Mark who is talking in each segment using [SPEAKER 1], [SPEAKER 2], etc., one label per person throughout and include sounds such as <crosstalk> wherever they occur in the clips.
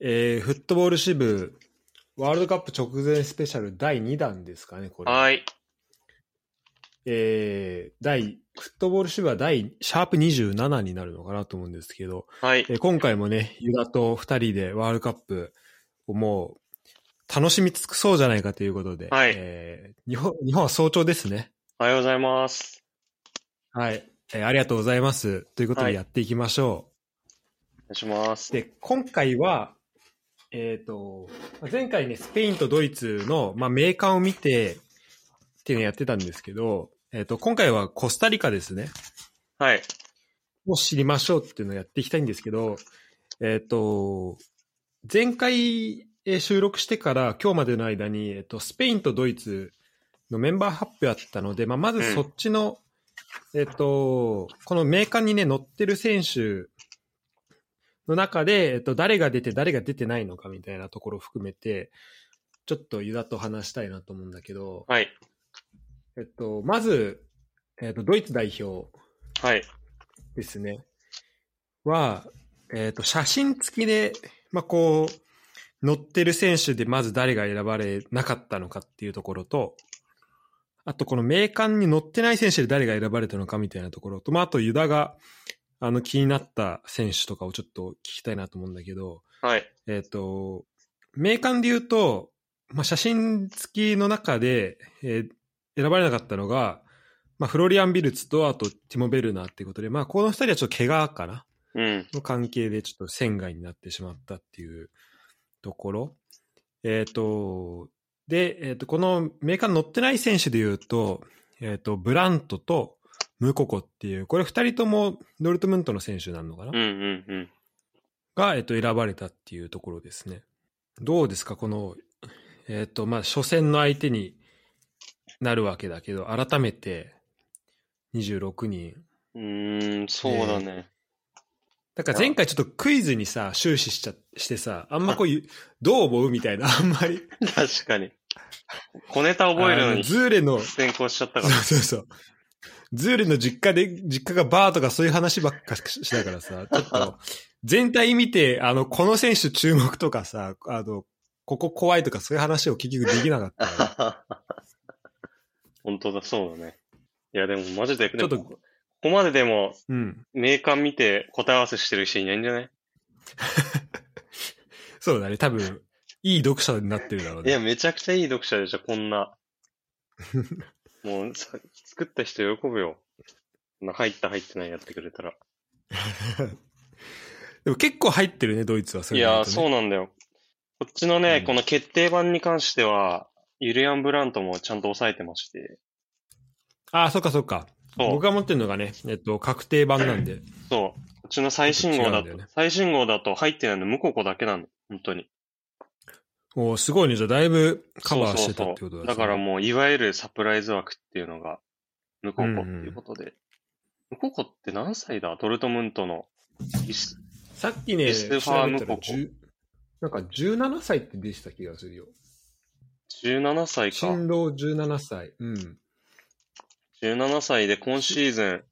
[SPEAKER 1] えー、フットボール支部、ワールドカップ直前スペシャル第2弾ですかね、これ。
[SPEAKER 2] はい。
[SPEAKER 1] えー、第、フットボール支部は第、シャープ27になるのかなと思うんですけど、
[SPEAKER 2] はい
[SPEAKER 1] え。ー今回もね、ユダと2人でワールドカップをもう、楽しみ尽くそうじゃないかということで、
[SPEAKER 2] はい
[SPEAKER 1] えー日本、日本は早朝ですね。
[SPEAKER 2] おはようございます。
[SPEAKER 1] はい。えーありがとうございます。ということ
[SPEAKER 2] は
[SPEAKER 1] で
[SPEAKER 2] い
[SPEAKER 1] やっていきましょ
[SPEAKER 2] お願いします
[SPEAKER 1] う。。で、今回は、えっ、と、まあ前回ね、スペインとドイツの、まあ、メーカーを見て、っていうのやってたんですけど、えっ、と、今回はコスタリカですね。
[SPEAKER 2] はい。
[SPEAKER 1] を知りましょうっていうのをやっていきたいんですけど、えっ、と、前回えー収録してから今日までの間に、えっ、と、スペインとドイツのメンバー発表あったので、まあ、まずそっちの、えっ、と、このメーカーにね、乗ってる選手の中で、えっ、と、誰が出て誰が出てないのかみたいなところを含めて、ちょっとユダと話したいなと思うんだけど、
[SPEAKER 2] はい。
[SPEAKER 1] えっ、と、まず、えっ、と、ドイツ代表、
[SPEAKER 2] はい。
[SPEAKER 1] ですね。は、えっ、と、写真付きで、まあ、こう、載ってる選手でまず誰が選ばれなかったのかっていうところと、あとこの名鑑に載ってない選手で誰が選ばれたのかみたいなところと、まあ、あとユダが、あの、気になった選手とかをちょっと聞きたいなと思うんだけど、
[SPEAKER 2] はい。
[SPEAKER 1] えっ、と、名鑑で言うと、まあ、写真付きの中で、えー選ばれなかったのが、まあ、フロリアン・ビルツと、あと、ティモ・ベルナーっていうことで、まあ、この二人はちょっと怪我かな
[SPEAKER 2] うん。
[SPEAKER 1] の関係で、ちょっと仙外になってしまったっていうところ。えっ、と、で、えっ、と、このメーカーに乗ってない選手で言うと、えっ、と、ブラントとムココっていう、これ二人ともドルトムントの選手になるのかな、
[SPEAKER 2] うんうんうん。
[SPEAKER 1] が、えっと、選ばれたっていうところですね。どうですか、この、えっと、まあ、初戦の相手になるわけだけど、改めて26人。
[SPEAKER 2] うーん、そうだね。
[SPEAKER 1] だから前回ちょっとクイズにさ、終始しちゃしてさ、あんまこういう、どう思うみたいな、あんまり。
[SPEAKER 2] 確かに。小ネタ覚えるの
[SPEAKER 1] あの
[SPEAKER 2] に
[SPEAKER 1] ズーレの、そう
[SPEAKER 2] 先行しちゃったから。
[SPEAKER 1] そうそう。ズーレの実家で、実家がバーとかそういう話ばっかししながらさ、ちょっと、全体見て、あの、この選手注目とかさ、あの、ここ怖いとかそういう話を結局できなかったから。
[SPEAKER 2] <laughs> 本当だ、そうだね。いや、でもマジで、
[SPEAKER 1] ちょっ
[SPEAKER 2] で
[SPEAKER 1] と
[SPEAKER 2] もここまででも、
[SPEAKER 1] うん。
[SPEAKER 2] メーカー見て答え合わせしてる人いないんじゃない
[SPEAKER 1] そうだね。多分、いい読者になってるだろう
[SPEAKER 2] いや、
[SPEAKER 1] ね。
[SPEAKER 2] めちゃくちゃいい読者でしょ、こ
[SPEAKER 1] <laughs>
[SPEAKER 2] んな。もう、さ作った人喜ぶよ。こんな入った入ってないやってくれたら。
[SPEAKER 1] でも結構入ってるね、ドイツは。そ
[SPEAKER 2] い
[SPEAKER 1] れで言
[SPEAKER 2] やー、
[SPEAKER 1] うとね
[SPEAKER 2] そうなんだよ。こっちのね、
[SPEAKER 1] うん
[SPEAKER 2] この決定版に関しては、ユリアン・ブラントもちゃんと抑えてまして。
[SPEAKER 1] ああ、そっかそっか。
[SPEAKER 2] そう、
[SPEAKER 1] 僕が持ってるのがね、えっと、確定版なんで。
[SPEAKER 2] そう。こっちの最新号
[SPEAKER 1] ちょっ
[SPEAKER 2] だ
[SPEAKER 1] と違うん
[SPEAKER 2] と、
[SPEAKER 1] だよね
[SPEAKER 2] 最新号だと入ってないの、向こうだけなの。本当に。
[SPEAKER 1] おーすごいね。じゃあ、だいぶカバーしてた
[SPEAKER 2] そ
[SPEAKER 1] っ
[SPEAKER 2] う
[SPEAKER 1] てこ
[SPEAKER 2] そ
[SPEAKER 1] と
[SPEAKER 2] うそ
[SPEAKER 1] だ
[SPEAKER 2] うだからもう、いわゆるサプライズ枠っていうのが、向こうっていうことで。向こうって何歳だドルトムントの。いし
[SPEAKER 1] さっきね、
[SPEAKER 2] エステファーム
[SPEAKER 1] 調べたら10なんか17歳って出てた気がするよ。
[SPEAKER 2] 17歳か。
[SPEAKER 1] 新郎17歳。うん。
[SPEAKER 2] 17歳で今シーズン、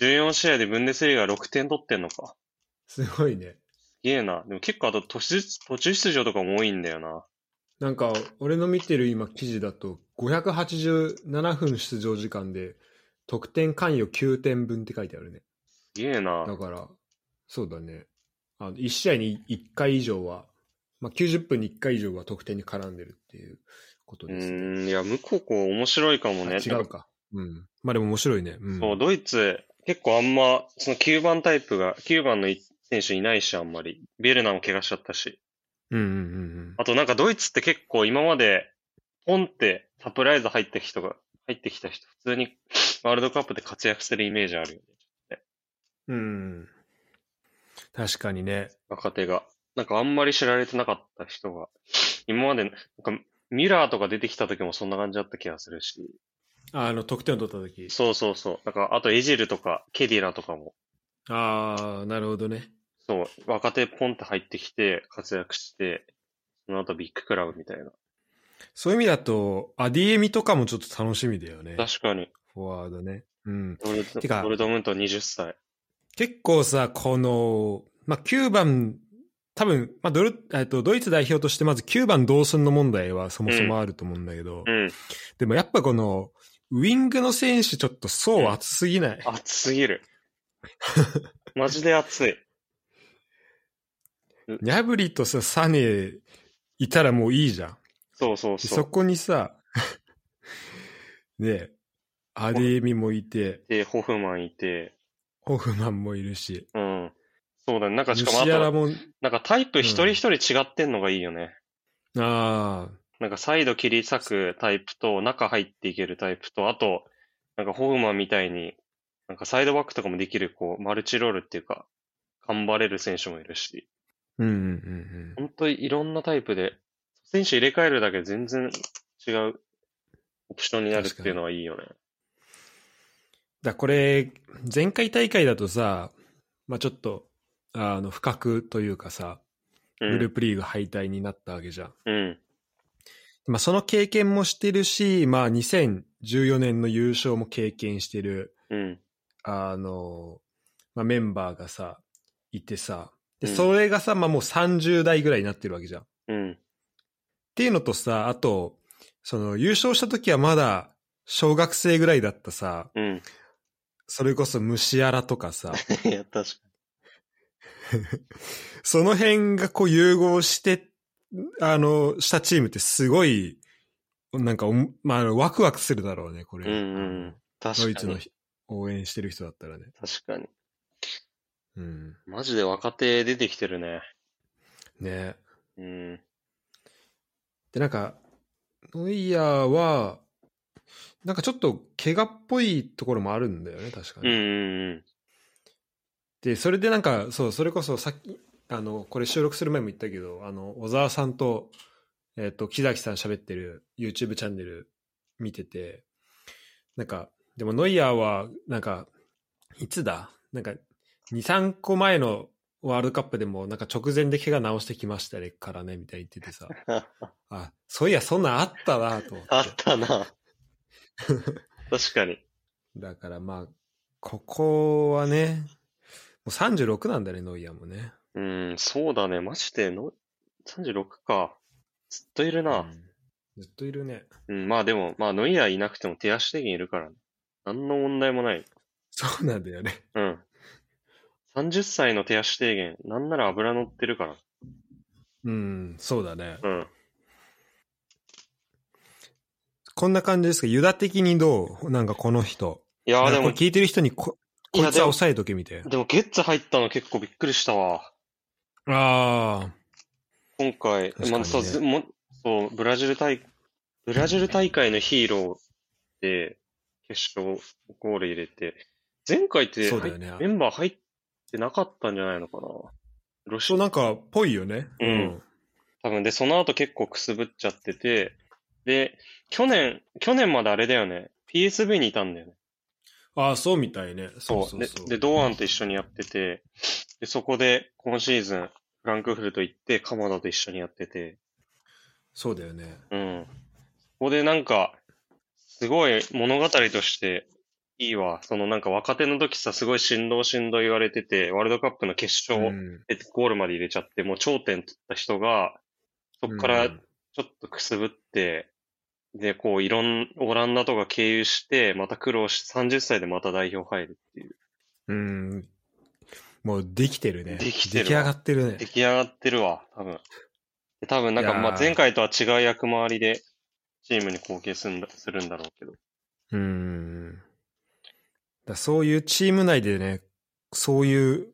[SPEAKER 2] 14試合でブンデスリーガ6点取ってんのか。
[SPEAKER 1] すごいね。
[SPEAKER 2] すげえな。でも結構あと途中途中出場とかも多いんだよな。
[SPEAKER 1] なんか、俺の見てる今記事だと、587分出場時間で、得点関与9点分って書いてあるね。
[SPEAKER 2] すげえな。
[SPEAKER 1] だから、そうだね。あの1試合に1回以上は、まあ、90分に1回以上は得点に絡んでるっていうこと
[SPEAKER 2] う
[SPEAKER 1] です、ね。
[SPEAKER 2] ーん、いや、向こうこう面白いかも
[SPEAKER 1] あ
[SPEAKER 2] ね。
[SPEAKER 1] 違うか。うん。まあでも面白いね。うん。
[SPEAKER 2] そう、ドイツ、結構あんま、その9番タイプが、9番の選手いないし、あんまり。ビエルナも怪我しちゃったし。
[SPEAKER 1] うんうんうん
[SPEAKER 2] あとなんかドイツって結構今まで、ポンってサプライズ入ってきた人が、入ってきた人、普通にワールドカップで活躍するイメージあるよね。
[SPEAKER 1] うん。うん。確かにね。
[SPEAKER 2] 若手が。なんかあんまり知られてなかった人が。今まで、なんか、ミラーとか出てきた時もそんな感じだった気がするし。
[SPEAKER 1] あの、得点を取った時
[SPEAKER 2] そうそうそう。なんか、あとエジルとか、ケディラとかも、
[SPEAKER 1] ああ、なるほどね。
[SPEAKER 2] そう、若手ポンって入ってきて、活躍して、その後ビッグクラブみたいな。
[SPEAKER 1] そういう意味だと、アディエミとかもちょっと楽しみだよね。
[SPEAKER 2] 確かに、
[SPEAKER 1] フォワードね。うん。
[SPEAKER 2] ドルト
[SPEAKER 1] てか
[SPEAKER 2] ドルトムント20歳。
[SPEAKER 1] 結構さ、この、まあ、9番多分、まあドル、えっと、ドイツ代表としてまず9番同寸の問題はそもそもあると思うんだけど、
[SPEAKER 2] うん。
[SPEAKER 1] でもやっぱこの、ウィングの選手ちょっと層厚すぎない。
[SPEAKER 2] 熱す
[SPEAKER 1] <laughs>
[SPEAKER 2] ぎる。マジで熱い。
[SPEAKER 1] ニャブリとさ、サネいたらもういいじゃん。
[SPEAKER 2] そうそう
[SPEAKER 1] で
[SPEAKER 2] そ。
[SPEAKER 1] そうこにさ、 <laughs> ねえ、アデミもいて、
[SPEAKER 2] で、ホフマンいて、
[SPEAKER 1] ホフマンもいるし、
[SPEAKER 2] うん。そうだね。なんかし
[SPEAKER 1] ル
[SPEAKER 2] かも、あ
[SPEAKER 1] シアラ
[SPEAKER 2] と、
[SPEAKER 1] も、
[SPEAKER 2] なんかタイプ一人一人違ってんのがいいよね。
[SPEAKER 1] ああ、
[SPEAKER 2] なんかサイド切り裂くタイプと、中入っていけるタイプと、あと、なんかホフマンみたいに、なんかサイドバックとかもできる、こう、マルチロールっていうか、頑張れる選手もいるし。
[SPEAKER 1] うんうんうん
[SPEAKER 2] 本当にいろんなタイプで、選手入れ替えるだけで全然違うオプションになるっていうのはいいよね。
[SPEAKER 1] だこれ、前回大会だとさ、まあちょっと、あの、不覚というかさ、
[SPEAKER 2] う
[SPEAKER 1] グルー。
[SPEAKER 2] ん
[SPEAKER 1] プリーグ敗退になったわけじゃん。
[SPEAKER 2] うん。
[SPEAKER 1] まあその経験もしてるし、まあ2014年の優勝も経験してる、
[SPEAKER 2] うん。
[SPEAKER 1] あの、まあメンバーがさ、いてさ、で、
[SPEAKER 2] うん
[SPEAKER 1] それがさ、まあもう30代ぐらいになってるわけじゃん。
[SPEAKER 2] うん。
[SPEAKER 1] っていうのとさ、あと、その優勝した時はまだ小学生ぐらいだったさ、
[SPEAKER 2] うん。
[SPEAKER 1] それこそ虫やらとかさ、
[SPEAKER 2] <laughs> いや、確か
[SPEAKER 1] その辺がこう融合して、あの、したチームってすごい、なんかおも、まあ、ワクワクするだろうね、これ。
[SPEAKER 2] に。うんうん。確かに。
[SPEAKER 1] ドイツのひ応援してる人だったらね。
[SPEAKER 2] 確かに。
[SPEAKER 1] うん。
[SPEAKER 2] マジで若手出てきてるね。
[SPEAKER 1] ね
[SPEAKER 2] うん。
[SPEAKER 1] で、なんか、ノイヤーは、なんかちょっと怪我っぽいところもあるんだよね、確か
[SPEAKER 2] うんう
[SPEAKER 1] に。
[SPEAKER 2] んうん。
[SPEAKER 1] で、それでなんか、そう、それこそさっき、あの、これ収録する前も言ったけど、あの、小沢さんと、えっ、と、木崎さん喋ってる YouTube チャンネル見てて、なんか、でもノイヤーは、なんか、いつだなんか、2、3個前のワールドカップでも、なんか直前で怪我治してきましたね、からね、みたいに言ってて
[SPEAKER 2] <laughs>
[SPEAKER 1] さ、あ、そういや、そんなんあったな、と思って。
[SPEAKER 2] <laughs> あったな。
[SPEAKER 1] <laughs>
[SPEAKER 2] 確かに。
[SPEAKER 1] だからまあ、ここはね、もう36なんだね、ノイヤーもね。
[SPEAKER 2] うん、そうだね。マジでの、36か。ずっといるな。
[SPEAKER 1] うんずっといる
[SPEAKER 2] <laughs>
[SPEAKER 1] ね。
[SPEAKER 2] うん、まあでも、まあ、ノイアーいなくても手足的にいるからね。何の問題もない。
[SPEAKER 1] そうなんだよね。
[SPEAKER 2] うん。30歳の手足低減、なんなら油乗ってるから。
[SPEAKER 1] うん、そうだね。
[SPEAKER 2] うん。
[SPEAKER 1] こんな感じですかユダ的にどうなんかこの人。
[SPEAKER 2] いやーで
[SPEAKER 1] なんかこ
[SPEAKER 2] も
[SPEAKER 1] れ、聞いてる人にこ、
[SPEAKER 2] いや
[SPEAKER 1] こいつは抑えとけみたいな。
[SPEAKER 2] でもゲッツ入ったの結構びっくりしたわ。
[SPEAKER 1] ああ。
[SPEAKER 2] 今回、
[SPEAKER 1] 確かにね
[SPEAKER 2] まあそうずも、そう、ブラジル大、ブラジル大会のヒーローで、決勝ゴール入れて、前回って、
[SPEAKER 1] そうだよね
[SPEAKER 2] メンバー入ってなかったんじゃないのかな。ロシ
[SPEAKER 1] そうなんか、ぽいよね。
[SPEAKER 2] うん多分で、その後結構くすぶっちゃってて、で、去年、去年まであれだよね、PSV にいたんだよね。
[SPEAKER 1] ああ、そうみたいね。そうそうそう。
[SPEAKER 2] で。で、堂安と一緒にやってて、で、そこで今シーズン、フランクフルト行って、鎌田と一緒にやってて、
[SPEAKER 1] そうだよね。
[SPEAKER 2] うん。ここでなんか、すごい物語としていいわ。そのなんか若手の時さ、すごい振動振動言われてて、ワールドカップの決勝、
[SPEAKER 1] うん
[SPEAKER 2] でゴールまで入れちゃって、もう頂点取った人が、そこから
[SPEAKER 1] うん
[SPEAKER 2] ちょっとくすぶって、で、こう、いろん、オランダとか経由して、また苦労して、30歳でまた代表入るっていう。
[SPEAKER 1] うん。もう、できてるね。
[SPEAKER 2] できてるわ
[SPEAKER 1] 出来上がってるね
[SPEAKER 2] 出。来上がってるわ、多分。で多分なんか、
[SPEAKER 1] いやー
[SPEAKER 2] まあ、前回とは違う役回りで、チームに貢献するんだ、するんだろうけど。
[SPEAKER 1] うん。だそういうチーム内でね、そういう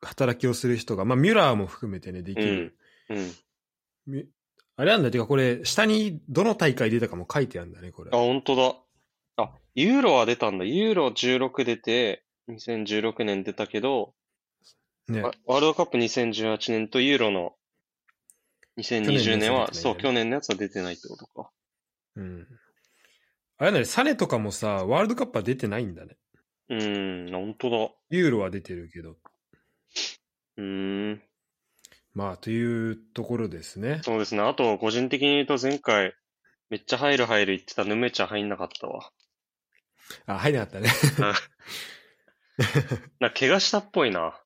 [SPEAKER 1] 働きをする人が、まあ、ミュラーも含めてね、できる。
[SPEAKER 2] うん。
[SPEAKER 1] みあれなんだ、てかこれ、下にどの大会出たかも書いてあるんだね、これ
[SPEAKER 2] あ、。本当だ。あ、ユーロは出たんだ。ユーロ16出て、2016年出たけど、
[SPEAKER 1] ね
[SPEAKER 2] ワ。ワールドカップ2018年とユーロの2020年は、そう、去
[SPEAKER 1] 去
[SPEAKER 2] 年のやつは出てないってことか。
[SPEAKER 1] うん。あれなんだね、サネとかもさ、ワールドカップは出てないんだね。
[SPEAKER 2] うーん、本当だ。う
[SPEAKER 1] ユーロは出てるけど。
[SPEAKER 2] ーん、
[SPEAKER 1] まあ、というところですね。
[SPEAKER 2] そうですね。あと、個人的に言うと前回、めっちゃ入る入る言ってたヌメちゃん入んなかったわ。
[SPEAKER 1] あ、入んなかったね。 <laughs>
[SPEAKER 2] なんか怪我したっぽいな。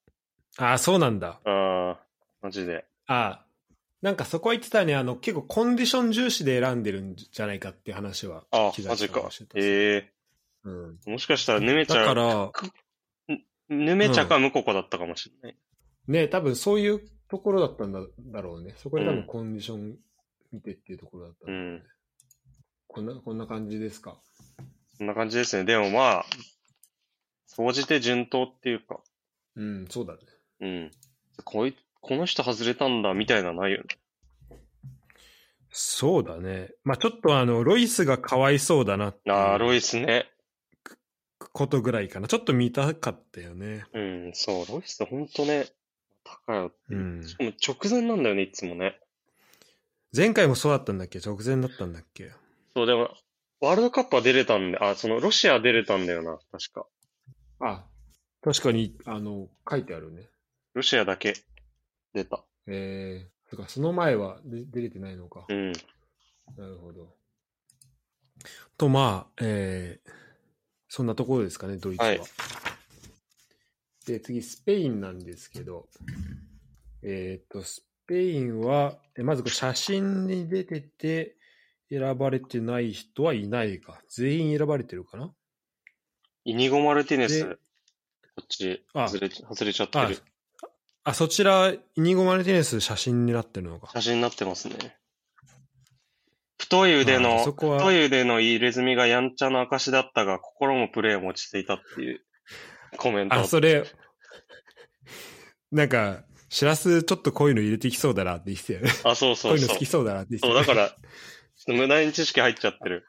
[SPEAKER 1] あ、そうなんだ。
[SPEAKER 2] あー、マジで。
[SPEAKER 1] あなんかそこは言ってたよね、あの、結構コンディション重視で選んでるんじゃないかっていう話は
[SPEAKER 2] あ
[SPEAKER 1] 聞き、出
[SPEAKER 2] マ
[SPEAKER 1] し
[SPEAKER 2] ジ
[SPEAKER 1] た
[SPEAKER 2] か
[SPEAKER 1] かもしれ。ないです
[SPEAKER 2] え
[SPEAKER 1] うん
[SPEAKER 2] えもしかしたら、ヌメち
[SPEAKER 1] だか
[SPEAKER 2] ゃ、
[SPEAKER 1] ら、
[SPEAKER 2] ヌメちゃかムココだったかもしれない。
[SPEAKER 1] ね、多分そういうところだったんだだろうね。そこで多分コンディション見てっていうところだった、
[SPEAKER 2] うん。
[SPEAKER 1] こんな、こんな感じですか。
[SPEAKER 2] そんな感じですね。でもまあ、総じて順当っていうか、
[SPEAKER 1] うん、そうだね。
[SPEAKER 2] うん。こい、この人外れたんだ、みたいなのないよね。
[SPEAKER 1] そうだね。まあちょっとあの、ロイスがかわいそうだなって
[SPEAKER 2] ああ、ロ
[SPEAKER 1] いう
[SPEAKER 2] イスね。
[SPEAKER 1] ことぐらいかな。ちょっと見たかったよね。
[SPEAKER 2] うん、そう、ロイスほんとね、高よって
[SPEAKER 1] う
[SPEAKER 2] いう。
[SPEAKER 1] ん。
[SPEAKER 2] しかも直前なんだよね、いつもね。
[SPEAKER 1] 前回もそうだったんだっけ直前だったんだっけ
[SPEAKER 2] そう、でも、ワールドカップは出れたんで、あ、その、ロシアは出れたんだよな、確か。
[SPEAKER 1] あ、確かに、あの、書いてあるね。
[SPEAKER 2] ロシアだけ出た。
[SPEAKER 1] えー、そっか、その前はで出れてないのか。
[SPEAKER 2] うん。
[SPEAKER 1] なるほど。と、まあ、えー、そんなところですかね、ドイツは。
[SPEAKER 2] はい
[SPEAKER 1] で、次、スペインなんですけど、えっ、と、スペインは、えまずこれ写真に出てて、選ばれてない人はいないか。全員選ばれてるかな
[SPEAKER 2] イニゴ・マルティネス、
[SPEAKER 1] で
[SPEAKER 2] こっち、
[SPEAKER 1] あ
[SPEAKER 2] 外れ、外れちゃって
[SPEAKER 1] あ
[SPEAKER 2] る。
[SPEAKER 1] あ、そちら、イニゴ・マルティネス写真になってるのか。
[SPEAKER 2] 写真になってますね。太い腕
[SPEAKER 1] あ
[SPEAKER 2] の、
[SPEAKER 1] そこは
[SPEAKER 2] 太い腕の入れ墨がやんちゃな証だったが、心もプレーも落ち着いたっていうコメント。
[SPEAKER 1] あ、それ、なんか、しらすちょっとこういうの入れてきそうだなって言ってたよね。
[SPEAKER 2] あ、そう
[SPEAKER 1] こ
[SPEAKER 2] そうう
[SPEAKER 1] いうの
[SPEAKER 2] そ
[SPEAKER 1] 好
[SPEAKER 2] う
[SPEAKER 1] き。そうだなって言って
[SPEAKER 2] そう、
[SPEAKER 1] た
[SPEAKER 2] だから、ちょっと無駄に知識入っちゃってる。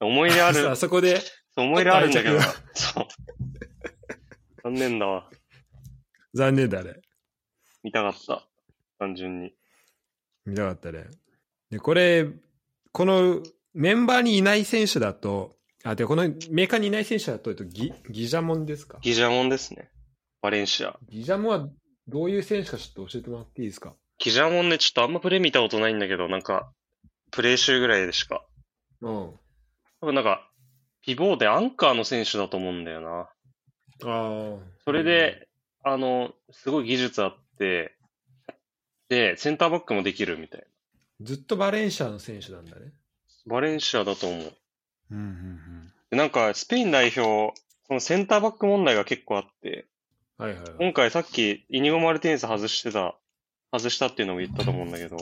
[SPEAKER 2] 思い出
[SPEAKER 1] <laughs> あ
[SPEAKER 2] ある、
[SPEAKER 1] そう
[SPEAKER 2] そ
[SPEAKER 1] あ
[SPEAKER 2] う
[SPEAKER 1] そこで、
[SPEAKER 2] 思い出あるんだけどな
[SPEAKER 1] ちょっ。
[SPEAKER 2] そう。残念だわ。
[SPEAKER 1] 残念だね。
[SPEAKER 2] 見たかった。単純に。
[SPEAKER 1] 見たかったね。で、これ、このメンバーにいない選手だと、あ、で、このメーカーにいない選手だと、えっとギギジャモンですか
[SPEAKER 2] ギジャモンですね。バレンシア。
[SPEAKER 1] ギジャモンはどういう選手かちょっと教えてもらっていいですか
[SPEAKER 2] ギジャモンね、ちょっとあんまプレー見たことないんだけど、なんか、プレー集ぐらいでしか。
[SPEAKER 1] うん。
[SPEAKER 2] 多分なんか、ピボーでアンカーの選手だと思うんだよな。
[SPEAKER 1] ああ。
[SPEAKER 2] それで、あの、すごい技術あって、で、センターバックもできるみたい
[SPEAKER 1] うん、ずっとバレンシアの選手なんだね。
[SPEAKER 2] な。バレンシアだと思う。
[SPEAKER 1] うんうんうん。
[SPEAKER 2] でなんか、スペイン代表、そのセンターバック問題が結構あって、
[SPEAKER 1] はいはいはい。
[SPEAKER 2] 今回さっき、イニゴ・マルティネス外してた、外したっていうのも言ったと思うんだけど、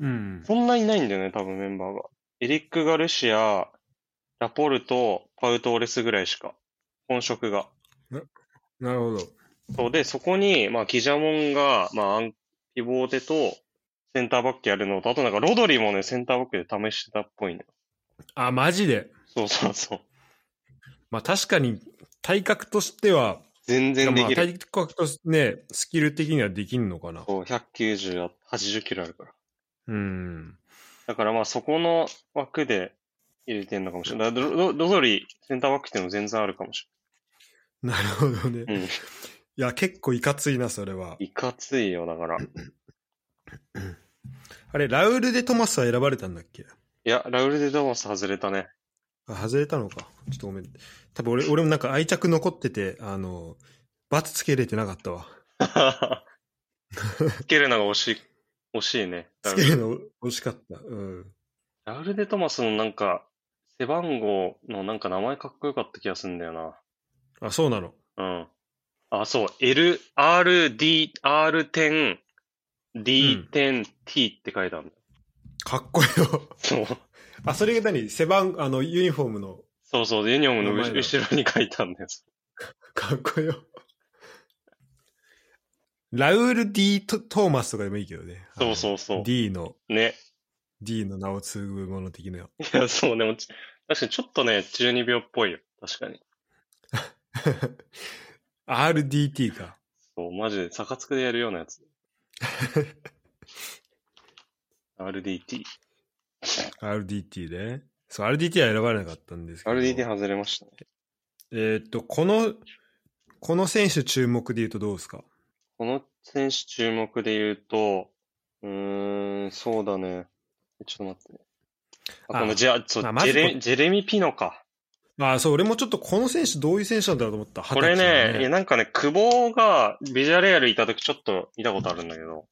[SPEAKER 1] うん。
[SPEAKER 2] そんなにないんだよね、多分メンバーが。エリック・ガルシア、ラポルト、パウト・オレスぐらいしか、本職が。
[SPEAKER 1] なるほど。
[SPEAKER 2] そうで、そこに、まあ、ギジャモンが、まあアン、ピボーテと、センターバックやるのと、あとなんかロドリもね、センターバックで試してたっぽいね。
[SPEAKER 1] あ、マジで。
[SPEAKER 2] そうそうそう。
[SPEAKER 1] まあ確かに、体格としては、
[SPEAKER 2] 全然で
[SPEAKER 1] まあ
[SPEAKER 2] きる。
[SPEAKER 1] 体格とね、スキル的にはできんのかな。
[SPEAKER 2] そう、190あ、80キロあるから。
[SPEAKER 1] うん。
[SPEAKER 2] だからまあ、そこの枠で入れてんのかもしれない。だからロロロドリ、センターバックっていうのも全然あるかもし
[SPEAKER 1] なるほどね。
[SPEAKER 2] れない。うん。
[SPEAKER 1] いや、結構いかついな、それは。
[SPEAKER 2] いかついよ、だから。い
[SPEAKER 1] あれ、ラウル・でトマスは選ばれたんだっけ
[SPEAKER 2] や、ラウル・デ・ドマス外れたね。 <laughs>
[SPEAKER 1] あ、外れたのか。ちょっとごめん。多分俺、俺もなんか愛着残ってて、あの、罰つけれてなかったわ。
[SPEAKER 2] つけるのが惜しい、惜しいね。ラ
[SPEAKER 1] つ
[SPEAKER 2] ウ
[SPEAKER 1] け
[SPEAKER 2] ル
[SPEAKER 1] るの惜しかった。うん。
[SPEAKER 2] ラウルデ・トマスのなんか、背番号のなんか名前かっこよかった気がするんだよ
[SPEAKER 1] あ、そうなの。
[SPEAKER 2] な。うん。あ、そう。L、R、D、R10、D10T って書いてあるんだよ。
[SPEAKER 1] かっこよ。
[SPEAKER 2] そう。
[SPEAKER 1] あ、それが何背番、あの、ユニフォームの、
[SPEAKER 2] そうそう。ユニフォームの
[SPEAKER 1] 名前
[SPEAKER 2] 後
[SPEAKER 1] だ
[SPEAKER 2] 後ろに書いてあるんだよ。
[SPEAKER 1] かっこよ。ラウル・ D ・トトーマスとかでもいいけどね。
[SPEAKER 2] そうそうそう
[SPEAKER 1] あの D の、
[SPEAKER 2] ね。
[SPEAKER 1] D の名を継ぐもの的な。
[SPEAKER 2] いや、そう。でもち、確かにちょっとね、12秒っぽいよ。確かに。
[SPEAKER 1] <laughs> RDT か。
[SPEAKER 2] そう、マジで、サカツクでやるような
[SPEAKER 1] <laughs>
[SPEAKER 2] やつ。RDT。
[SPEAKER 1] RDT ね。そう、RDT は選ばれなかったんですけど。
[SPEAKER 2] RDT 外れましたね。
[SPEAKER 1] えーっと、この、この選手注目で言うとどうですか
[SPEAKER 2] この選手注目で言うと、うーん、そうだね。ちょっと待ってね。あ、
[SPEAKER 1] あ
[SPEAKER 2] このジェ、そう
[SPEAKER 1] まあま
[SPEAKER 2] ジ
[SPEAKER 1] ず
[SPEAKER 2] ェレ、ジェレミピノか。
[SPEAKER 1] ああ、そう、俺もちょっとこの選手どういう選手なんだろうと思った。
[SPEAKER 2] これ
[SPEAKER 1] 二十歳だ
[SPEAKER 2] ね、いやなんかね、久保がビジャレアルいた時ちょっと見たことあるんだけど、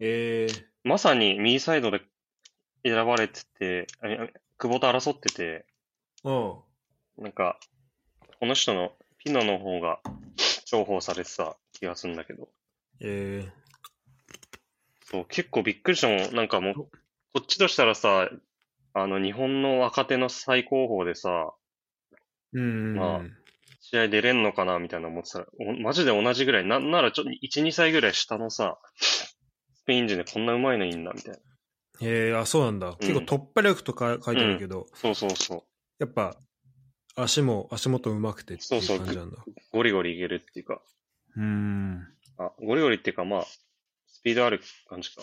[SPEAKER 1] えー、
[SPEAKER 2] まさに右サイドで選ばれてて、あいや久保と争ってて、
[SPEAKER 1] うん。
[SPEAKER 2] なんか、この人のピノの方が重宝されてた気がするんだけど、
[SPEAKER 1] えー、
[SPEAKER 2] そう、結構びっくりしたもん。なんかもう、こっちとしたらさ、あの、日本の若手の最高峰でさ、
[SPEAKER 1] うん。
[SPEAKER 2] まあ試合出れんのかなみたいな思ってたら、おマジで同じぐらい、なんならちょっと1、2歳ぐらい下のさ、スペイン人でこんな上手いのいいんだ、みたいな。
[SPEAKER 1] えー、あ、そうなんだ。結構突破力とか書いてあるけど、
[SPEAKER 2] そうそうそう。
[SPEAKER 1] やっぱ、足も、足元上手くてって
[SPEAKER 2] そう
[SPEAKER 1] い
[SPEAKER 2] そう
[SPEAKER 1] う感じなんだ。
[SPEAKER 2] ゴリゴリいけるっていうか、
[SPEAKER 1] うん。
[SPEAKER 2] あ、ゴリゴリっていうか、まあ、スピードある感じか。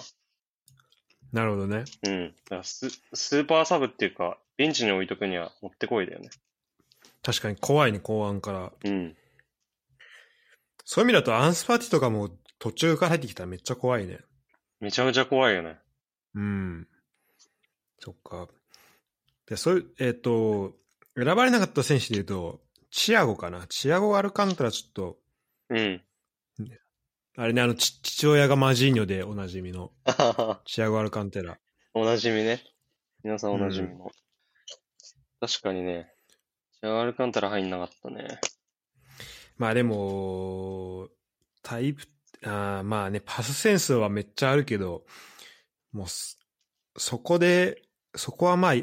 [SPEAKER 1] なるほどね。
[SPEAKER 2] うん。だからススーパーサブっていうか、ベンチに置いとくにはもってこいだよね。
[SPEAKER 1] 確かに怖いね、後半から。
[SPEAKER 2] うん。
[SPEAKER 1] そういう意味だと、アンスパティとかも途中から入ってきたらめっちゃ怖いね。
[SPEAKER 2] めちゃめちゃ怖いよね。
[SPEAKER 1] うん。そっか。で、そういう、えっ、と、選ばれなかった選手で言うと、チアゴかな。チアゴ・アルカントラちょっと、
[SPEAKER 2] うん。
[SPEAKER 1] あれね、あの、ち父親がマジーニョでおなじみの、
[SPEAKER 2] あはは
[SPEAKER 1] チアゴ・アルカンテラ。
[SPEAKER 2] おなじみね。皆さんおなじみの。確かにね。ジャールカンタラ入んなかったね。
[SPEAKER 1] まあでも、タイプ、あーまあね、パスセンスはめっちゃあるけど、もうそ、そこで、そこはまあ、あ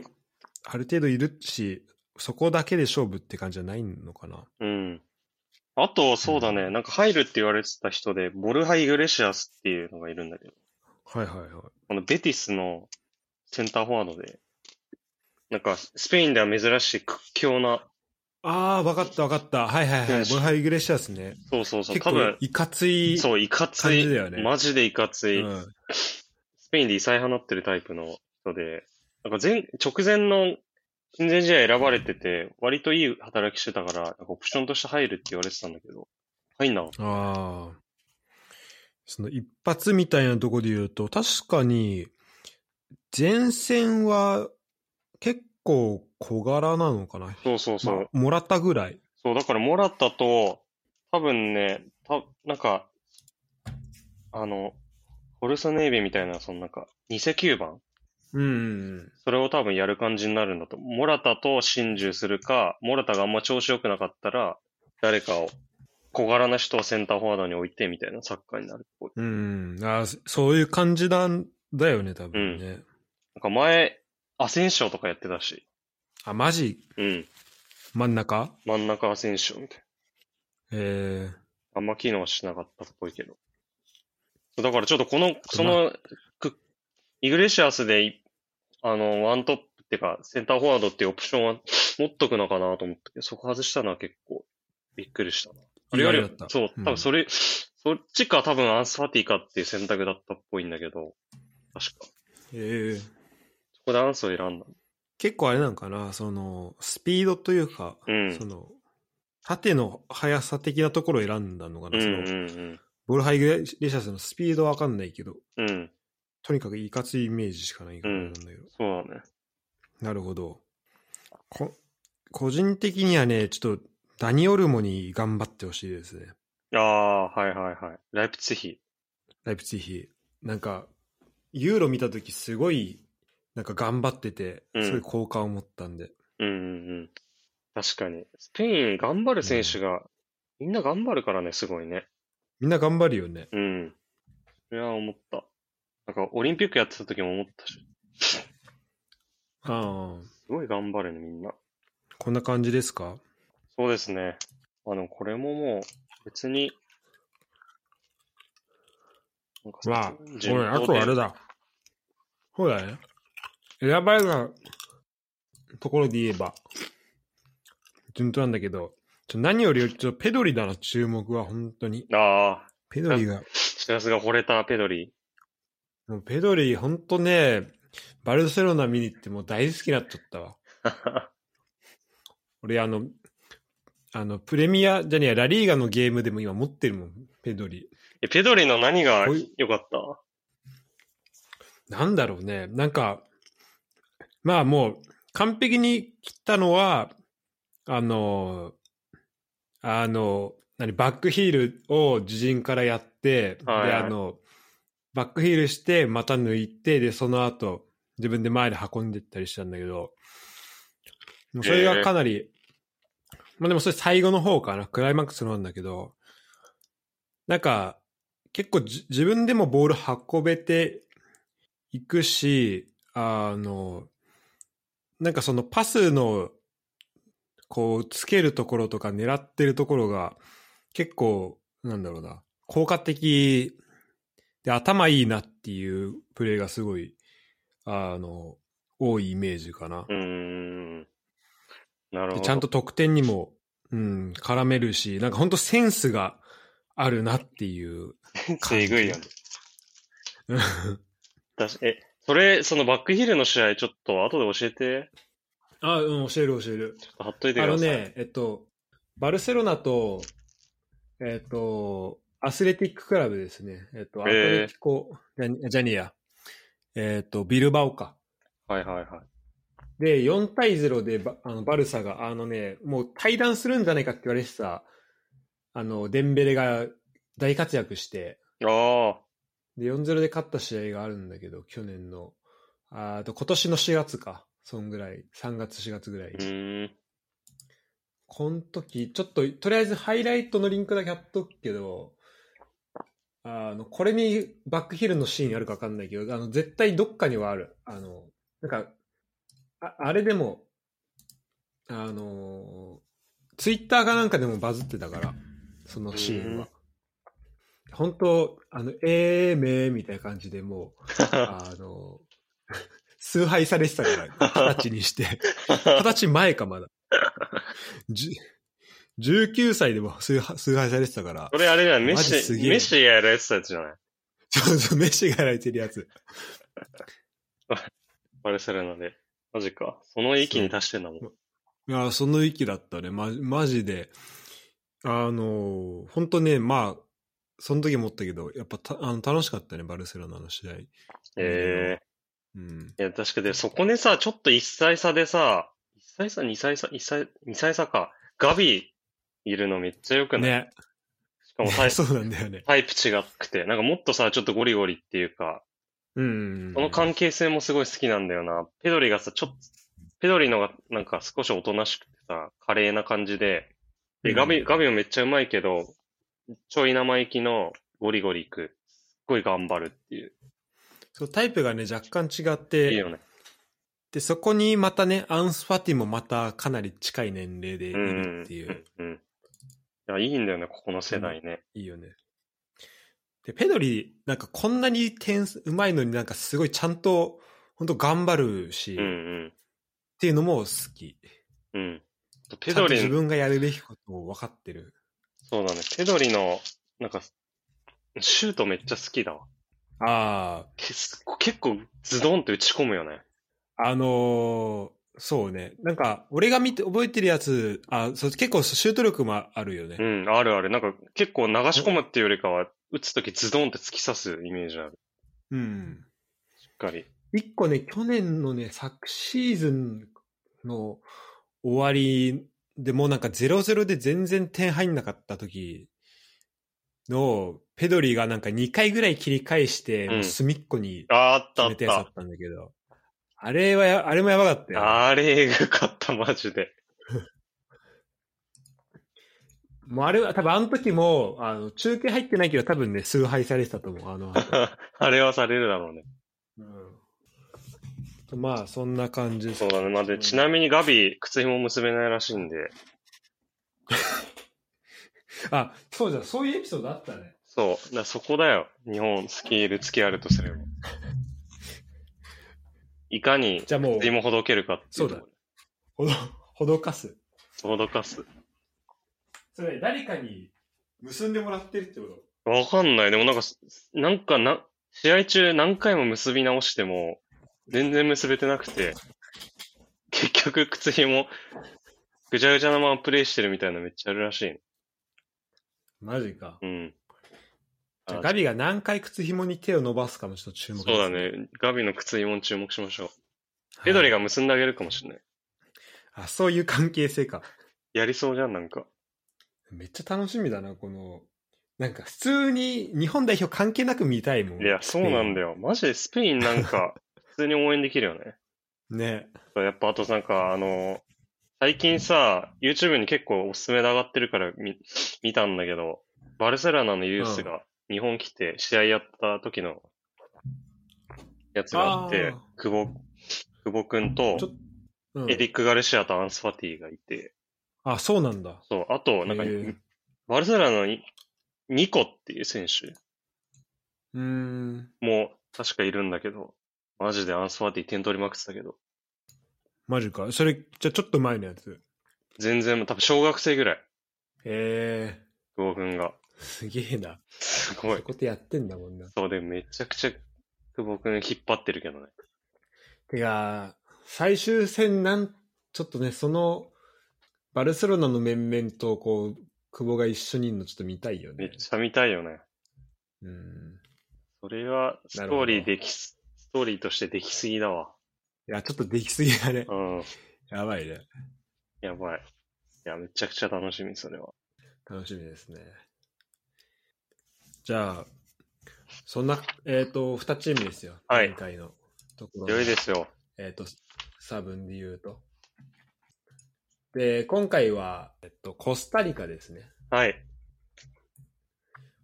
[SPEAKER 1] る程度いるし、そこだけで勝負って感じじゃないのかな。
[SPEAKER 2] うん。あと、そうだね。なんか入るって言われてた人で、ボルハイ・グレシアスっていうのがいるんだけど、
[SPEAKER 1] はいはいはい。
[SPEAKER 2] このベティスのセンターフォワードで、なんか、スペインでは珍しい屈強な、
[SPEAKER 1] ああ、わかったわかった。はいはいは
[SPEAKER 2] よ
[SPEAKER 1] い。
[SPEAKER 2] し
[SPEAKER 1] ボルハイ・グレシアスね。
[SPEAKER 2] そうそうそう、
[SPEAKER 1] 結
[SPEAKER 2] 多
[SPEAKER 1] 構
[SPEAKER 2] 分、、
[SPEAKER 1] いかつい。
[SPEAKER 2] そう、いかつい、
[SPEAKER 1] 感じだよね
[SPEAKER 2] マジでいかつい、
[SPEAKER 1] うん
[SPEAKER 2] スペインで異彩放ってるタイプの人で、なんか前、直前の親善試合選ばれてて、割といい働きしてたから、なんかオプションとして入るって言われてたんだけど、入んなかった。
[SPEAKER 1] ああ。その一発みたいなとこで言うと、確かに、前線は結構小柄なのかな。
[SPEAKER 2] そうそうそう。
[SPEAKER 1] まあもらったぐらい。
[SPEAKER 2] そう、だからモラタと、多分ね、た、なんか、あの、ホルソネイビみたいな、そのなんか、偽9番
[SPEAKER 1] うん。
[SPEAKER 2] それを多分やる感じになるんだと。モラタと心中するか、モラタがあんま調子良くなかったら、誰かを、小柄な人をセンターフォワードに置いてみたいなサッカーになるっぽい。
[SPEAKER 1] うん。あーそそういう感じなんだよね、多分ね。
[SPEAKER 2] なんか前、アセンションとかやってたし、
[SPEAKER 1] あ、マジ
[SPEAKER 2] うん。
[SPEAKER 1] 真ん中
[SPEAKER 2] 真ん中アセンションみたいな。
[SPEAKER 1] ええ
[SPEAKER 2] あんま機能しなかったっぽいけど。だからちょっとこの、その、くイグレシアスでい、あの、ワントップっていうか、センターフォワードっていうオプションは持っとくのかなと思ったけど、そこ外したのは結構びっくりしたな。あれより
[SPEAKER 1] 意外だった
[SPEAKER 2] そう、多
[SPEAKER 1] うん
[SPEAKER 2] 分それ、そっちか多分アンスファティかっていう選択だったっぽいんだけど、確か。
[SPEAKER 1] ええ
[SPEAKER 2] そこでアンスを選んだ。
[SPEAKER 1] 結構あれなんかな、その、スピードというか、
[SPEAKER 2] うん
[SPEAKER 1] その、縦の速さ的なところを選んだのか
[SPEAKER 2] う
[SPEAKER 1] な、
[SPEAKER 2] んう
[SPEAKER 1] その
[SPEAKER 2] ん
[SPEAKER 1] ボルハイグレシアスのスピードはわかんないけど、
[SPEAKER 2] うん。うん。
[SPEAKER 1] とにかくいかついイメージしかないからなんだけど。
[SPEAKER 2] そうだね。
[SPEAKER 1] なるほど。こ、個人的にはね、ちょっと、ダニオルモに頑張ってほしいですね。
[SPEAKER 2] ああー、はいはいはい。ライプツィヒ。
[SPEAKER 1] ライプツィヒ。なんか、ユーロ見たときすごい、なんか頑張ってて、
[SPEAKER 2] うん
[SPEAKER 1] すごい好感を持ったんで。
[SPEAKER 2] うんうんうん。確かに。スペイン頑張る選手が、みんな頑張るからね、すごいね。
[SPEAKER 1] みんな頑張るよね。
[SPEAKER 2] うん。それは思った。なんか、オリンピックやってた時も思ったし、
[SPEAKER 1] ああ、
[SPEAKER 2] すごい頑張るね、みんな。
[SPEAKER 1] こんな感じですか
[SPEAKER 2] そうですね。あの、これももう、別に、なんか
[SPEAKER 1] まあ、
[SPEAKER 2] 順
[SPEAKER 1] ごめん、あ
[SPEAKER 2] 当で
[SPEAKER 1] とあれだ。そうだね。選ばれたところで言えば、順当なんだけど、ちょ何よりちょペドリだな、注目は、本当に。
[SPEAKER 2] ああ、
[SPEAKER 1] ペドリが、
[SPEAKER 2] シラスが惚れたペドリ。
[SPEAKER 1] もうペドリ、本当ね、バルセロナ見に行ってもう大好きになっちゃったわ。
[SPEAKER 2] <laughs>
[SPEAKER 1] 俺、あの、あの、プレミア、じゃねえや、ラリーガのゲームでも今持ってるもん、ペドリ。
[SPEAKER 2] えペドリの何が
[SPEAKER 1] こうい
[SPEAKER 2] 良かった
[SPEAKER 1] なんだろうね。なんか、まあもう、完璧に切ったのは、あの、あの、何、バックヒールを自陣からやって、
[SPEAKER 2] はい
[SPEAKER 1] で、あの、バックヒールして、また抜いて、で、その後、自分で前で運んでったりしたんだけど、もうそれがかなり、まあでもそれ最後の方かな、クライマックスの方なんだけど、なんか、結構じ自分でもボール運べていくし、あの、なんかそのパスの、こう、つけるところとか狙ってるところが、結構、なんだろうな、効果的で、頭いいなっていうプレーがすごい、あの、多いイメージかな。
[SPEAKER 2] うーん。なるほ
[SPEAKER 1] で
[SPEAKER 2] ど。
[SPEAKER 1] ちゃんと得点にも、うん、絡めるし、なんか本当センスがあるなっていう。
[SPEAKER 2] えぐいよね。
[SPEAKER 1] <laughs> うん
[SPEAKER 2] だしえ、それ、そのバックヒールの試合、ちょっと後で教えて、
[SPEAKER 1] あ、うん、教える教える。
[SPEAKER 2] 貼っといて
[SPEAKER 1] あ
[SPEAKER 2] く
[SPEAKER 1] の
[SPEAKER 2] ださい。
[SPEAKER 1] ね、えっと、バルセロナと、えっと、アスレティッククラブですね。えっと、アトレティコ、ジャニジャニア。えっと、ビルバオか。
[SPEAKER 2] はいはいはい。
[SPEAKER 1] で、4対0でバあのバルサが、あのね、もう退団するんじゃないかって言われてた、あの、デンベレが大活躍して、
[SPEAKER 2] ああ、
[SPEAKER 1] で、4-0で勝った試合があるんだけど、去年の、あーと今年の4月か、そんぐらい、3月、4月ぐらい。
[SPEAKER 2] うーん。
[SPEAKER 1] この時、ちょっと、とりあえずハイライトのリンクだけ貼っとくけど、あの、これにバックヒルのシーンあるかわかんないけど、あの、絶対どっかにはある。あの、なんか、ああれでも、あの、ツイッターかなんかでもバズってたから、そのシーン
[SPEAKER 2] う
[SPEAKER 1] は
[SPEAKER 2] ん。
[SPEAKER 1] 本当あの、えーめーみたいな感じでもう、あの、 <laughs> 崇拝されてたから、二十歳にして。二十歳前か、まだ。じゅ19歳でも崇拝崇拝されてたから <laughs>
[SPEAKER 2] そ、れあれじゃん、メッ
[SPEAKER 1] マジすげ
[SPEAKER 2] シ、
[SPEAKER 1] え
[SPEAKER 2] メッシがやられてたやつじゃない
[SPEAKER 1] そうそう、飯がやられてるやつ。
[SPEAKER 2] バルセロナで。マジか。その域に達してんだもん。
[SPEAKER 1] いや、その域だったね。ま、マジで。あの、本当ね、まあ、その時思ったけど、やっぱたあの楽しかったね、バルセロナの試合。
[SPEAKER 2] え
[SPEAKER 1] うん。
[SPEAKER 2] えいや、確かで、そこでさ、ちょっと1歳差でさ、1歳差、2歳差、1歳、2歳差か。ガビいるのめっちゃ良くない、
[SPEAKER 1] ね。
[SPEAKER 2] しかもタ
[SPEAKER 1] <laughs>
[SPEAKER 2] イ
[SPEAKER 1] そうなんだよね。
[SPEAKER 2] タイプ違くて、なんかもっとさ、ちょっとゴリゴリっていうか、
[SPEAKER 1] うん。
[SPEAKER 2] この関係性もすごい好きなんだよな。ペドリがさ、ちょっと、ペドリのがなんか少しおとなしくてさ、華麗な感じで、
[SPEAKER 1] う
[SPEAKER 2] で、
[SPEAKER 1] ん
[SPEAKER 2] ガビ、ガビもめっちゃうまいけど、ちょい生意気のゴリゴリ行く。すっごい頑張るっていう。
[SPEAKER 1] そう、タイプがね、若干違っ
[SPEAKER 2] いい
[SPEAKER 1] て、
[SPEAKER 2] よね。
[SPEAKER 1] で、そこにまたね、アンスファティもまたかなり近い年齢でいるっていう。
[SPEAKER 2] うんうんうん。いや、いいんだよね、ここの世代ね。
[SPEAKER 1] いいよね。で、ペドリ、なんかこんなに点数、うまいのになんかすごいちゃんと、本当頑張るし、
[SPEAKER 2] うん
[SPEAKER 1] っ
[SPEAKER 2] うん。
[SPEAKER 1] ていうのも好き。
[SPEAKER 2] うん。ペ
[SPEAKER 1] ペド
[SPEAKER 2] ド
[SPEAKER 1] リ。自
[SPEAKER 2] リ、
[SPEAKER 1] 分がやるべきことを分かってる。
[SPEAKER 2] そうだね。ペドリの、なんか、シュートめっちゃ好きだわ。
[SPEAKER 1] あ
[SPEAKER 2] けす結構ズドンって打ち込むよね。
[SPEAKER 1] あ、あのーそうね。なんか、俺が見て、覚えてるやつ、あ、そう結構シュート力もあるよね。
[SPEAKER 2] うん、あるある。なんか結構流し込むっていうよりかは、打つときズドンって突き刺すイメージある。
[SPEAKER 1] うん。
[SPEAKER 2] しっかり。
[SPEAKER 1] 一個ね、去年のね、昨シーズンの終わりでもうなんか0-0で全然点入んなかった時の、ペドリがなんか2回ぐらい切り返して、
[SPEAKER 2] うん
[SPEAKER 1] もう隅っこに
[SPEAKER 2] ああ、あっ
[SPEAKER 1] 決
[SPEAKER 2] たあ
[SPEAKER 1] め
[SPEAKER 2] った
[SPEAKER 1] やつだったんだけど、あれはや、あれもやばかったよ。
[SPEAKER 2] た。あれ、えぐかった、マジで。 <laughs>
[SPEAKER 1] もうあれは多分あの時も、あの、中継入ってないけど多分ね、崇拝されてたと思う、あの後。
[SPEAKER 2] あれはされるだろうね。
[SPEAKER 1] うん、まあ、そんな感じです
[SPEAKER 2] そうだね。まあ、で、ちなみにガビ、靴紐結べないらしいんで、
[SPEAKER 1] あ、そうじゃん、そういうエピソードあったね。
[SPEAKER 2] そう。だからそこだよ。日本スキル付きあるとす
[SPEAKER 1] <laughs>
[SPEAKER 2] れば。いかに、
[SPEAKER 1] じゃあもう、
[SPEAKER 2] でもほどけるかっていうとこ
[SPEAKER 1] ほ
[SPEAKER 2] ろ。
[SPEAKER 1] ど、 <laughs> ほどかす。
[SPEAKER 2] ほどかす。
[SPEAKER 1] それ、誰かに結んでもらってるってこと
[SPEAKER 2] わかんない。でもなんか、すなんかな、試合中何回も結び直しても、全然結べてなくて、結局靴紐、ぐちゃぐちゃなままプレイしてるみたいなのめっちゃあるらしいね。
[SPEAKER 1] マジか。
[SPEAKER 2] うん。
[SPEAKER 1] じゃあ
[SPEAKER 2] あ
[SPEAKER 1] ガビが何回靴紐に手を伸ばすかもちょっと注目
[SPEAKER 2] そうだ。ね。ガビの靴紐に注目しましょう。ペドリ
[SPEAKER 1] が。
[SPEAKER 2] が結んであげるかもしれない。
[SPEAKER 1] あ、そういう関係性か。
[SPEAKER 2] やりそうじゃん、なんか。
[SPEAKER 1] めっちゃ楽しみだな、この、なんか普通に日本代表関係なく見たいもん。
[SPEAKER 2] いや、そうなんだ
[SPEAKER 1] よ。
[SPEAKER 2] よ。マジでスペインな
[SPEAKER 1] <laughs>
[SPEAKER 2] んか、普通に応援できるよね。
[SPEAKER 1] ね。
[SPEAKER 2] そうやっぱあとなんか、あの、最近さ、YouTube に結構おすすめで上がってるから見見たんだけど、バルセロナのユースが日本来て試合やった時のやつがあっ
[SPEAKER 1] あ
[SPEAKER 2] て
[SPEAKER 1] ー、
[SPEAKER 2] 久保、久保くんと
[SPEAKER 1] ちょうん
[SPEAKER 2] エディック・ガルシアとアンスファティがいて、
[SPEAKER 1] あ、そうなんだ。
[SPEAKER 2] そう、あと、なんか、
[SPEAKER 1] へー
[SPEAKER 2] バルセロナのニニコっていう選手
[SPEAKER 1] うーん。
[SPEAKER 2] も確かいるんだけど、マジでアンスファティ点取りまくってたけど、
[SPEAKER 1] マジか。それ、じゃあちょっと前のやつ。
[SPEAKER 2] 全然、多分小学生ぐらい、
[SPEAKER 1] ええ
[SPEAKER 2] 久保くん
[SPEAKER 1] <laughs> ー、
[SPEAKER 2] が。
[SPEAKER 1] すげえな。
[SPEAKER 2] すごい
[SPEAKER 1] そ。こでやってんだもんな。
[SPEAKER 2] そうで、めちゃくちゃ久保君引っ張ってるけどね。
[SPEAKER 1] てか、最終戦なん、ちょっとね、その、バルセロナの面々と、こう、久保が一緒にいるのちょっと見たいよ
[SPEAKER 2] め
[SPEAKER 1] ね
[SPEAKER 2] っ。ちゃ見たいよね。
[SPEAKER 1] うん。
[SPEAKER 2] それはストーリーできす、ストーリーとしてできすぎだわ。
[SPEAKER 1] いや、ちょっとできすぎだね
[SPEAKER 2] う。ん。
[SPEAKER 1] やばいね。
[SPEAKER 2] やばい。いや、めちゃくちゃ楽しみ、それは。
[SPEAKER 1] 楽しみですね。じゃあ、そんな、えっ、と、2チームですよ。
[SPEAKER 2] はい
[SPEAKER 1] 前回のところの。
[SPEAKER 2] 良いですよ。
[SPEAKER 1] えっ、と、差分で言うと。で、今回は、えっと、コスタリカですね。
[SPEAKER 2] はい。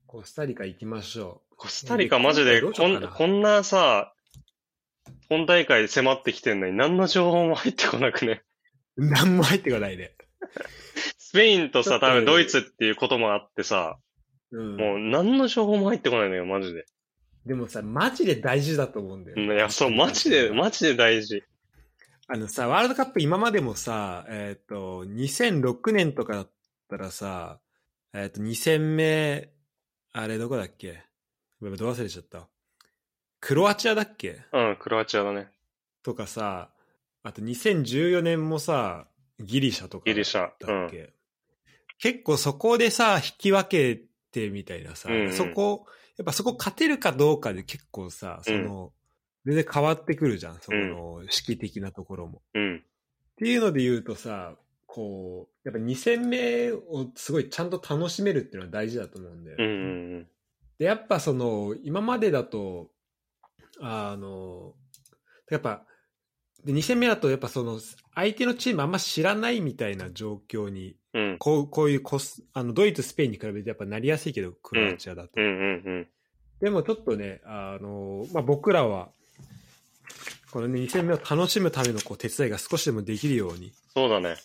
[SPEAKER 1] コスタリカ行きましょう。
[SPEAKER 2] コスタリカマジで、
[SPEAKER 1] どうし
[SPEAKER 2] こ
[SPEAKER 1] ようか
[SPEAKER 2] ん
[SPEAKER 1] な
[SPEAKER 2] こんなさ、本大会迫ってきてんのに何の情報も入ってこなくね。
[SPEAKER 1] 何も入ってこないね。
[SPEAKER 2] スペインと
[SPEAKER 1] ちょ
[SPEAKER 2] さ、
[SPEAKER 1] っと
[SPEAKER 2] 多分ドイツっていうこともあってさ、
[SPEAKER 1] うん。
[SPEAKER 2] もう何の情報も入ってこないのよ、マジで。
[SPEAKER 1] でもさ、マジで大事だと思うんだよ
[SPEAKER 2] う
[SPEAKER 1] ね、
[SPEAKER 2] んいや、そう、マジで、マジで大事。
[SPEAKER 1] あのさ、ワールドカップ今までもさ、えっ、と、2006年とかだったらさ、えっ、と、2戦目、あれどこだっけど忘れちゃった。クロアチアだっけ
[SPEAKER 2] うん、クロアチアだね。
[SPEAKER 1] とかさ、あと2014年もさ、ギリシャとかだ
[SPEAKER 2] ギ
[SPEAKER 1] っ
[SPEAKER 2] リシャ。う
[SPEAKER 1] け、
[SPEAKER 2] ん。
[SPEAKER 1] 結構そこでさ、引き分けてみたいなさ、
[SPEAKER 2] うんうん
[SPEAKER 1] そこ、やっぱそこ勝てるかどうかで結構さ、その、全然変わってくるじゃん、その、式的なところも。
[SPEAKER 2] うん。
[SPEAKER 1] っていうので言うとさ、こう、やっぱ2戦目をすごいちゃんと楽しめるっていうのは大事だと思うんだよ。
[SPEAKER 2] うんうん
[SPEAKER 1] で、やっぱその、今までだと、あの、やっぱ、で2戦目だとやっぱその、相手のチームあんま知らないみたいな状況に、
[SPEAKER 2] うん。うん。
[SPEAKER 1] こうこういうコス、あの、ドイツ、スペインに比べてやっぱなりやすいけど、クロアチアだと。
[SPEAKER 2] うんうんうん。
[SPEAKER 1] でもちょっとね、あの、まあ、僕らは、このね、2戦目を楽しむためのこう手伝いが少しでもできるように、
[SPEAKER 2] そうだね。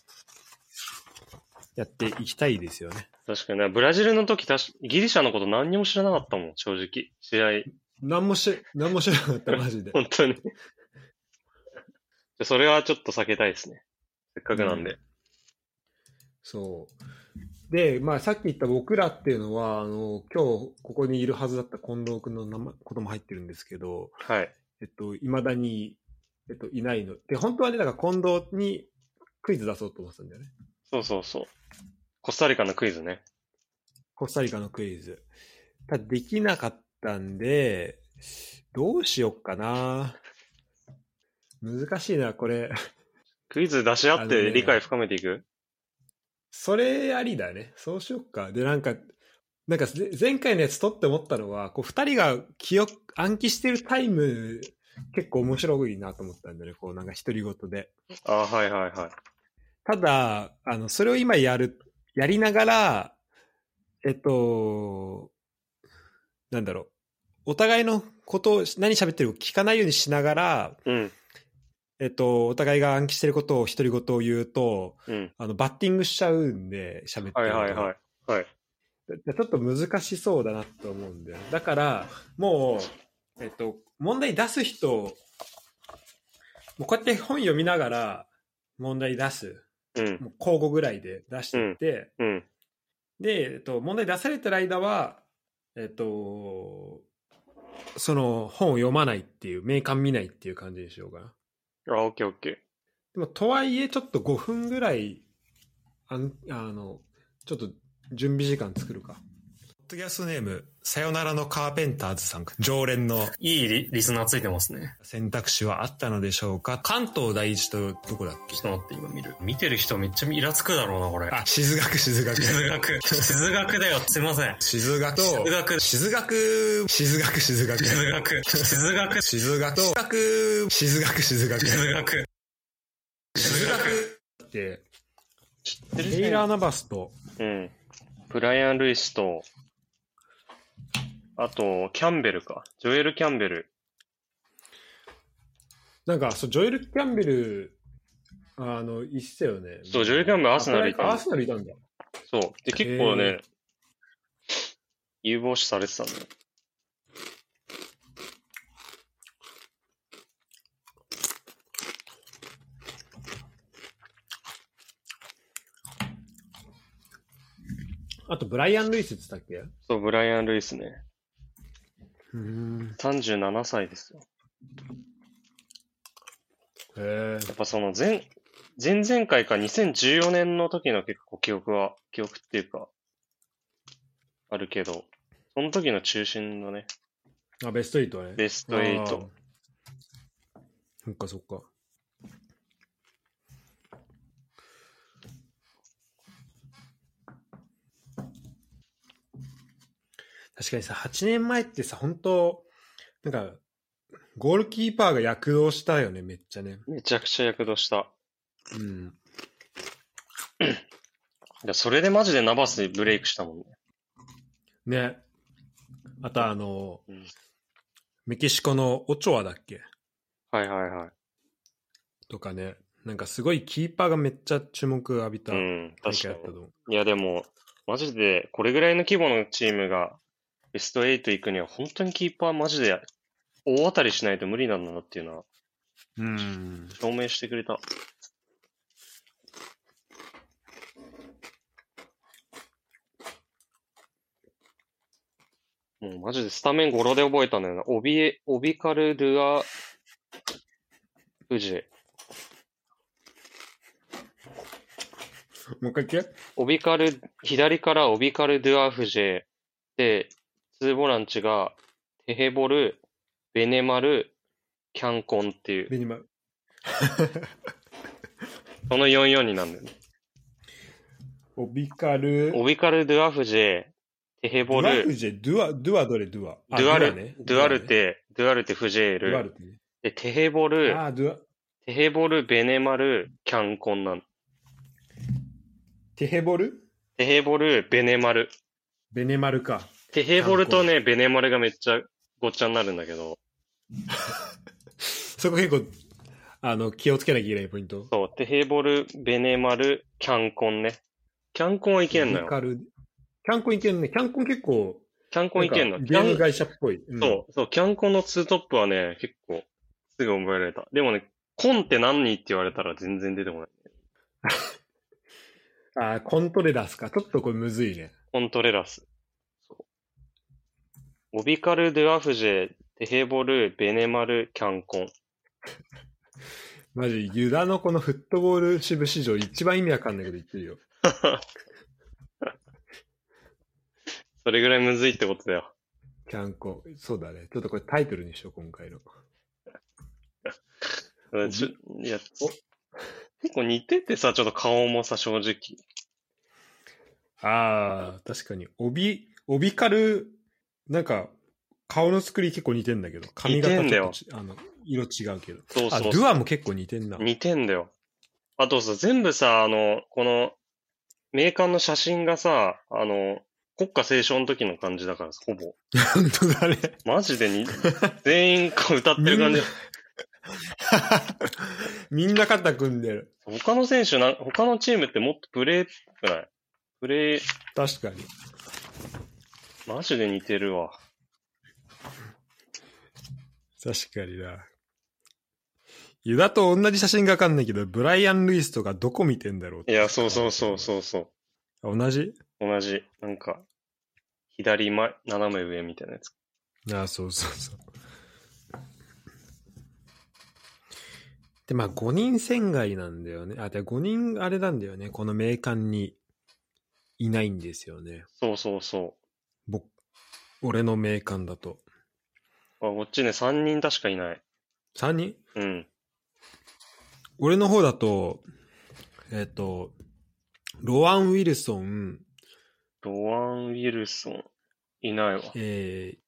[SPEAKER 1] やっていきたいですよね。
[SPEAKER 2] 確かにね、ブラジルの時、確かギリシャのこと何にも知らなかったもん、正直。試合。
[SPEAKER 1] 何もし、何もしなかった、マジで。
[SPEAKER 2] 本当に。じゃあそれはちょっと避けたいですね。せっかくなんで。
[SPEAKER 1] そう。で、まあ、さっき言った僕らっていうのは、あの、今日ここにいるはずだった近藤君の名前ことも入ってるんですけど、
[SPEAKER 2] はい。
[SPEAKER 1] えっと、未だに、えっと、いないの。で、本当はね、だから近藤にクイズ出そうと思ってたんだよね。
[SPEAKER 2] そうそうそう。コスタリカのクイズね。
[SPEAKER 1] コスタリカのクイズ。ただ、できなかったんで、どうしよっかな。難しいな、これ。
[SPEAKER 2] クイズ出し合っ
[SPEAKER 1] あの
[SPEAKER 2] て
[SPEAKER 1] ね
[SPEAKER 2] 理解深めていく、
[SPEAKER 1] それありだね。そうしよっか。で、なんか、なんかぜ前回のやつ撮って思ったのは、こう、二人が記憶、暗記してるタイム、結構面白いなと思ったんだよね。こう、なんか独り言で。
[SPEAKER 2] ああ、はいはいは
[SPEAKER 1] ただ、あの、それを今やる、やりながら、えっと、なんだろう。お互いのことを、何喋ってるか聞かないようにしながら、
[SPEAKER 2] い。うん。
[SPEAKER 1] えっと、お互いが暗記してることを独り言を言うと、
[SPEAKER 2] うん。
[SPEAKER 1] あの、バッティングしちゃうんで、喋って
[SPEAKER 2] は
[SPEAKER 1] る
[SPEAKER 2] い
[SPEAKER 1] と
[SPEAKER 2] はいはい。はい。
[SPEAKER 1] だだちょっと難しそうだなと思うんだよねだからもう、えっと、問題出す人をもうこうやって本読みながら問題出す
[SPEAKER 2] うん。
[SPEAKER 1] もう交互ぐらいで出していって、
[SPEAKER 2] うん。
[SPEAKER 1] で、えっと、問題出されてる間はえっとその本を読まないっていう名鑑見ないっていう感じにしようかな
[SPEAKER 2] あ、オッケーオッケー。
[SPEAKER 1] でもとはいえちょっと5分ぐらいあんあのちょっと準備時間作るかドキャストネーム、さよならのカーペンターズさん、常連の
[SPEAKER 3] いいリリスナーついてますね。
[SPEAKER 1] 選択肢はあったのでしょうか関東第一とどこだっけ
[SPEAKER 3] ちょっと待って、今見る。見てる人めっちゃイラつくだろうな、これ。
[SPEAKER 1] あ、静学、静学。
[SPEAKER 3] 静学。静学だよ。すいません。
[SPEAKER 1] 静学と、
[SPEAKER 3] 静学
[SPEAKER 1] 静学、静学、静学。
[SPEAKER 3] 静学。静学。
[SPEAKER 1] 静学と、静学、静学、静学。
[SPEAKER 3] 静学。
[SPEAKER 1] 静学って、
[SPEAKER 2] 知って
[SPEAKER 1] テイ
[SPEAKER 2] る
[SPEAKER 1] ラー・ナバスと、
[SPEAKER 2] うん。ブライアン・ルイスと、あと、キャンベルか。ジョエル・キャンベル。
[SPEAKER 1] なんか、そう、ジョエル・キャンベル、あの、いってたよね。
[SPEAKER 2] そうジョエルキャンベルアーセナルいたんだ
[SPEAKER 1] アーセナルいたんだ。
[SPEAKER 2] そう。で、結構ね、有望視されてたんだよ。
[SPEAKER 1] あと、ブライアン・ルイスって言ってたっ
[SPEAKER 2] そう、ブライアン・ルイスね。
[SPEAKER 1] けうん。
[SPEAKER 2] 37歳ですよ。
[SPEAKER 1] へえ
[SPEAKER 2] やっぱその前、前々回か2014年の時の結構記憶は、記憶っていうか、あるけど、その時の中心のね、
[SPEAKER 1] あ、ベスト8ね。
[SPEAKER 2] ベスト
[SPEAKER 1] あー
[SPEAKER 2] 8。。
[SPEAKER 1] そっかそっか。確かにさ、8年前ってさ、本当なんか、ゴールキーパーが躍動したよね、めっちゃね。
[SPEAKER 2] めちゃくちゃ躍動した。
[SPEAKER 1] うん。
[SPEAKER 2] いやそれでマジでナバスでブレイクしたもんね。
[SPEAKER 1] ね。あとあの、
[SPEAKER 2] うん
[SPEAKER 1] メキシコのオチョアだっけ
[SPEAKER 2] はいはいはい。
[SPEAKER 1] とかね。なんかすごいキーパーがめっちゃ注目浴びた
[SPEAKER 2] うん、
[SPEAKER 1] 大
[SPEAKER 2] 確か
[SPEAKER 1] 会だったと
[SPEAKER 2] に。
[SPEAKER 1] 思う。
[SPEAKER 2] いやでも、マジで、これぐらいの規模のチームが、ベスト8行くには、本当にキーパーマジで、大当たりしないと無理なんだなっていうのは、
[SPEAKER 1] うん。
[SPEAKER 2] 証明してくれた。もうマジでスタメン語呂で覚えたんだよな。オビエ、オビカル・ドゥア・フジェ。
[SPEAKER 1] もう一回言って。
[SPEAKER 2] オビカル、左からオビカル・ドゥアフジェで、ツーボランチがテヘボル、ベネマル、キャンコンっていう、
[SPEAKER 1] ベニマル
[SPEAKER 2] その44になんだよね。
[SPEAKER 1] オビカル。
[SPEAKER 2] オビカル・ドゥアフジェ、テヘボ
[SPEAKER 1] ドゥアフ
[SPEAKER 2] ル、
[SPEAKER 1] ジェ、ドゥア、ドゥアどれドゥア。
[SPEAKER 2] ド
[SPEAKER 1] あ
[SPEAKER 2] ゥア
[SPEAKER 1] アね
[SPEAKER 2] ル、ドゥアル。テ、ドゥアルテ・フジェー
[SPEAKER 1] ドゥアル
[SPEAKER 2] ル、
[SPEAKER 1] テね。
[SPEAKER 2] で、テヘボル、
[SPEAKER 1] ああ、ドゥア、
[SPEAKER 2] テヘボル、ベネマル、キャンコンなの。
[SPEAKER 1] テヘボル
[SPEAKER 2] テヘボル、ベネマル。
[SPEAKER 1] ベネマルか。
[SPEAKER 2] テヘボルとね、ベネマルがめっちゃごっちゃになるんだけど、
[SPEAKER 1] そこ結構、あの、気をつけなきゃいけないポイント。
[SPEAKER 2] そう、テヘボル、ベネマル、キャンコンね。キャンコンはいけんの
[SPEAKER 1] オ
[SPEAKER 2] よ
[SPEAKER 1] ビ。カル。キャンコンいけんね。キャンコン結構、
[SPEAKER 2] キャンコンいけん
[SPEAKER 1] な
[SPEAKER 2] の
[SPEAKER 1] か
[SPEAKER 2] キ
[SPEAKER 1] ゲーム
[SPEAKER 2] ャン
[SPEAKER 1] 会社っぽい。うん
[SPEAKER 2] そう、そう、キャンコンのツートップはね、結構、すぐ覚えられた。でもね、コンって何って言われたら全然出てこない。
[SPEAKER 1] ああ、コントレラスか。ちょっとこれむずいね。
[SPEAKER 2] コントレラス。そうオビカル・ドゥアフジェ、テヘボル、ベネマル、キャンコン。
[SPEAKER 1] マジ、ユダのこのフットボール支部史上一番意味わかんないこと言ってるよ。
[SPEAKER 2] それぐらいむずいってことだよ。
[SPEAKER 1] キャンコン。そうだね。ちょっとこれタイトルにしよう、今回の。
[SPEAKER 2] ちょいやお結構似ててさ、ちょっと顔もさ、正直。
[SPEAKER 1] ああ、確かに。帯、帯カル、なんか、顔の作り結構似てんだけど、髪型
[SPEAKER 2] 似てんだよ
[SPEAKER 1] ちょっとちあの、色違うけど。
[SPEAKER 2] そう
[SPEAKER 1] あ、
[SPEAKER 2] そう
[SPEAKER 1] ドゥアも結構似てんな。
[SPEAKER 2] 似てんだよ。あとさ、全部さ、あの、この、メーカーの写真がさ、あの、国歌斉唱の時の感じだからさ、ほぼ。
[SPEAKER 1] 本当だね。
[SPEAKER 2] マジ
[SPEAKER 1] <laughs>
[SPEAKER 2] でに、全員が歌ってる感じ。
[SPEAKER 1] みんな肩組んでる。
[SPEAKER 2] 他の選手な、他のチームってもっとプレーくないプレー、
[SPEAKER 1] 確かに。
[SPEAKER 2] マジで似てるわ。
[SPEAKER 1] 確かにな。ユダと同じ写真がわかんないけど、ブライアン・ルイスとかどこ見てんだろうっ
[SPEAKER 2] い
[SPEAKER 1] て
[SPEAKER 2] や、そうそうそうそうそう。
[SPEAKER 1] 同じ
[SPEAKER 2] 同じ。なんか、左前、斜め上みたいなやつ。
[SPEAKER 1] ああ、そうそうそう。で、まあ、5人船外なんだよね。あ、で、5人あれなんだよね。この名鑑にいないんですよね。
[SPEAKER 2] そうそうそ
[SPEAKER 1] 僕、俺の名鑑だと。
[SPEAKER 2] あ、こっちね、3人確かいない。
[SPEAKER 1] 3人
[SPEAKER 2] うん。
[SPEAKER 1] 俺の方だと、えっ、と、ロアン・ウィルソン、
[SPEAKER 2] ロアン・ウィルソン、いないわ。
[SPEAKER 1] えー、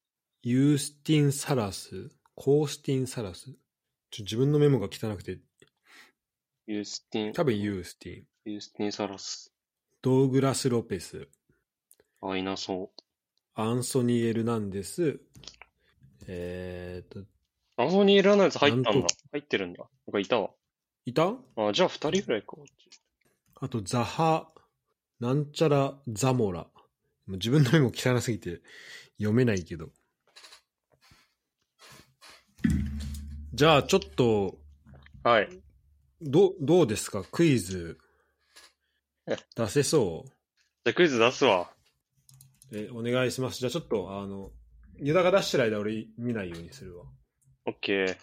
[SPEAKER 1] ユースティン・サラス、コースティン・サラス。ちょ自分のメモが汚くて、
[SPEAKER 2] ユースティン、
[SPEAKER 1] 多分ユースティン。
[SPEAKER 2] ユースティン・サラス。
[SPEAKER 1] ドーグラス・ロペス、
[SPEAKER 2] あ、いなそ
[SPEAKER 1] アンソニー・エルナンデス、えっ、と、
[SPEAKER 2] う。アンソニー・エルナンズ入っ
[SPEAKER 1] な
[SPEAKER 2] た
[SPEAKER 1] んん
[SPEAKER 2] だ
[SPEAKER 1] と。
[SPEAKER 2] 入ってるんだ。なんかいたわ。
[SPEAKER 1] いた
[SPEAKER 2] あ、じゃあ2人ぐらいか。こっち
[SPEAKER 1] あと、ザハ、なんちゃら、ザモラ。もう自分のメモ汚すぎて読めないけど。じゃあ、ちょっと、
[SPEAKER 2] はい。
[SPEAKER 1] どう、どうですかクイズ。出せそう
[SPEAKER 2] じゃあクイズ出すわ。
[SPEAKER 1] え、お願いします。じゃあちょっと、あの、ユダが出してる間俺見ないようにするわ。
[SPEAKER 2] オッケー。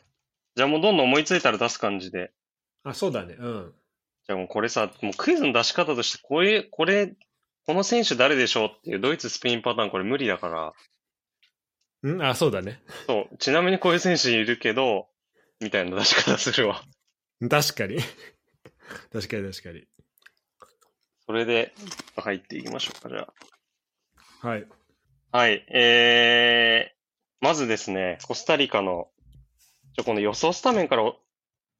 [SPEAKER 2] じゃあもうどんどん思いついたら出す感じで。
[SPEAKER 1] あ、そうだね。うん。
[SPEAKER 2] じゃあもうこれさ、もうクイズの出し方として、こういう、これ、この選手誰でしょうっていうドイツ、スペインパターンこれ無理だから。
[SPEAKER 1] うんあ、そうだね。 <laughs>
[SPEAKER 2] そう。ちなみにこういう選手いるけど、みたいな出し方するわ。
[SPEAKER 1] 確かに。 <laughs> 確かに確かに。
[SPEAKER 2] それで、入っていきましょうか、じゃ
[SPEAKER 1] はい。
[SPEAKER 2] あ。はい。えー、まずですね、コスタリカの、ちょ、この予想スタメンからお、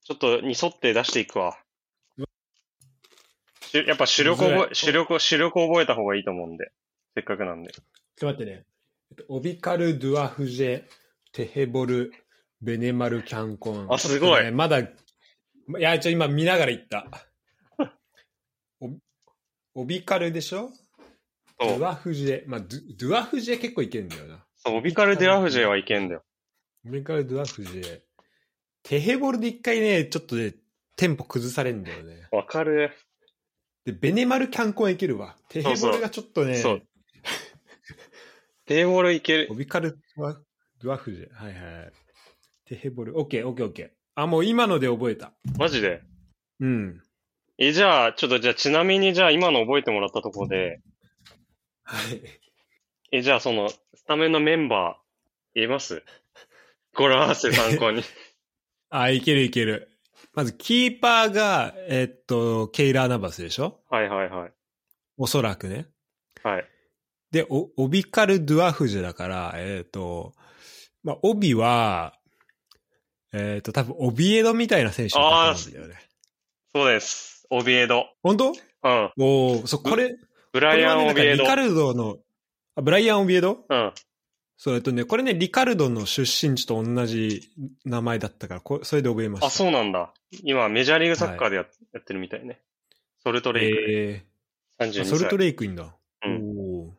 [SPEAKER 2] ちょっとに沿って出していくわ。しやっぱ主力
[SPEAKER 1] むず
[SPEAKER 2] 覚
[SPEAKER 1] い
[SPEAKER 2] え、主力、主力覚えた方がいいと思うんで。せっかくなんで。
[SPEAKER 1] ちょっと待ってね。えっとオビカル・ドゥアフジェ、テヘボル、ベネマル・キャンコン。
[SPEAKER 2] あすごい
[SPEAKER 1] ちょっとねまだ、いや、ちょ、今見ながら言った。おオビカルでしょド
[SPEAKER 2] そう
[SPEAKER 1] ゥ。アフジェ。まあ、ドゥドゥアフジェ結構いけんだよな。
[SPEAKER 2] そう、オビカル・デラフジェはいけんだよ。
[SPEAKER 1] メカルドラフジェ。テヘボルで一回ね、ちょっとね、テンポ崩されんだよね。
[SPEAKER 2] わかる。
[SPEAKER 1] で、ベネマルキャンコンいけるわ。テヘボルがちょっとね、
[SPEAKER 2] そう。デーボルいける
[SPEAKER 1] オ。ビカルドラドラフジェ。はいはい。テヘボル、オッケーオッケーオッケー。あ、もう今ので覚えた。
[SPEAKER 2] マジで。
[SPEAKER 1] うん。
[SPEAKER 2] え、じゃあ、ちょっとじゃあ、ちなみにじゃあ、今の覚えてもらったとこで、
[SPEAKER 1] はい。
[SPEAKER 2] え、じゃあ、その、スタメンのメンバー、言えます <laughs> 語呂合わせ参
[SPEAKER 1] <laughs>
[SPEAKER 2] 考に。
[SPEAKER 1] あ、いけるいける。まず、キーパーが、えっと、ケイラー・ナバスでしょ
[SPEAKER 2] はいはいはい。
[SPEAKER 1] おそらくね。
[SPEAKER 2] はい。
[SPEAKER 1] で、おオビカル・ドゥアフジェだから、えっ、と、まあ、オビは、えっ、と、多分、オビエドみたいな選手だと思うんだよね。
[SPEAKER 2] そうです。オビエド。
[SPEAKER 1] 本当
[SPEAKER 2] うん。
[SPEAKER 1] おおそう、これ、
[SPEAKER 2] ブ
[SPEAKER 1] こ
[SPEAKER 2] ラ
[SPEAKER 1] れ
[SPEAKER 2] イ
[SPEAKER 1] は
[SPEAKER 2] アン・
[SPEAKER 1] ね、
[SPEAKER 2] オビエ
[SPEAKER 1] なんか
[SPEAKER 2] ド。
[SPEAKER 1] リカル
[SPEAKER 2] うん。
[SPEAKER 1] ドの、あ、ブライアン・オビエド
[SPEAKER 2] あ
[SPEAKER 1] そう、えっとね、これね、リカルドの出身地と同じ名前だったから、こそれで覚えました。、
[SPEAKER 2] そうなんだ。今、メジャーリーグサッカーでや,、やってるみたいね。ソルトレイク、
[SPEAKER 1] えー、
[SPEAKER 2] 32
[SPEAKER 1] あ
[SPEAKER 2] 歳。
[SPEAKER 1] ソルトレイクいいんだ。
[SPEAKER 2] うん
[SPEAKER 1] おー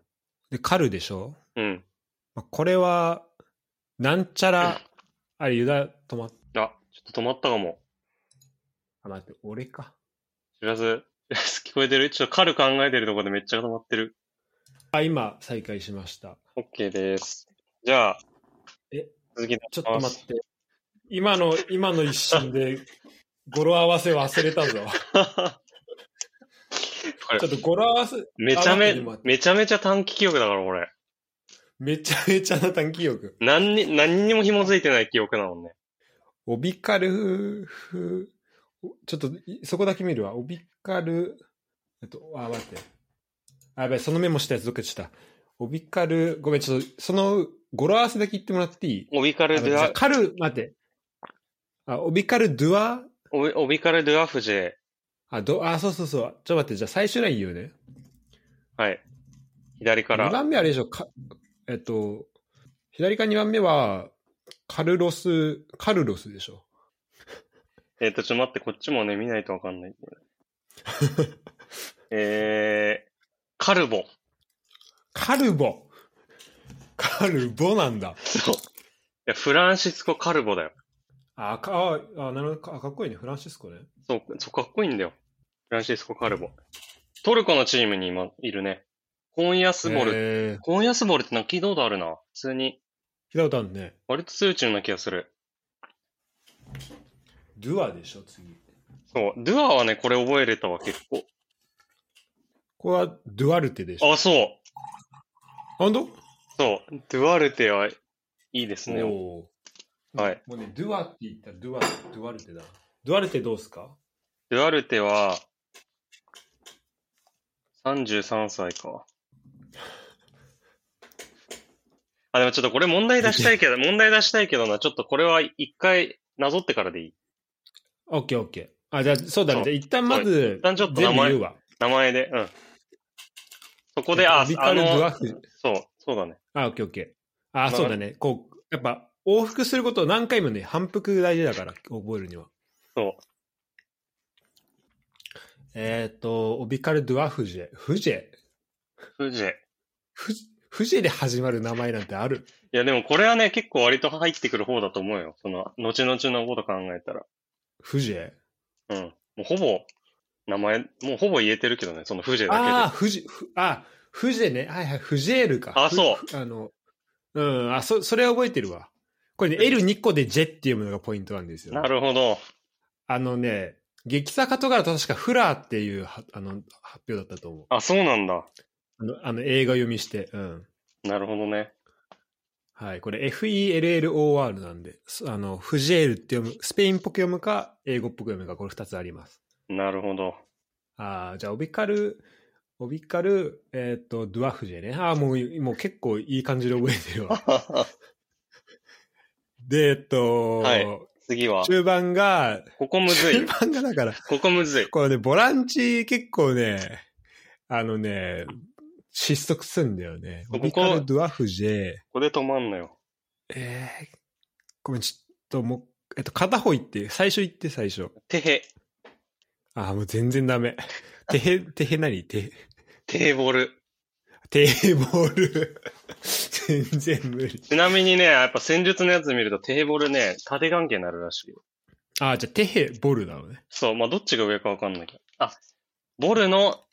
[SPEAKER 1] で、カルでしょ
[SPEAKER 2] うん。
[SPEAKER 1] まあこれは、なんちゃら、あれ、ユダ、止まっ、
[SPEAKER 2] あ、ちょっと止まったかも。
[SPEAKER 1] あ、待って、俺か。
[SPEAKER 2] 知らず、 <laughs> 知らず聞こえてるちょっとカル考えてるとこでめっちゃ止まってる。
[SPEAKER 1] あ、今、再開しました。
[SPEAKER 2] OK です。じゃあ、
[SPEAKER 1] え
[SPEAKER 2] 続き
[SPEAKER 1] ちょっと待って。今の、今の一瞬で、語呂合わせ忘れたぞ。
[SPEAKER 2] <laughs> これ
[SPEAKER 1] ちょっと語呂合わせ、
[SPEAKER 2] めちゃ
[SPEAKER 1] あ待って
[SPEAKER 2] め
[SPEAKER 1] 待っ、て
[SPEAKER 2] めちゃめちゃ短期記憶だから、これ。
[SPEAKER 1] めちゃめちゃな短記憶。
[SPEAKER 2] 何に、何にも紐づいてない記憶なもんね。
[SPEAKER 1] オビカルフ、ちょっと、いそこだけ見るわ。オビカル、えっと、あ、待って。あ、やばい、そのメモしたやつどっか行っちゃった。オビカル、ごめん、ちょっと、その、語呂合わせだけ言ってもらっていい
[SPEAKER 2] オビカル・
[SPEAKER 1] あ
[SPEAKER 2] ドゥ
[SPEAKER 1] じゃあ
[SPEAKER 2] ア、
[SPEAKER 1] カル、待って。あ、オビカルドゥア、
[SPEAKER 2] オビオビカル・ドゥアフジェ。
[SPEAKER 1] あ、ど、あ、そうそうそう。ちょっと待って、じゃあ最終ライン言うね。
[SPEAKER 2] はい。左か
[SPEAKER 1] 二
[SPEAKER 2] ら。
[SPEAKER 1] 番目あれでしょ、かえっと、左から2番目は、カルロス、カルロスでしょ。
[SPEAKER 2] えっ、と、ちょっと待って、こっちもね、見ないとわか
[SPEAKER 1] <laughs>
[SPEAKER 2] んないんだよね。えー、カルボ。
[SPEAKER 1] カルボ。カルボなんだ。
[SPEAKER 2] そう。いや、フランシスコ・カルボだよ。
[SPEAKER 1] あ、か、あ、あなるほどか、あかっこいいね。フランシスコね。
[SPEAKER 2] そう、そうかっこいいんだよ。フランシスコ・カルボ。トルコのチームに今いるね。コーンヤスボル。
[SPEAKER 1] えー、
[SPEAKER 2] コーンヤスボルってなんか聞いたことあるな。普通に。
[SPEAKER 1] 聞いたことあるね。
[SPEAKER 2] 割と強いチームな気がする。
[SPEAKER 1] ドゥアでしょ、次。
[SPEAKER 2] そう。ドゥアはね、これ覚えれたわ、結構。
[SPEAKER 1] これは、ドゥアルテでしょ。
[SPEAKER 2] あ、そう。
[SPEAKER 1] あ、ほんと
[SPEAKER 2] そう、ドゥアルテはいいですね。
[SPEAKER 1] おー
[SPEAKER 2] はい。
[SPEAKER 1] もうね、ドゥアって言ったらドゥア、ドゥアルテだ。ドゥアルテどうすか
[SPEAKER 2] ドゥアルテは、33歳か。あ、でもちょっとこれ問題出した
[SPEAKER 1] <laughs>
[SPEAKER 2] いけど、問題出したいけどな、ちょっとこれは一回なぞってからでいい。
[SPEAKER 1] オッケーオッケー。あ、じゃあ、そうだね。じゃ
[SPEAKER 2] そう
[SPEAKER 1] あ一旦まず、
[SPEAKER 2] 一旦ちょっと名
[SPEAKER 1] 全部
[SPEAKER 2] 前
[SPEAKER 1] 言うわ。
[SPEAKER 2] 名前で、うん。そこ
[SPEAKER 1] こ
[SPEAKER 2] で、あ、
[SPEAKER 1] ビカ
[SPEAKER 2] あ
[SPEAKER 1] ル・ドゥア
[SPEAKER 2] の、
[SPEAKER 1] フ。
[SPEAKER 2] そう、そうだね。
[SPEAKER 1] あ、オッケーオッケー。あ、
[SPEAKER 2] あ
[SPEAKER 1] そうだね。こう、やっぱ、往復することを何回もね、反復大事だから、覚えるには。
[SPEAKER 2] そ
[SPEAKER 1] えっ、と、オビカル・ドゥアフジェ。フジェ
[SPEAKER 2] う、フジェ。い
[SPEAKER 1] フジフジェで始まる名前なんてある
[SPEAKER 2] や、でもこれはね、結構割と入ってくる方だと思うよ。その、後々のこと考えたら。
[SPEAKER 1] フジェ
[SPEAKER 2] うん。もうほぼ、名前、もうほぼ言えてるけどね、そのフジェだけで。
[SPEAKER 1] ああ、フジ、フあ、フジェね。はいはい、フジェールか。。
[SPEAKER 2] あそう
[SPEAKER 1] あの、うん、あ、そ、それは覚えてるわ。これね、L2 個でジェっていうものがポイントなんですよ。
[SPEAKER 2] なるほど。
[SPEAKER 1] あのね、劇坂とかだと確かフラーっていうはあの発表だったと思う。
[SPEAKER 2] あ、そうなんだ。
[SPEAKER 1] あのあの映画読みして、うん。
[SPEAKER 2] なるほどね。
[SPEAKER 1] はい、これ FELLOR なんで、すあの、フジェールって読む、スペインっぽく読むか、英語っぽく読むか、これ2つあります。
[SPEAKER 2] なるほど。 <laughs>
[SPEAKER 1] ああ、じゃあ、オビカル、オビカル、えっ、と、ドゥアフジェね。ああ、もう、もう結構いい感じで覚えてるわ。で、えっと、
[SPEAKER 2] はい次は、
[SPEAKER 1] 中盤が、
[SPEAKER 2] ここむ
[SPEAKER 1] 中 <laughs>
[SPEAKER 2] ずい。
[SPEAKER 1] 盤がだから、
[SPEAKER 2] ここむずい。
[SPEAKER 1] これね、ボランチ結構ね、あのね、失速すんだよね。
[SPEAKER 2] ここ
[SPEAKER 1] オビカル・ドゥアフジェ、
[SPEAKER 2] ここで止まんのよ。
[SPEAKER 1] えー、ごめん、ちょっともう、えっと、片方行って、最初行って、最初。
[SPEAKER 2] てへ、
[SPEAKER 1] あー、もう全然ダメ。てへ、 <laughs> てへ何てへ、
[SPEAKER 2] テーブル。
[SPEAKER 1] テーボール。 <laughs> 全然無理。
[SPEAKER 2] ちなみにね、やっぱ戦術のやつ見るとテーブルね、縦関係になるらしいよ。
[SPEAKER 1] あー、じゃあ、てへ、ボルだろうね。
[SPEAKER 2] そう、まあ、どっちが上かわかんないけど。あ、ボルの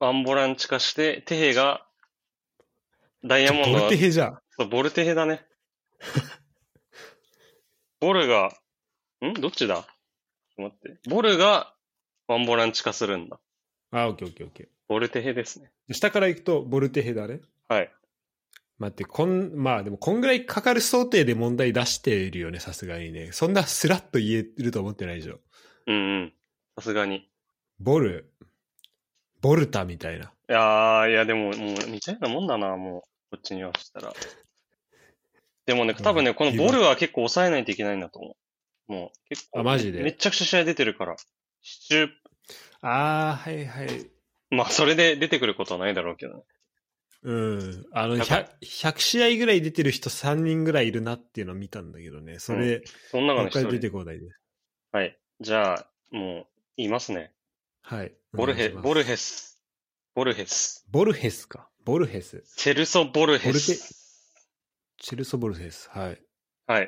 [SPEAKER 2] ワンボランチ化して、テヘが、ダイヤモンド
[SPEAKER 1] ボル
[SPEAKER 2] が
[SPEAKER 1] テ、ヘじゃん。
[SPEAKER 2] そうボルテヘだ <laughs> ね。ボルが、んどっちだちょっと待って。ボルがワンボランチ化するんだ。
[SPEAKER 1] あー、オッケーオッケーオッケ
[SPEAKER 2] ボルテヘですね。
[SPEAKER 1] ー。下から行くと、ボルテヘだね。
[SPEAKER 2] はい。
[SPEAKER 1] 待って、こん、まあでも、こんぐらいかかる想定で問題出しているよね、さすがにね。そんなスラッと言えると思ってないでしょ。
[SPEAKER 2] うんうん。さすがに。
[SPEAKER 1] ボル、ボルタみたいな。
[SPEAKER 2] いやー、いや、でも、もう、似たようなもんだな、もう、こっちにはしたら。でもね、多分ね、このボルは結構抑えないといけないんだと思う。もう、結構。
[SPEAKER 1] あマジで
[SPEAKER 2] めめちゃくちゃ試合出てるから。シチュー、 <laughs>
[SPEAKER 1] あー、はいはい。
[SPEAKER 2] まあ、それで出てくることはないだろうけどね。
[SPEAKER 1] うん。あの、
[SPEAKER 2] だから
[SPEAKER 1] 100, 100試合ぐらい出てる人3人ぐらいいるなっていうのを見たんだけどね。それ、
[SPEAKER 2] その中
[SPEAKER 1] もう
[SPEAKER 2] の
[SPEAKER 1] 一回
[SPEAKER 2] 一
[SPEAKER 1] 出
[SPEAKER 2] 人。
[SPEAKER 1] てこないで。
[SPEAKER 2] はい。じゃあ、もう、言いますね。
[SPEAKER 1] はい。
[SPEAKER 2] ボル
[SPEAKER 1] お
[SPEAKER 2] ヘ、
[SPEAKER 1] 願いします
[SPEAKER 2] ボルヘス。ボルヘス。
[SPEAKER 1] ボルヘスか。ボルヘス。
[SPEAKER 2] チェルソ・ボルヘス。
[SPEAKER 1] チェルソボルヘス。はい。
[SPEAKER 2] はい。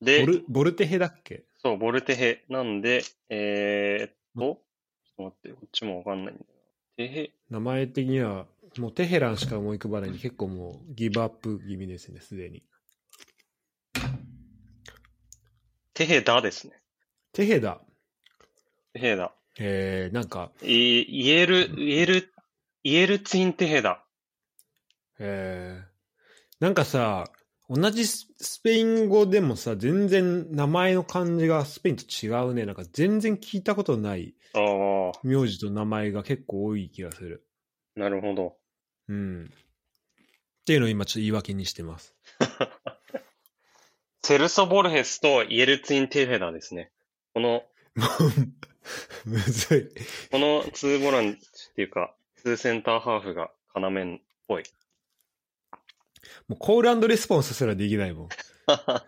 [SPEAKER 1] ボ
[SPEAKER 2] で、
[SPEAKER 1] ル、ボルテヘだっけ
[SPEAKER 2] そう、ボルテヘ。なんで、えー、っと、ちょっと待って、こっちもわかんないんだよな。テヘ、
[SPEAKER 1] 名前的には、もうテヘランしか思い浮かばないんで、結構もうギブアップ気味ですね、すでに。
[SPEAKER 2] テヘダですね。
[SPEAKER 1] テヘだ。
[SPEAKER 2] テヘダ。
[SPEAKER 1] えー、なんか、
[SPEAKER 2] いイエル、イエル、イエルツインテヘダ。
[SPEAKER 1] えー、なんかさ、同じススペイン語でもさ、全然名前の漢字がスペインと違うね。なんか全然聞いたことない
[SPEAKER 2] ああ、
[SPEAKER 1] 名字と名前が結構多い気がする。
[SPEAKER 2] なるほど。
[SPEAKER 1] うん。っていうのを今ちょっと言い訳にしてます。
[SPEAKER 2] セルソ・ボルヘスとイエルツインテヘダですね。この、
[SPEAKER 1] もう、 <laughs> むずい。
[SPEAKER 2] このツーボランチっていうか、ツーセンターハーフが要 <laughs> っぽい。
[SPEAKER 1] もうコールレスポンスすらできないもん。
[SPEAKER 2] 確か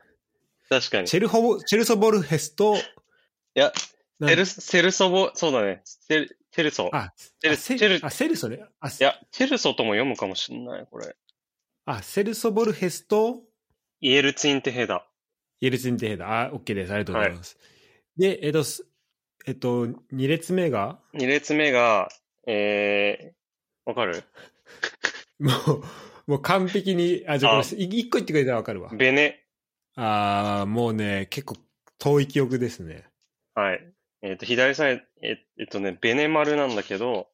[SPEAKER 2] に。
[SPEAKER 1] チェルホボ、チェルソボルヘスと、い
[SPEAKER 2] や、セル、セルソボ、そうだね。セル、テルソ。
[SPEAKER 1] あ、
[SPEAKER 2] チェル
[SPEAKER 1] あセ
[SPEAKER 2] チェル
[SPEAKER 1] あ、セルソね。あ、
[SPEAKER 2] いや、チェルソとも読むかもしんない、これ。
[SPEAKER 1] あセルソボルヘスと、
[SPEAKER 2] イエルツインテヘダ。
[SPEAKER 1] イエルツインテヘダ。あ、OK です。ありがとうございます。で、えっと、すえっと、2列目が、 <laughs>
[SPEAKER 2] 2列目が、えー、わかる
[SPEAKER 1] もう、もう完璧に、あ、じゃあ
[SPEAKER 2] あ
[SPEAKER 1] これ、1個言ってくれたらわかるわ。
[SPEAKER 2] ベネ。
[SPEAKER 1] あー、もうね、結構遠い記憶ですね。
[SPEAKER 2] はい。えっ、と、左サイド、えっ、えっとね、ベネマルなんだけど、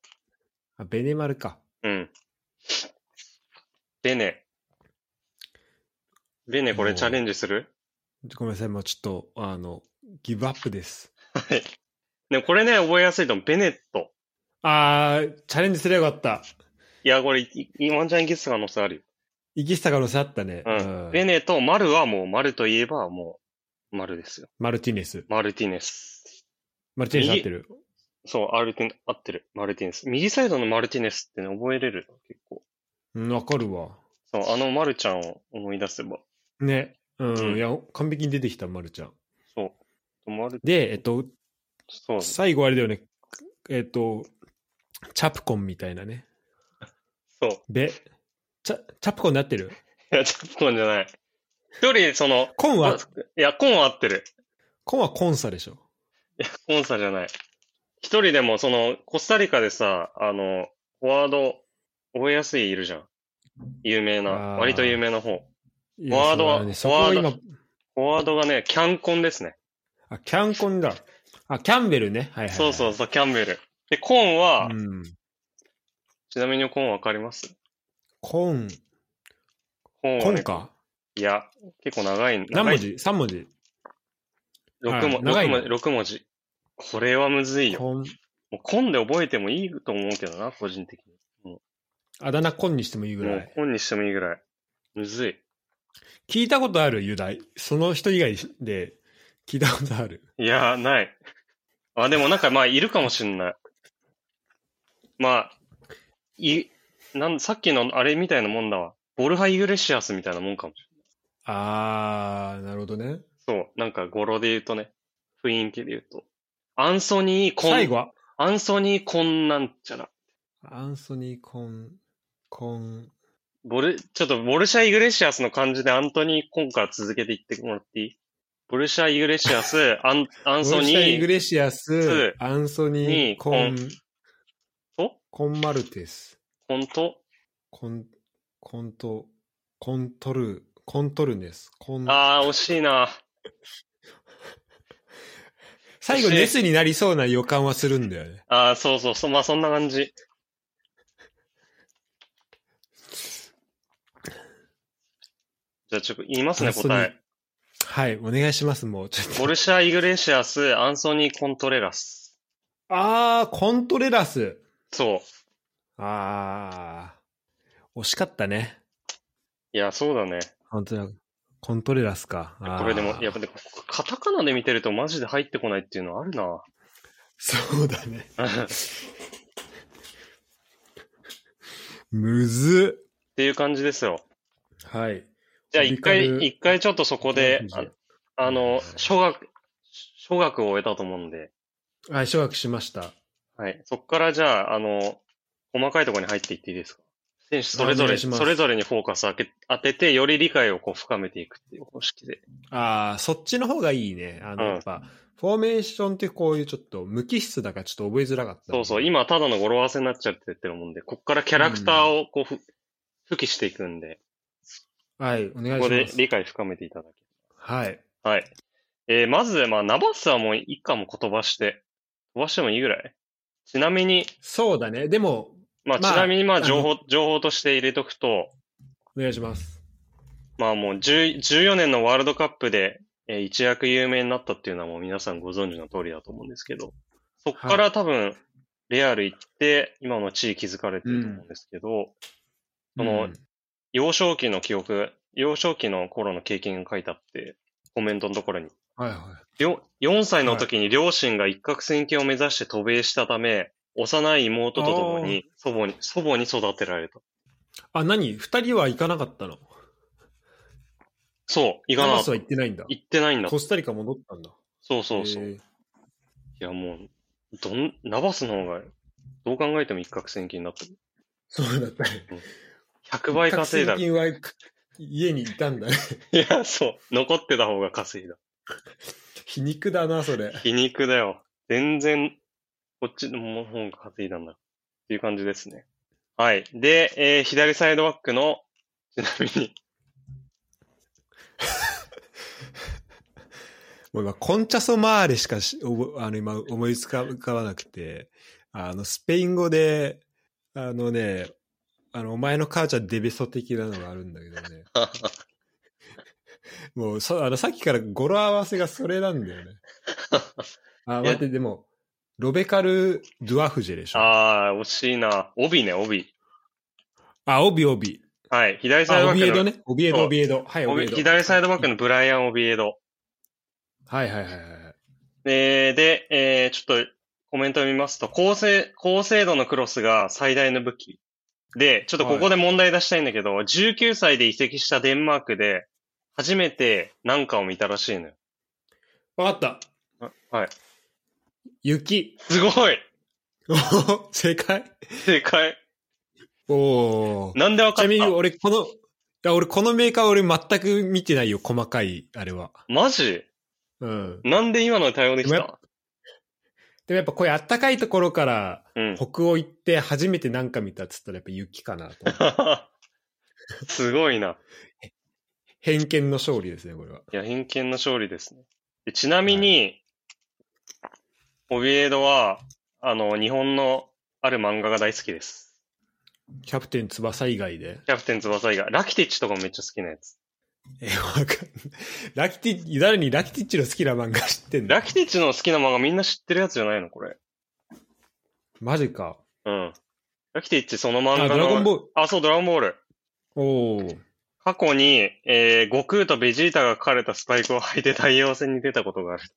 [SPEAKER 1] あベネマルか。
[SPEAKER 2] うん。ベネ、ベネこ
[SPEAKER 4] お
[SPEAKER 2] れ
[SPEAKER 4] ー
[SPEAKER 2] チャレンジする
[SPEAKER 1] ごめんなさい、もうちょっと、あの、ギブアップです。
[SPEAKER 2] はい。でもこれね、覚えやすいと思う。ベネット。
[SPEAKER 1] あー、チャレンジすればよかった。
[SPEAKER 2] いや、これ、いいワンチャンギス可能性あるよ。
[SPEAKER 1] 行き下がのせあったね。
[SPEAKER 2] うん。ベネとマルはもう、マルといえばもう、マルですよ。
[SPEAKER 1] マルティネス。
[SPEAKER 2] マルティネス。
[SPEAKER 1] マルティネス合ってる。
[SPEAKER 2] そう、アルティン、合ってる。マルティネス。右サイドのマルティネスってね、覚えれる。結構。
[SPEAKER 1] うん、わかるわ。
[SPEAKER 2] そう、あのマルちゃんを思い出せば。
[SPEAKER 1] ね。うん、
[SPEAKER 2] うん
[SPEAKER 1] いや、完璧に出てきた、マルちゃん。
[SPEAKER 2] そう。マル、
[SPEAKER 1] で、えっと、
[SPEAKER 2] そう。そ
[SPEAKER 1] 最後あれだよね。えっと、チャプコンみたいなね。
[SPEAKER 2] う。
[SPEAKER 1] べ、チャ、チャプコンになってる
[SPEAKER 2] いや、チャプコンじゃない。一人、その、
[SPEAKER 1] コンは、
[SPEAKER 2] いや、コンは合ってる。
[SPEAKER 1] コンはコンサでしょ。
[SPEAKER 2] コンサじゃない。一人でも、その、コスタリカでさ、あの、フォワード、覚えやすいいるじゃん。有名な、
[SPEAKER 1] あー
[SPEAKER 2] 割と有名な方。
[SPEAKER 1] フ
[SPEAKER 2] ォワードは
[SPEAKER 1] そこは
[SPEAKER 2] フォ
[SPEAKER 1] 今、
[SPEAKER 2] ワフォワードがね、キャンコンですね。
[SPEAKER 1] あ、キャンコンだ。あ、キャンベルね。はいはい、はい。
[SPEAKER 2] そうそうそう、キャンベル。で、コンは、
[SPEAKER 1] うん。
[SPEAKER 2] ちなみにコンわかります
[SPEAKER 1] コン、
[SPEAKER 2] コン
[SPEAKER 1] コ
[SPEAKER 2] はね
[SPEAKER 1] ン、か。
[SPEAKER 2] いや、結構長い。
[SPEAKER 1] 何
[SPEAKER 2] 長
[SPEAKER 1] 文
[SPEAKER 2] い。
[SPEAKER 1] 字 ?3 文字。
[SPEAKER 2] ?6
[SPEAKER 1] あ
[SPEAKER 2] 文
[SPEAKER 1] 長い
[SPEAKER 2] 六
[SPEAKER 1] の
[SPEAKER 2] 文字。六文字。これはむずいよ。
[SPEAKER 1] コン。
[SPEAKER 2] もうコンで覚えてもいいと思うけどな、個人的に。
[SPEAKER 1] あだ名コンにしてもいいぐ
[SPEAKER 2] も
[SPEAKER 1] ら
[SPEAKER 2] う
[SPEAKER 1] い。
[SPEAKER 2] コンにしてもいいぐらい。むずい。
[SPEAKER 1] 聞いたことあるユダイ。その人以外で聞いたことある。
[SPEAKER 2] いやー、ない。あ、でもなんかまあ、いるかもしんない。まあ、い、なん、さっきのあれみたいなもんだわ。ボルハ・イグレシアスみたいなもんかもし
[SPEAKER 1] あー、なるほどね。
[SPEAKER 2] れない。そう、なんか語呂で言うとね、雰囲気で言うと。アンソニー・コン、
[SPEAKER 1] 最後は、
[SPEAKER 2] アンソニー・コンなんちゃら。
[SPEAKER 1] アンソニー・コン、コン、
[SPEAKER 2] ボル、ちょっとボルシャ・イグレシアスの感じでアントニー・コンから続けていってもらっていいボルシャ・イグレシアス、アン、アンソ
[SPEAKER 1] ボルシャイ
[SPEAKER 2] ニ
[SPEAKER 1] グ
[SPEAKER 2] ー、
[SPEAKER 1] レシアス
[SPEAKER 2] ツ、
[SPEAKER 1] アンソニー、
[SPEAKER 2] ニー
[SPEAKER 1] コン、
[SPEAKER 2] と、
[SPEAKER 1] コンマルテス、
[SPEAKER 2] コンと、
[SPEAKER 1] コン、コント、コントル、コントルネス、コン、
[SPEAKER 2] あー、惜しいな。
[SPEAKER 1] 最後ネスになりそうな予感はするんだよね。
[SPEAKER 2] ああ、そうそう、そまあそんな感じ。じゃあちょっと言いますね、
[SPEAKER 1] 本当に
[SPEAKER 2] 答え。
[SPEAKER 1] はい、お願いします、もう。ちょっと
[SPEAKER 2] ボルシャ・イグレシアス、アンソニー・コントレラス。
[SPEAKER 1] あー、コントレラス。
[SPEAKER 2] そう。
[SPEAKER 1] あー、惜しかったね。
[SPEAKER 2] いや、そうだね。
[SPEAKER 1] 本当だ。コントレラスか。あー
[SPEAKER 2] これでも、やっぱね、カタカナで見てるとマジで入ってこないっていうのはあるな。 <laughs>
[SPEAKER 1] そうだね。むずっ。
[SPEAKER 2] っていう感じですよ。
[SPEAKER 1] はい。
[SPEAKER 2] じゃあ一
[SPEAKER 1] トリカル
[SPEAKER 2] 回、一回ちょっとそこで、ああの、小学、小学を終えたと思うんで、
[SPEAKER 1] はい、小学しました。
[SPEAKER 2] はい。そこからじゃあ、あの、細かいところに入っていっていいですか選手それぞ
[SPEAKER 1] お願
[SPEAKER 2] れ、
[SPEAKER 1] いします
[SPEAKER 2] それぞれにフォーカス当て当てて、より理解をこう深めていくっていう方式で。
[SPEAKER 1] ああ、そっちの方がいいね。あの、
[SPEAKER 2] うん
[SPEAKER 1] やっぱ、フォーメーションってこういうちょっと無機質だからちょっと覚えづらかった。
[SPEAKER 2] そうそう、。今ただの語呂合わせになっちゃってってるもんで、こっからキャラクターをこう、ふ付きしていくんで、
[SPEAKER 1] はい、お願
[SPEAKER 2] こ
[SPEAKER 1] い
[SPEAKER 2] こ
[SPEAKER 1] し
[SPEAKER 2] で
[SPEAKER 1] ます。
[SPEAKER 2] 理解深めていただけ。
[SPEAKER 1] はい。
[SPEAKER 2] はい。えー、まず、まあ、ナバスはもう一家もこう飛ばして、飛ばしてもいいぐらい。ちなみに、
[SPEAKER 1] そうだね。でも、
[SPEAKER 2] まあ、ち
[SPEAKER 1] まあ
[SPEAKER 2] なみに、まあ、
[SPEAKER 1] の
[SPEAKER 2] 情報、情報として入れとくと、
[SPEAKER 1] お願いします。
[SPEAKER 2] まあもう10 14年のワールドカップで、えー一躍有名になったっていうのはもう皆さんご存知の通りだと思うんですけど、そこか
[SPEAKER 1] は
[SPEAKER 2] ら多分、レアル行って、今の地位築かれてると思うんですけど、その
[SPEAKER 1] うん
[SPEAKER 2] 幼少期の記憶、幼少期の頃の経験が書いてあって、コメントのところに。
[SPEAKER 1] はいはい。
[SPEAKER 2] よ4歳の時に両親が一攫千金を目指して渡米したため、幼い妹と共に祖母に、祖母に育てられた。
[SPEAKER 1] あ、何二人は行かなかったの
[SPEAKER 2] そう、行
[SPEAKER 1] ガ
[SPEAKER 2] かな
[SPEAKER 1] マ
[SPEAKER 2] かっ
[SPEAKER 1] ス
[SPEAKER 2] た
[SPEAKER 1] は行ってないんだ。
[SPEAKER 2] 行ってないんだ。
[SPEAKER 1] コスタリカ戻ったんだ。
[SPEAKER 2] そうそうそう。
[SPEAKER 1] へー
[SPEAKER 2] いや、もう、どん、ナバスの方が、どう考えても一攫千金だった。
[SPEAKER 1] そうだったね。
[SPEAKER 2] 100倍稼いだ
[SPEAKER 1] 一攫千
[SPEAKER 2] ろ。
[SPEAKER 1] 金
[SPEAKER 2] い
[SPEAKER 1] は家にいたんだね。 <laughs>
[SPEAKER 2] や、そう。残ってた方が稼いだ。
[SPEAKER 1] 皮肉だな、それ。
[SPEAKER 2] 皮肉だよ。全然、こっちの方が稼いだんだ。っていう感じですね。はい。で、えー左サイドバックの、ちなみ
[SPEAKER 1] <laughs>
[SPEAKER 2] に、
[SPEAKER 1] もう今、コンチャソマーレしかし、おぼあの、今、思いつか浮かばなくて、あの、スペイン語で、あのね、あの、お前の母ちゃんデベソ的なのがあるんだけどね。もうそあのさっきから語呂合わせがそれなんだよね。あ、
[SPEAKER 2] いや
[SPEAKER 1] 待って、でも、ロベカル・ドゥアフジェでしょ。あ、
[SPEAKER 2] ああ、惜しいな。帯ね、帯。
[SPEAKER 1] オビオビ。
[SPEAKER 2] はい。左サイ
[SPEAKER 1] あ、
[SPEAKER 2] ド
[SPEAKER 1] オ
[SPEAKER 2] バッ
[SPEAKER 1] ビエ
[SPEAKER 2] ク
[SPEAKER 1] ド
[SPEAKER 2] の、
[SPEAKER 1] ね。オビエ
[SPEAKER 2] そ
[SPEAKER 1] ド、
[SPEAKER 2] う
[SPEAKER 1] オビエド。はい、オ
[SPEAKER 2] オ
[SPEAKER 1] ビエ
[SPEAKER 2] ビ
[SPEAKER 1] ド。
[SPEAKER 2] 左サイドバックのブライアン・オビエド。
[SPEAKER 1] はいはいはいはい。
[SPEAKER 2] えーで、えーちょっとコメントを見ますと、高精高精度のクロスが最大の武器。で、ちょっとここで問題出したいんだけど、19歳で移籍したデンマークで、初めてなんかを見たらしいのよ。
[SPEAKER 1] わかった。
[SPEAKER 2] はい。
[SPEAKER 1] 雪。
[SPEAKER 2] すごい
[SPEAKER 1] おー <laughs> 正解。
[SPEAKER 2] 正解。
[SPEAKER 1] おお。
[SPEAKER 2] なんでわか
[SPEAKER 1] ちな
[SPEAKER 2] っ
[SPEAKER 1] みに
[SPEAKER 2] た
[SPEAKER 1] 俺この、いや俺このメーカー俺全く見てないよ、細かい、あれは。
[SPEAKER 2] マジ
[SPEAKER 1] うん。
[SPEAKER 2] なんで今の対応でき
[SPEAKER 1] でも
[SPEAKER 2] た
[SPEAKER 1] でもやっぱこういうあったかいところから
[SPEAKER 2] うん。
[SPEAKER 1] 北欧行って初めてなんか見たっつったらやっぱ雪かなと思う。
[SPEAKER 2] <laughs> すごいな。
[SPEAKER 1] 偏見の勝利ですね、これは。
[SPEAKER 2] いや、偏見の勝利ですね。でちなみに、オビエドは、あの、日本のある漫画が大好きです。
[SPEAKER 1] キャプテン翼以外で。
[SPEAKER 2] キャプテン翼以外。ラキティッチとかもめっちゃ好きなやつ。
[SPEAKER 1] え、わかんない。ラキティ、誰にラキティッチの好きな漫画知ってんだ
[SPEAKER 2] ラキティッチの好きな漫画みんな知ってるやつじゃないのこれ。
[SPEAKER 1] マジか。
[SPEAKER 2] うん。ラキティッチその漫画
[SPEAKER 1] あ、
[SPEAKER 2] の。
[SPEAKER 1] ドラゴンボール。
[SPEAKER 2] あ、そう、ドラゴンボール。
[SPEAKER 1] おお。
[SPEAKER 2] 過去に、えー、悟空とベジータが書かれたスパイクを履いて太陽戦に出たことがある。 <laughs>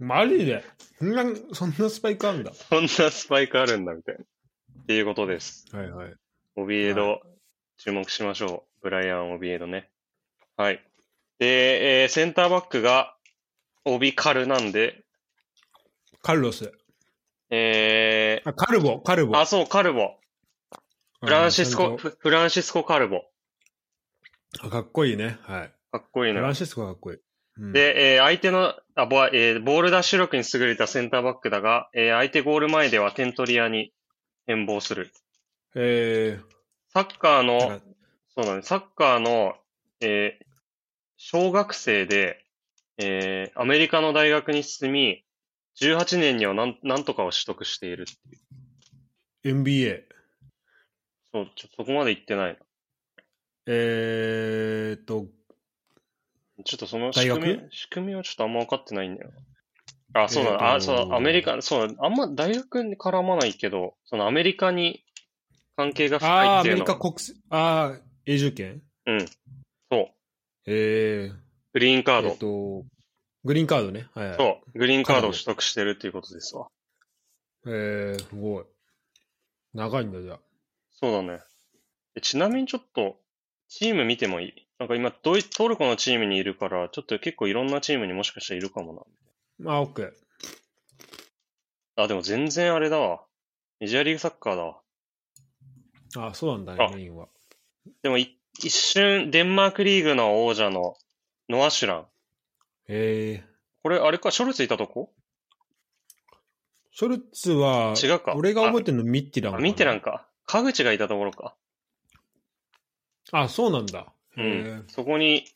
[SPEAKER 1] マジでそんな、そんなスパイクあんだ。
[SPEAKER 2] そんなスパイクあるんだ、みたいな。っていうことです。
[SPEAKER 1] はいはい。
[SPEAKER 2] オビエド、注目しましょう。ブライアン・オビエドね。はい。で、えー、センターバックが、オビカルなんで、
[SPEAKER 1] カルロス。
[SPEAKER 2] え
[SPEAKER 1] あ、カルボ、カルボ。
[SPEAKER 2] ー、あ、そう、カルボ。フランシス
[SPEAKER 1] う
[SPEAKER 2] コ、
[SPEAKER 1] んちゃん
[SPEAKER 2] フフランシスコ・カルボ。
[SPEAKER 1] とあかっこいいね。はい。
[SPEAKER 2] かっこいい
[SPEAKER 1] フラ
[SPEAKER 2] な
[SPEAKER 1] ン。シスコがかっこいい。うん、
[SPEAKER 2] で、えー相手のあボ,、えーボールダッシュ力に優れたセンターバックだが、えー相手ゴール前では点取り屋に変貌する。
[SPEAKER 1] え
[SPEAKER 2] サッカー
[SPEAKER 1] ー、
[SPEAKER 2] の、そうだね、サッカーの、えー小学生で、えーアメリカの大学に進み、18年にはなんなんとかを取得しているっていう。
[SPEAKER 1] NBA。
[SPEAKER 2] そう、ちょそこまで行ってない
[SPEAKER 1] えーっと、
[SPEAKER 2] な。ちょっとその
[SPEAKER 1] 大
[SPEAKER 2] 仕
[SPEAKER 1] 学
[SPEAKER 2] 組み、仕組みはちょっとあんま分かってないんだよな。あ、そうだ、
[SPEAKER 1] えーと
[SPEAKER 2] あ、そうだ、アメリカ、そうだ、あんま大学に絡まないけど、そのアメリカに関係が深
[SPEAKER 1] あ
[SPEAKER 2] い
[SPEAKER 1] あ、
[SPEAKER 2] っ
[SPEAKER 1] ア
[SPEAKER 2] てい
[SPEAKER 1] メ
[SPEAKER 2] う
[SPEAKER 1] リ
[SPEAKER 2] の
[SPEAKER 1] カ国籍、ああ、永住権
[SPEAKER 2] そう、
[SPEAKER 1] えー、
[SPEAKER 2] グリーンカー
[SPEAKER 1] え
[SPEAKER 2] ド
[SPEAKER 1] ーっ。と、グリーンカードね。はい、はい。
[SPEAKER 2] そう、グリーンカードを取得してるっていうことですわ。
[SPEAKER 1] えー、すごい。長いんだ、じゃあ。
[SPEAKER 2] そうだね。でちなみにちょっと、チーム見てもいいなんか今ドイ、トルコのチームにいるから、ちょっと結構いろんなチームにもしかしたらいるかも
[SPEAKER 1] まあ、オッケー。
[SPEAKER 2] な。あ、でも全然あれだわ。メジャーリーグサッカーだわ。
[SPEAKER 1] ああ、そうなんだ
[SPEAKER 2] あ
[SPEAKER 1] ね、メインは。
[SPEAKER 2] でもい一瞬、デンマークリーグの王者のノアシュラン。
[SPEAKER 1] えー、
[SPEAKER 2] これ、あれか、ショルツいたとこ
[SPEAKER 1] ショルツは、
[SPEAKER 2] 違うか。
[SPEAKER 1] 俺が覚えてるのミッティラン
[SPEAKER 2] あ
[SPEAKER 1] か
[SPEAKER 2] あ
[SPEAKER 1] な。
[SPEAKER 2] 見てなんか。川口がいたところか。
[SPEAKER 1] あ、そうなんだ。
[SPEAKER 2] う
[SPEAKER 1] へ
[SPEAKER 2] ん。そこに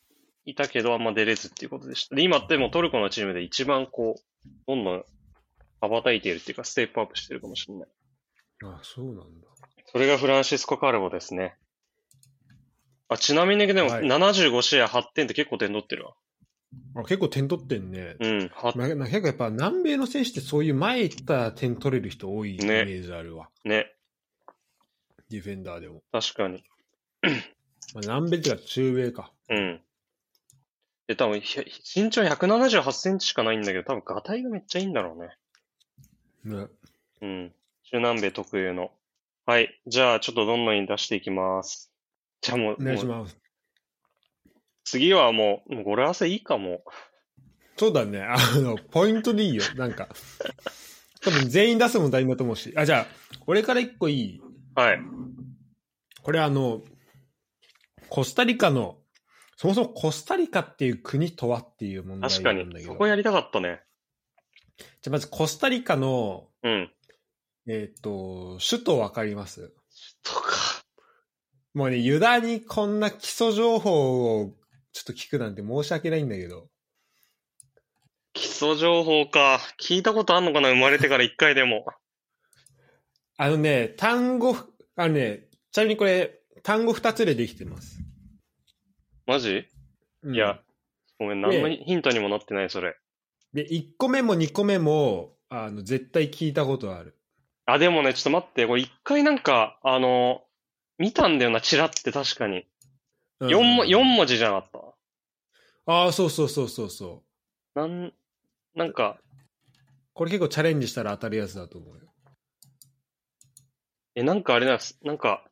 [SPEAKER 2] いたけど、あんま出れずっていうことでした。で、今でもトルコのチームで一番こう、どんどん羽ばたいているっていうか、ステップアップしてるかもしれない。
[SPEAKER 1] え。あ、そうなんだ。
[SPEAKER 2] それがフランシスコ・カルボですね。あ、ちなみにでも
[SPEAKER 1] はい
[SPEAKER 2] 75試合8点って結構点取ってるわ。
[SPEAKER 1] あ結構点取ってんね。
[SPEAKER 2] うん、は
[SPEAKER 1] まあな結構やっぱ南米の選手ってそういう前行ったら点取れる人多いイメージあるわ。
[SPEAKER 2] ね、
[SPEAKER 1] ディフェンダーでも。
[SPEAKER 2] 確かに。
[SPEAKER 1] まあ、南米っていうか中米か。
[SPEAKER 2] うん。で、多分ひ身長178センチしかないんだけど、多分ガタイがめっちゃいいんだろうね。
[SPEAKER 1] ね、
[SPEAKER 2] うん。中南米特有の。はい。じゃあ、ちょっとどんどん出していきます。じゃあもう、
[SPEAKER 1] お願いし
[SPEAKER 2] もう
[SPEAKER 1] ます。
[SPEAKER 2] 次はもう、もう語呂合わせいいかも。
[SPEAKER 1] そうだね。あの、ポイントでいいよ。なんか。多分全員出すも大変だと思うし。あ、じゃあ、俺から一個いい
[SPEAKER 2] はい。
[SPEAKER 1] これあの、コスタリカの、そもそもコスタリカっていう国とはっていう問題
[SPEAKER 2] 確か
[SPEAKER 1] なんだ
[SPEAKER 2] に。
[SPEAKER 1] け
[SPEAKER 2] そ
[SPEAKER 1] ど。
[SPEAKER 2] こやりたかったね。
[SPEAKER 1] じゃあまずコスタリカの、
[SPEAKER 2] うん。
[SPEAKER 1] えっ、と、首都わかります
[SPEAKER 2] とか。
[SPEAKER 1] もうね、ユダにこんな基礎情報をちょっと聞くなんて申し訳ないんだけど。
[SPEAKER 2] 基礎情報か。聞いたことあんのかな生まれてから一回でも。
[SPEAKER 1] あのね、単語、あのね、ちなみにこれ、単語二つでできてます。
[SPEAKER 2] マジ
[SPEAKER 1] うん
[SPEAKER 2] いや、ごめん、何も
[SPEAKER 1] ね
[SPEAKER 2] ヒントにもなってない、それ。
[SPEAKER 1] で、1個目も2個目も、あの、絶対聞いたことある。
[SPEAKER 2] あ、でもね、ちょっと待って、これ一回なんか、あの、見たんだよな、チラって確かに。
[SPEAKER 1] うん
[SPEAKER 2] 4も、四文字じゃなかっ
[SPEAKER 1] ああ、そうそうそうそうそう。
[SPEAKER 2] た。なん、なんか、
[SPEAKER 1] これ結構チャレンジしたら当たるやつだと思うよ。
[SPEAKER 2] え、なんかあれなんです。なんか、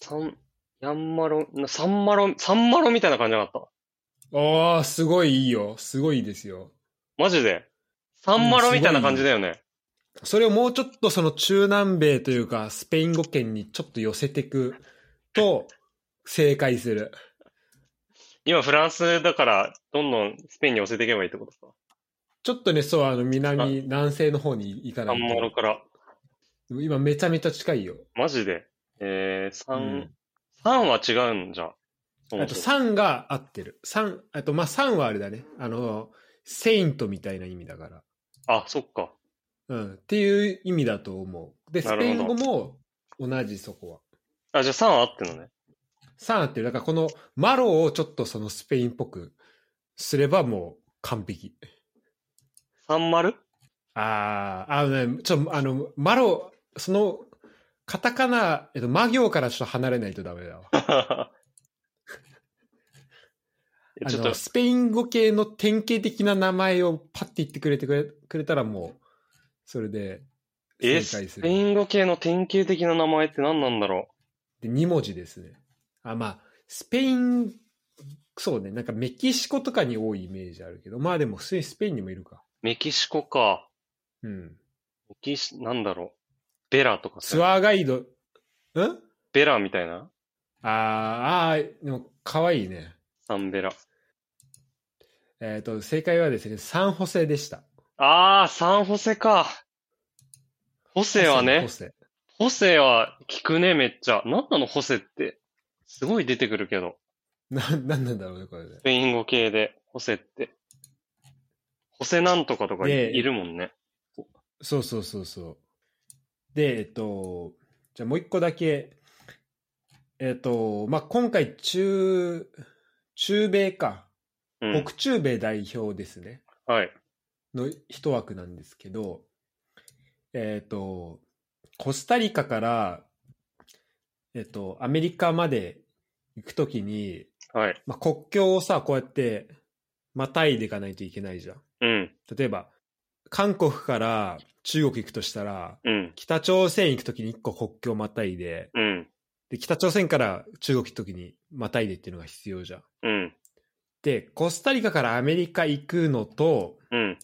[SPEAKER 2] サン、ヤンマロ、なサンマロ、サンマロみたいな感じじゃなかっ
[SPEAKER 1] ああ、すごいいいよ。すごいいいですよ。
[SPEAKER 2] た。マジで。サンマロみたいな感じだよね。
[SPEAKER 1] それをもうちょっとその中南米というか、スペイン語圏にちょっと寄せていくと、正解する。
[SPEAKER 2] 今フランスだから、どんどんスペインに寄せていけばいいってことか。
[SPEAKER 1] ちょっとね、そう、あの、
[SPEAKER 2] あ
[SPEAKER 1] 南、南西の方に行か
[SPEAKER 2] サ
[SPEAKER 1] な
[SPEAKER 2] ンマロ
[SPEAKER 1] い
[SPEAKER 2] から。
[SPEAKER 1] と。今めちゃめちゃ近いよ。
[SPEAKER 2] マジで。えー、三、
[SPEAKER 1] うん
[SPEAKER 2] 三は違うんじゃん。そ
[SPEAKER 1] あ
[SPEAKER 2] も
[SPEAKER 1] と
[SPEAKER 2] そも
[SPEAKER 1] 3が合ってる。三あとまあ3はあれだね。あの、セイントみたいな意味だから。
[SPEAKER 2] あ、そっか。
[SPEAKER 1] うん。っていう意味だと思う。で、ス
[SPEAKER 2] なる
[SPEAKER 1] ペイ
[SPEAKER 2] ほ
[SPEAKER 1] ン語
[SPEAKER 2] ど
[SPEAKER 1] も同じそこは。
[SPEAKER 2] あ、じゃあ3は合ってんのね。
[SPEAKER 1] 3合ってる。だからこのマロをちょっとそのスペインっぽくすればもう完璧。
[SPEAKER 2] 三 <laughs> 丸
[SPEAKER 1] あー、あのね、ちょっとあの、マロ、その、カタカナ、えっと、魔行からちょっと離れないとダメだわ。
[SPEAKER 2] え
[SPEAKER 1] あ
[SPEAKER 2] ちょっ
[SPEAKER 1] の
[SPEAKER 2] と、
[SPEAKER 1] スペイン語系の典型的な名前をパッて言ってくれてくれくれたらもう、それで
[SPEAKER 2] え、
[SPEAKER 1] 正解
[SPEAKER 2] ス
[SPEAKER 1] す
[SPEAKER 2] ペ
[SPEAKER 1] る。
[SPEAKER 2] イン語系の典型的な名前って何なんだろ
[SPEAKER 1] で、2文字ですね。あ、まあ、スペイン、そうね、なんかメキシコとかに多いイメージあるけど、まあでも普通にスペインにもいるか。
[SPEAKER 2] う。メキシコか。
[SPEAKER 1] うん。
[SPEAKER 2] メキシ、なんだろう。ベラとか
[SPEAKER 1] ツアーガイド、ん
[SPEAKER 2] ベラみたいな
[SPEAKER 1] あーあー、でも可愛いね。
[SPEAKER 2] サンベラ。
[SPEAKER 1] えっ、と、正解はですね、サンホセでした。
[SPEAKER 2] あー、サンホセか。ホセはね
[SPEAKER 1] ホ、セ。
[SPEAKER 2] ホセは聞くね、めっちゃ。なんなの、ホセって。すごい出てくるけど。
[SPEAKER 1] な、なんなんだろうね、これね
[SPEAKER 2] ス。ペイン語系で、ホセって。ホセなんとかとかい,、
[SPEAKER 1] ねえ
[SPEAKER 2] るもんね。
[SPEAKER 1] そうそうそうそう。で、えっと、じゃあもう一個だけ、えっと、まあ、今回中、中米か、
[SPEAKER 2] うん。
[SPEAKER 1] 北中米代表ですね、
[SPEAKER 2] はい。
[SPEAKER 1] の一枠なんですけど、えっと、コスタリカから、えっと、アメリカまで行くときに、
[SPEAKER 2] はい。
[SPEAKER 1] まあ、国境をさ、こうやって、またいでいかないといけないじゃん。
[SPEAKER 2] うん。
[SPEAKER 1] 例えば、韓国から中国行くとしたら、
[SPEAKER 2] うん。
[SPEAKER 1] 北朝鮮行くときに1個国境またいで
[SPEAKER 2] うん。
[SPEAKER 1] で、北朝鮮から中国行くときにまたいでっていうのが必要じゃん。
[SPEAKER 2] うん。
[SPEAKER 1] で、コスタリカからアメリカ行くのと、
[SPEAKER 2] うん。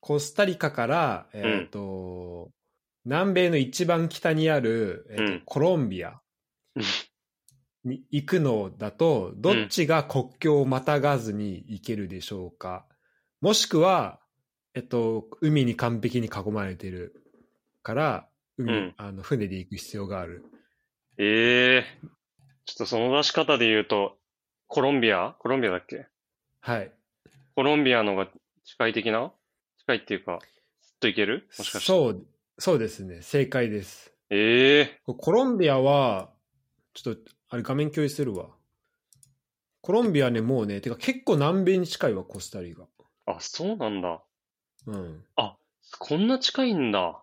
[SPEAKER 1] コスタリカから、えっ、と、南米の一番北にある、えーと
[SPEAKER 2] うん
[SPEAKER 1] コロンビア
[SPEAKER 2] うん
[SPEAKER 1] に行くのだと、どっちが国境をまたがずに行けるでしょうか、もしくは、えっと、海に完璧に囲まれてるから、海、
[SPEAKER 2] うん
[SPEAKER 1] あの船で行く必要がある。
[SPEAKER 2] ええちょっとその出し方で言うと、コロンビアコロンビアだっけ
[SPEAKER 1] はい。
[SPEAKER 2] コロンビアのが近い的な近いっていうか、ずっといけるもしかして。
[SPEAKER 1] そう、そうですね。正解です。
[SPEAKER 2] ええ
[SPEAKER 1] コロンビアは、ちょっと、あれ画面共有するわ。コロンビアね、もうね、てか結構南米に近いわ、コスタリカ。
[SPEAKER 2] あ、そうなんだ。
[SPEAKER 1] うん。
[SPEAKER 2] こんな近いんだ。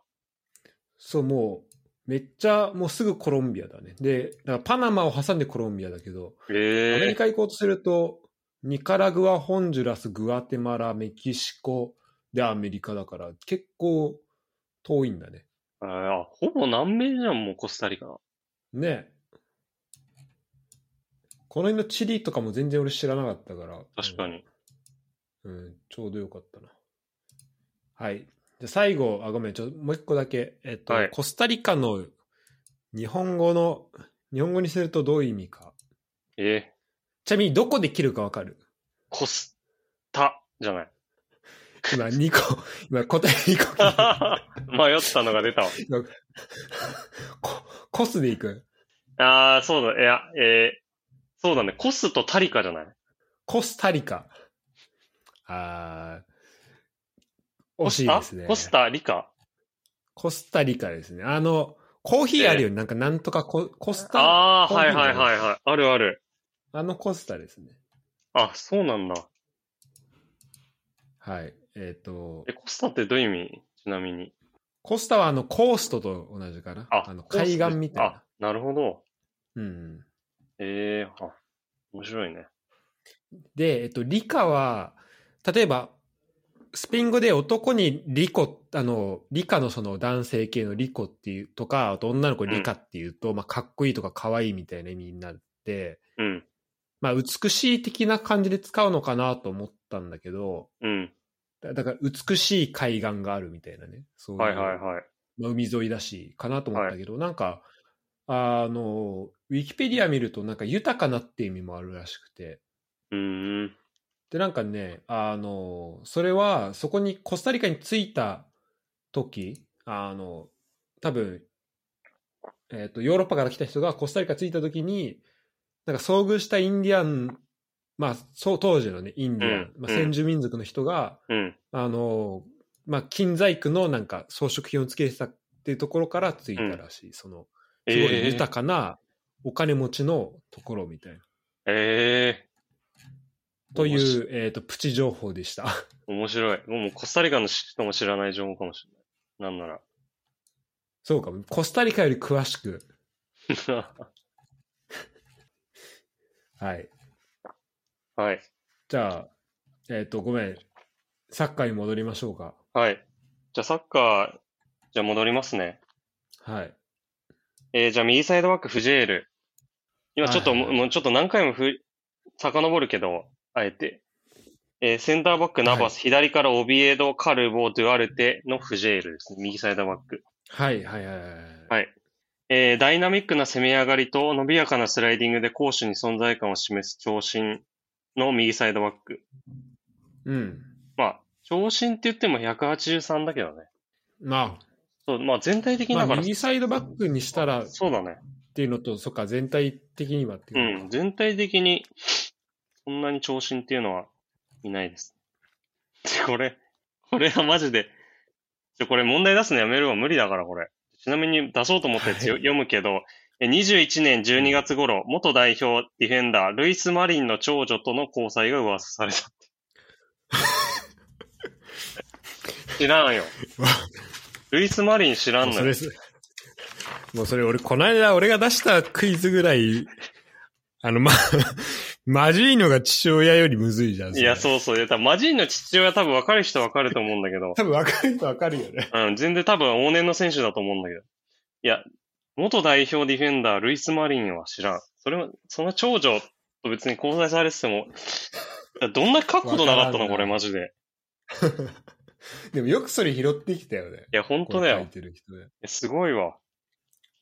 [SPEAKER 1] そう、もう、めっちゃ、もうすぐコロンビアだね。で、だからパナマを挟んでコロンビアだけど、アメリ
[SPEAKER 2] ええ
[SPEAKER 1] カ行こうとすると、ニカラグア、ホンジュラス、グアテマラ、メキシコでアメリカだから、結構遠いんだね。
[SPEAKER 2] あ、ほぼ南米じゃん、もうコスタリカ。
[SPEAKER 1] ねこの辺のチリとかも全然俺知らなかったから。
[SPEAKER 2] 確かに。
[SPEAKER 1] うん、ちょうどよかったな。はい。じゃあ最後、あ、ごめん、ちょ、もう一個だけ。えっと、
[SPEAKER 2] はい
[SPEAKER 1] コスタリカの日本語の、日本語にするとどういう意味か。
[SPEAKER 2] ええ
[SPEAKER 1] ちなみにどこで切るかわかる
[SPEAKER 2] コスタ、じゃない。 <laughs>
[SPEAKER 1] 今2個、 <laughs> 今答え2個聞いた
[SPEAKER 2] 迷ったのが出たわ。
[SPEAKER 1] ココスでいく。
[SPEAKER 2] ああ、そうだ、いや、えーそうだね。コスとタリカじゃない
[SPEAKER 1] コスタリカ。あー、
[SPEAKER 2] コ
[SPEAKER 1] 惜
[SPEAKER 2] ス
[SPEAKER 1] しい
[SPEAKER 2] タ
[SPEAKER 1] ですね。
[SPEAKER 2] コスタリカ
[SPEAKER 1] コスタリカですね。あの、コーヒーあるよね。なんかなんとかココスタ
[SPEAKER 2] ああ、
[SPEAKER 1] コーヒ
[SPEAKER 2] は
[SPEAKER 1] ー
[SPEAKER 2] いはいはいはい。あるある。
[SPEAKER 1] あのコスタですね。
[SPEAKER 2] あ、そうなんだ。
[SPEAKER 1] はい。えっ、と
[SPEAKER 2] え、、コスタってどういう意味ちなみに。
[SPEAKER 1] コスタはあの、コーストと同じかな。
[SPEAKER 2] あ、
[SPEAKER 1] の
[SPEAKER 2] コース
[SPEAKER 1] 海岸みたい
[SPEAKER 2] あ
[SPEAKER 1] な。、
[SPEAKER 2] なるほど。
[SPEAKER 1] うん。
[SPEAKER 2] ええあ、面白いね。
[SPEAKER 1] で、えっと、理科は、例えば、スペイン語で男にリコ、あの、理科のその男性系のリコっていうとか、あと女の子理科っていうと、まあ、かっこいいとか可愛いみたいな意味になって、
[SPEAKER 2] うん、
[SPEAKER 1] まあ、美しい的な感じで使うのかなと思ったんだけど、
[SPEAKER 2] うん。
[SPEAKER 1] だだから美しい海岸があるみたいなね。そういう
[SPEAKER 2] はいはいはい。
[SPEAKER 1] まあ、海沿いだし、かなと思ったけど、なんか、あの、ウィキペディア見ると、なんか豊かなって意味もあるらしくて、
[SPEAKER 2] うーん。
[SPEAKER 1] で、なんかね、あの、それは、そこにコスタリカに着いた時、あの、多分、えっ、と、ヨーロッパから来た人がコスタリカ着いた時に、なんか遭遇したインディアン、まあ、そう、当時のね、インディアン、
[SPEAKER 2] うん
[SPEAKER 1] まあ、先住民族の人が、
[SPEAKER 2] うん。
[SPEAKER 1] あの、まあ、金細工のなんか装飾品をつけてたっていうところから着いたらしい、その、すごい
[SPEAKER 2] ええ
[SPEAKER 1] 豊かなお金持ちのところみたいな。
[SPEAKER 2] ええ
[SPEAKER 1] とい
[SPEAKER 2] 面白
[SPEAKER 1] う、えっ、と、プチ情報でした。 <laughs>
[SPEAKER 2] 面白い。もうコスタリカの人も知らない情報かもしれない。なんな
[SPEAKER 1] そうか、コスタリカより詳しく。
[SPEAKER 2] ら。
[SPEAKER 1] はい。
[SPEAKER 2] <laughs> はい。
[SPEAKER 1] じゃあ、えっ、と、ごめん。サッカーに戻りましょうか。
[SPEAKER 2] はい。じゃあサッカー、じゃあ戻りますね。
[SPEAKER 1] はい。
[SPEAKER 2] えー、じゃあ右サイドバック、フジエール。今ちょっと
[SPEAKER 1] はい
[SPEAKER 2] も、
[SPEAKER 1] はいはい
[SPEAKER 2] もうちょっと何回もふ、遡るけど、あえて。えー、センターバック、ナバス、左からオビエド、カルボ、ドゥアルテのフジェールですね。右サイドバック。
[SPEAKER 1] はい、はい、はい。
[SPEAKER 2] はいえー、ダイナミックな攻め上がりと、伸びやかなスライディングで攻守に存在感を示す長身の右サイドバック。
[SPEAKER 1] うん。
[SPEAKER 2] まあ、長身って言っても183だけどね。
[SPEAKER 1] ま
[SPEAKER 2] そう、まあ全体的に
[SPEAKER 1] あ、
[SPEAKER 2] だ
[SPEAKER 1] ま
[SPEAKER 2] か
[SPEAKER 1] あ、
[SPEAKER 2] ら、
[SPEAKER 1] 右サイドバックにしたらっ
[SPEAKER 2] そうだね。
[SPEAKER 1] ていうのと、そっか、全体的にはって
[SPEAKER 2] う
[SPEAKER 1] いうのか。
[SPEAKER 2] ん、全体的に、そんなに長身っていうのはいないです。 <laughs> でこれ、これはマジで、ちょ、これ問題出すのやめるわ、無理だから、これ。ちなみに出そうと思ったやつよ
[SPEAKER 1] はい
[SPEAKER 2] 読むけど、え21年12月頃、元代表ディフェンダー、ルイス・マリンの長女との交際が噂され
[SPEAKER 1] <laughs>
[SPEAKER 2] た。知
[SPEAKER 1] <laughs>
[SPEAKER 2] らんよ。ルイス・マリン知らん
[SPEAKER 1] もう
[SPEAKER 2] の
[SPEAKER 1] そ
[SPEAKER 2] よ
[SPEAKER 1] れ。す、もうそれ俺、この間俺が出したクイズぐらい、あの、ま、 <laughs> まじいのが父親よりむずいじゃん。
[SPEAKER 2] いや、
[SPEAKER 1] う。
[SPEAKER 2] そうそう。いや、多分マジンの父親多分分かる人分かると思うんだけど。
[SPEAKER 1] 多分分かる人分かるよね。
[SPEAKER 2] うん、全然多分往年の選手だと思うんだけど。いや、元代表ディフェンダー、ルイス・マリンは知らん。それは、その長女と別に交際されてても、どんな書くことなかったの
[SPEAKER 1] わ
[SPEAKER 2] こ
[SPEAKER 1] から
[SPEAKER 2] れ
[SPEAKER 1] んな
[SPEAKER 2] マジで。
[SPEAKER 1] でもよくそれ拾ってきたよね。
[SPEAKER 2] いや、本当だ
[SPEAKER 1] これ書
[SPEAKER 2] よ
[SPEAKER 1] い。てる人ね <laughs>
[SPEAKER 2] すごいわ。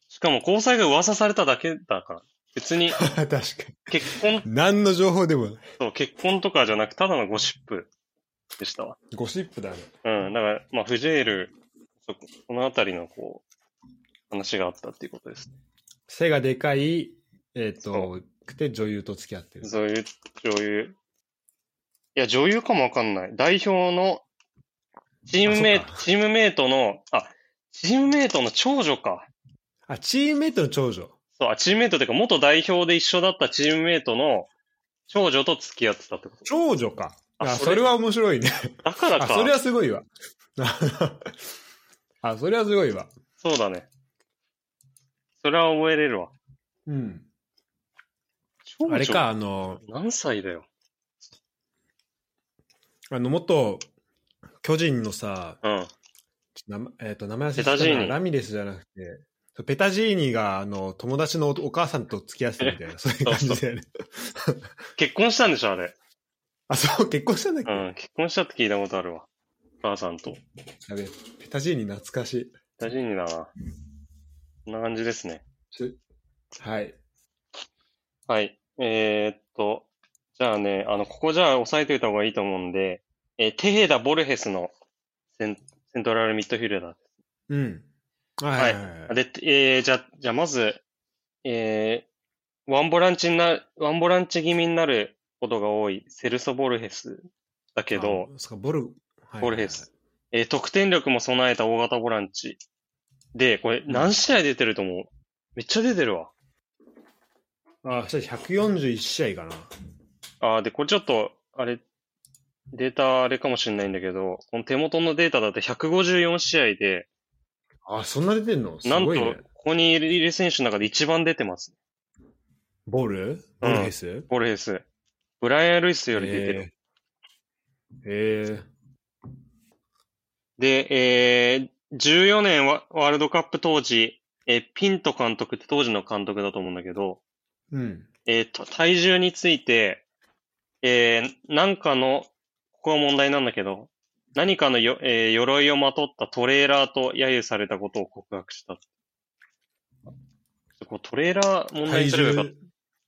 [SPEAKER 2] しかも交際が噂されただけだから。別に
[SPEAKER 1] 確かに。
[SPEAKER 2] 結婚
[SPEAKER 1] 何の情報でもない
[SPEAKER 2] と結婚とかじゃなく、ただのゴシップでしたわ。
[SPEAKER 1] ゴシップだね。
[SPEAKER 2] うん、だから、まあ、フジェール、そこのあたりのこう、話があったっていうことです。
[SPEAKER 1] 背がでかい、えっ、
[SPEAKER 2] そ
[SPEAKER 1] と、くて女優と付き合ってる。
[SPEAKER 2] そういう、女優。いや、女優かもわかんない。代表の、チームメイ
[SPEAKER 1] あそ
[SPEAKER 2] ト、チームメイトの、あ、チームメイトの長女か。
[SPEAKER 1] あ、チームメイトの長女。
[SPEAKER 2] そう、あ、チームメイトっていうか、元代表で一緒だったチームメイトの長女と付き合ってたってこと。
[SPEAKER 1] 長女か。
[SPEAKER 2] あ
[SPEAKER 1] あ、
[SPEAKER 2] そ
[SPEAKER 1] そ
[SPEAKER 2] れ
[SPEAKER 1] れは面白いね。
[SPEAKER 2] だから
[SPEAKER 1] あ、
[SPEAKER 2] か。
[SPEAKER 1] それはすごいわ。 <laughs> あ、それはすごいわ。
[SPEAKER 2] そうだね。それは覚えれるわ。
[SPEAKER 1] うん。
[SPEAKER 2] 長女
[SPEAKER 1] あれか、。あの、
[SPEAKER 2] 何歳だよ。
[SPEAKER 1] あの、元、巨人のさ、
[SPEAKER 2] うん。
[SPEAKER 1] 名前えっ、と、名前忘れ
[SPEAKER 2] ペタジ
[SPEAKER 1] て
[SPEAKER 2] ーニ
[SPEAKER 1] ラミレスじゃなくて、そうペタジーニが、あの、友達のおお母さんと付き合ってたみ
[SPEAKER 2] <laughs>
[SPEAKER 1] たいな、そういう感じだよね。
[SPEAKER 2] 結婚したんでしょ、あれ。
[SPEAKER 1] あ、そう、結婚したんだっけ、
[SPEAKER 2] うん。結婚したって聞いたことあるわ。お母さんと。
[SPEAKER 1] やべえペタジーニ懐かしい。
[SPEAKER 2] 大事にだな。こんな感じですね。
[SPEAKER 1] ちはい。
[SPEAKER 2] はい。えーっと、じゃあね、あの、ここじゃあ押さえておいた方がいいと思うんで、えーテヘダ・ボルヘスのセンセントラルミッドフィルダ
[SPEAKER 1] うん。
[SPEAKER 2] ー。
[SPEAKER 1] はいはいはい、
[SPEAKER 2] で、えーじゃ、じゃあまず、えーワンボランチにな、ワンボランチ気味になることが多いセルソ・ボルヘスだけど、
[SPEAKER 1] あ、そうかボル、はい
[SPEAKER 2] ボルヘス。えー得点力も備えた大型ボランチ。で、これ何試合出てると思う、めっちゃ出てるわ。
[SPEAKER 1] あ、そう141試合かな。
[SPEAKER 2] あーで、これちょっと、あれ、データあれかもしれないんだけど、この手元のデータだと154試合で、
[SPEAKER 1] あ、そんな出てんのす
[SPEAKER 2] なん
[SPEAKER 1] ご
[SPEAKER 2] と
[SPEAKER 1] いね。、
[SPEAKER 2] ここにいる選手の中で一番出てます。
[SPEAKER 1] ボルボルヘス、
[SPEAKER 2] ボルヘス。ブライアン・ルイスより出てる。
[SPEAKER 1] えーえー
[SPEAKER 2] で、えー、14年ワワールドカップ当時、えーピント監督って当時の監督だと思うんだけど、
[SPEAKER 1] うん。
[SPEAKER 2] えーと、体重について、えー、なんかの、ここは問題なんだけど、何かのよ、えー鎧をまとったトレーラーと揶揄されたことを告白した。こうトレーラー問題にすればよかった。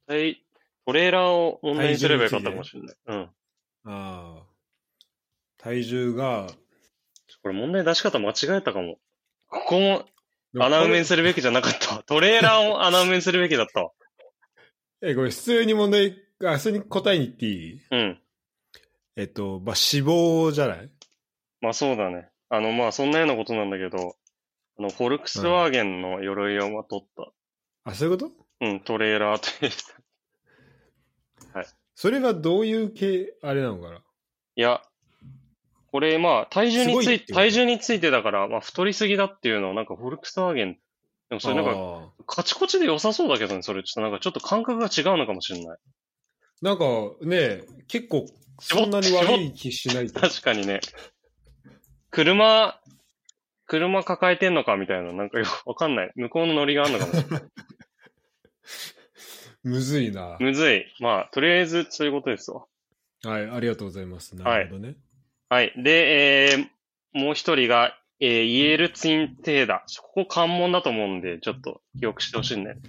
[SPEAKER 2] 体トレーラーを問題にすればよかったかもしれない。うん。
[SPEAKER 1] ああ。体重が、
[SPEAKER 2] これ問題出し方間違えたかも。ここも穴埋めにするべきじゃなかったわ。トレーラーを穴埋めにするべきだったわ。
[SPEAKER 1] え、これ普通に問題、あ、普通に答えに言っていい
[SPEAKER 2] うん。
[SPEAKER 1] えっと、まあ、死亡じゃない
[SPEAKER 2] まあそうだね。あの、まあそんなようなことなんだけど、あの、フォルクスワーゲンの鎧をまとった、
[SPEAKER 1] あ、そういうこと
[SPEAKER 2] うん、トレーラーという。
[SPEAKER 1] それがどういう系、あれなのかない
[SPEAKER 2] や、これまあ体重に
[SPEAKER 1] すご
[SPEAKER 2] つ
[SPEAKER 1] いっ
[SPEAKER 2] い
[SPEAKER 1] て
[SPEAKER 2] て、
[SPEAKER 1] こと
[SPEAKER 2] 体重についてだから、まあ太りすぎだっていうのはなんかフォルクスワーゲン、でもそれなん
[SPEAKER 1] あ
[SPEAKER 2] か、
[SPEAKER 1] ー
[SPEAKER 2] カチコチで良さそうだけどね、それ。ちょっとなんかちょっと感覚が違うのかもしれない。 <laughs>
[SPEAKER 1] なんかね、結構、そんなに悪い気しないけど。
[SPEAKER 2] 確かにね。車、車抱えてんのかみたいな、なんかよくわかんない。向こうのノリがあるのかもしれない。
[SPEAKER 1] むずいな。
[SPEAKER 2] むずい。まあ、とりあえず、そういうことですわ。
[SPEAKER 1] はい、ありがとうございます。なるほどね。
[SPEAKER 2] はい。で、えー、もう一人が、えー、イエルツインテーダ。ここ関門だと思うんで、ちょっと記憶してほしいんだよね。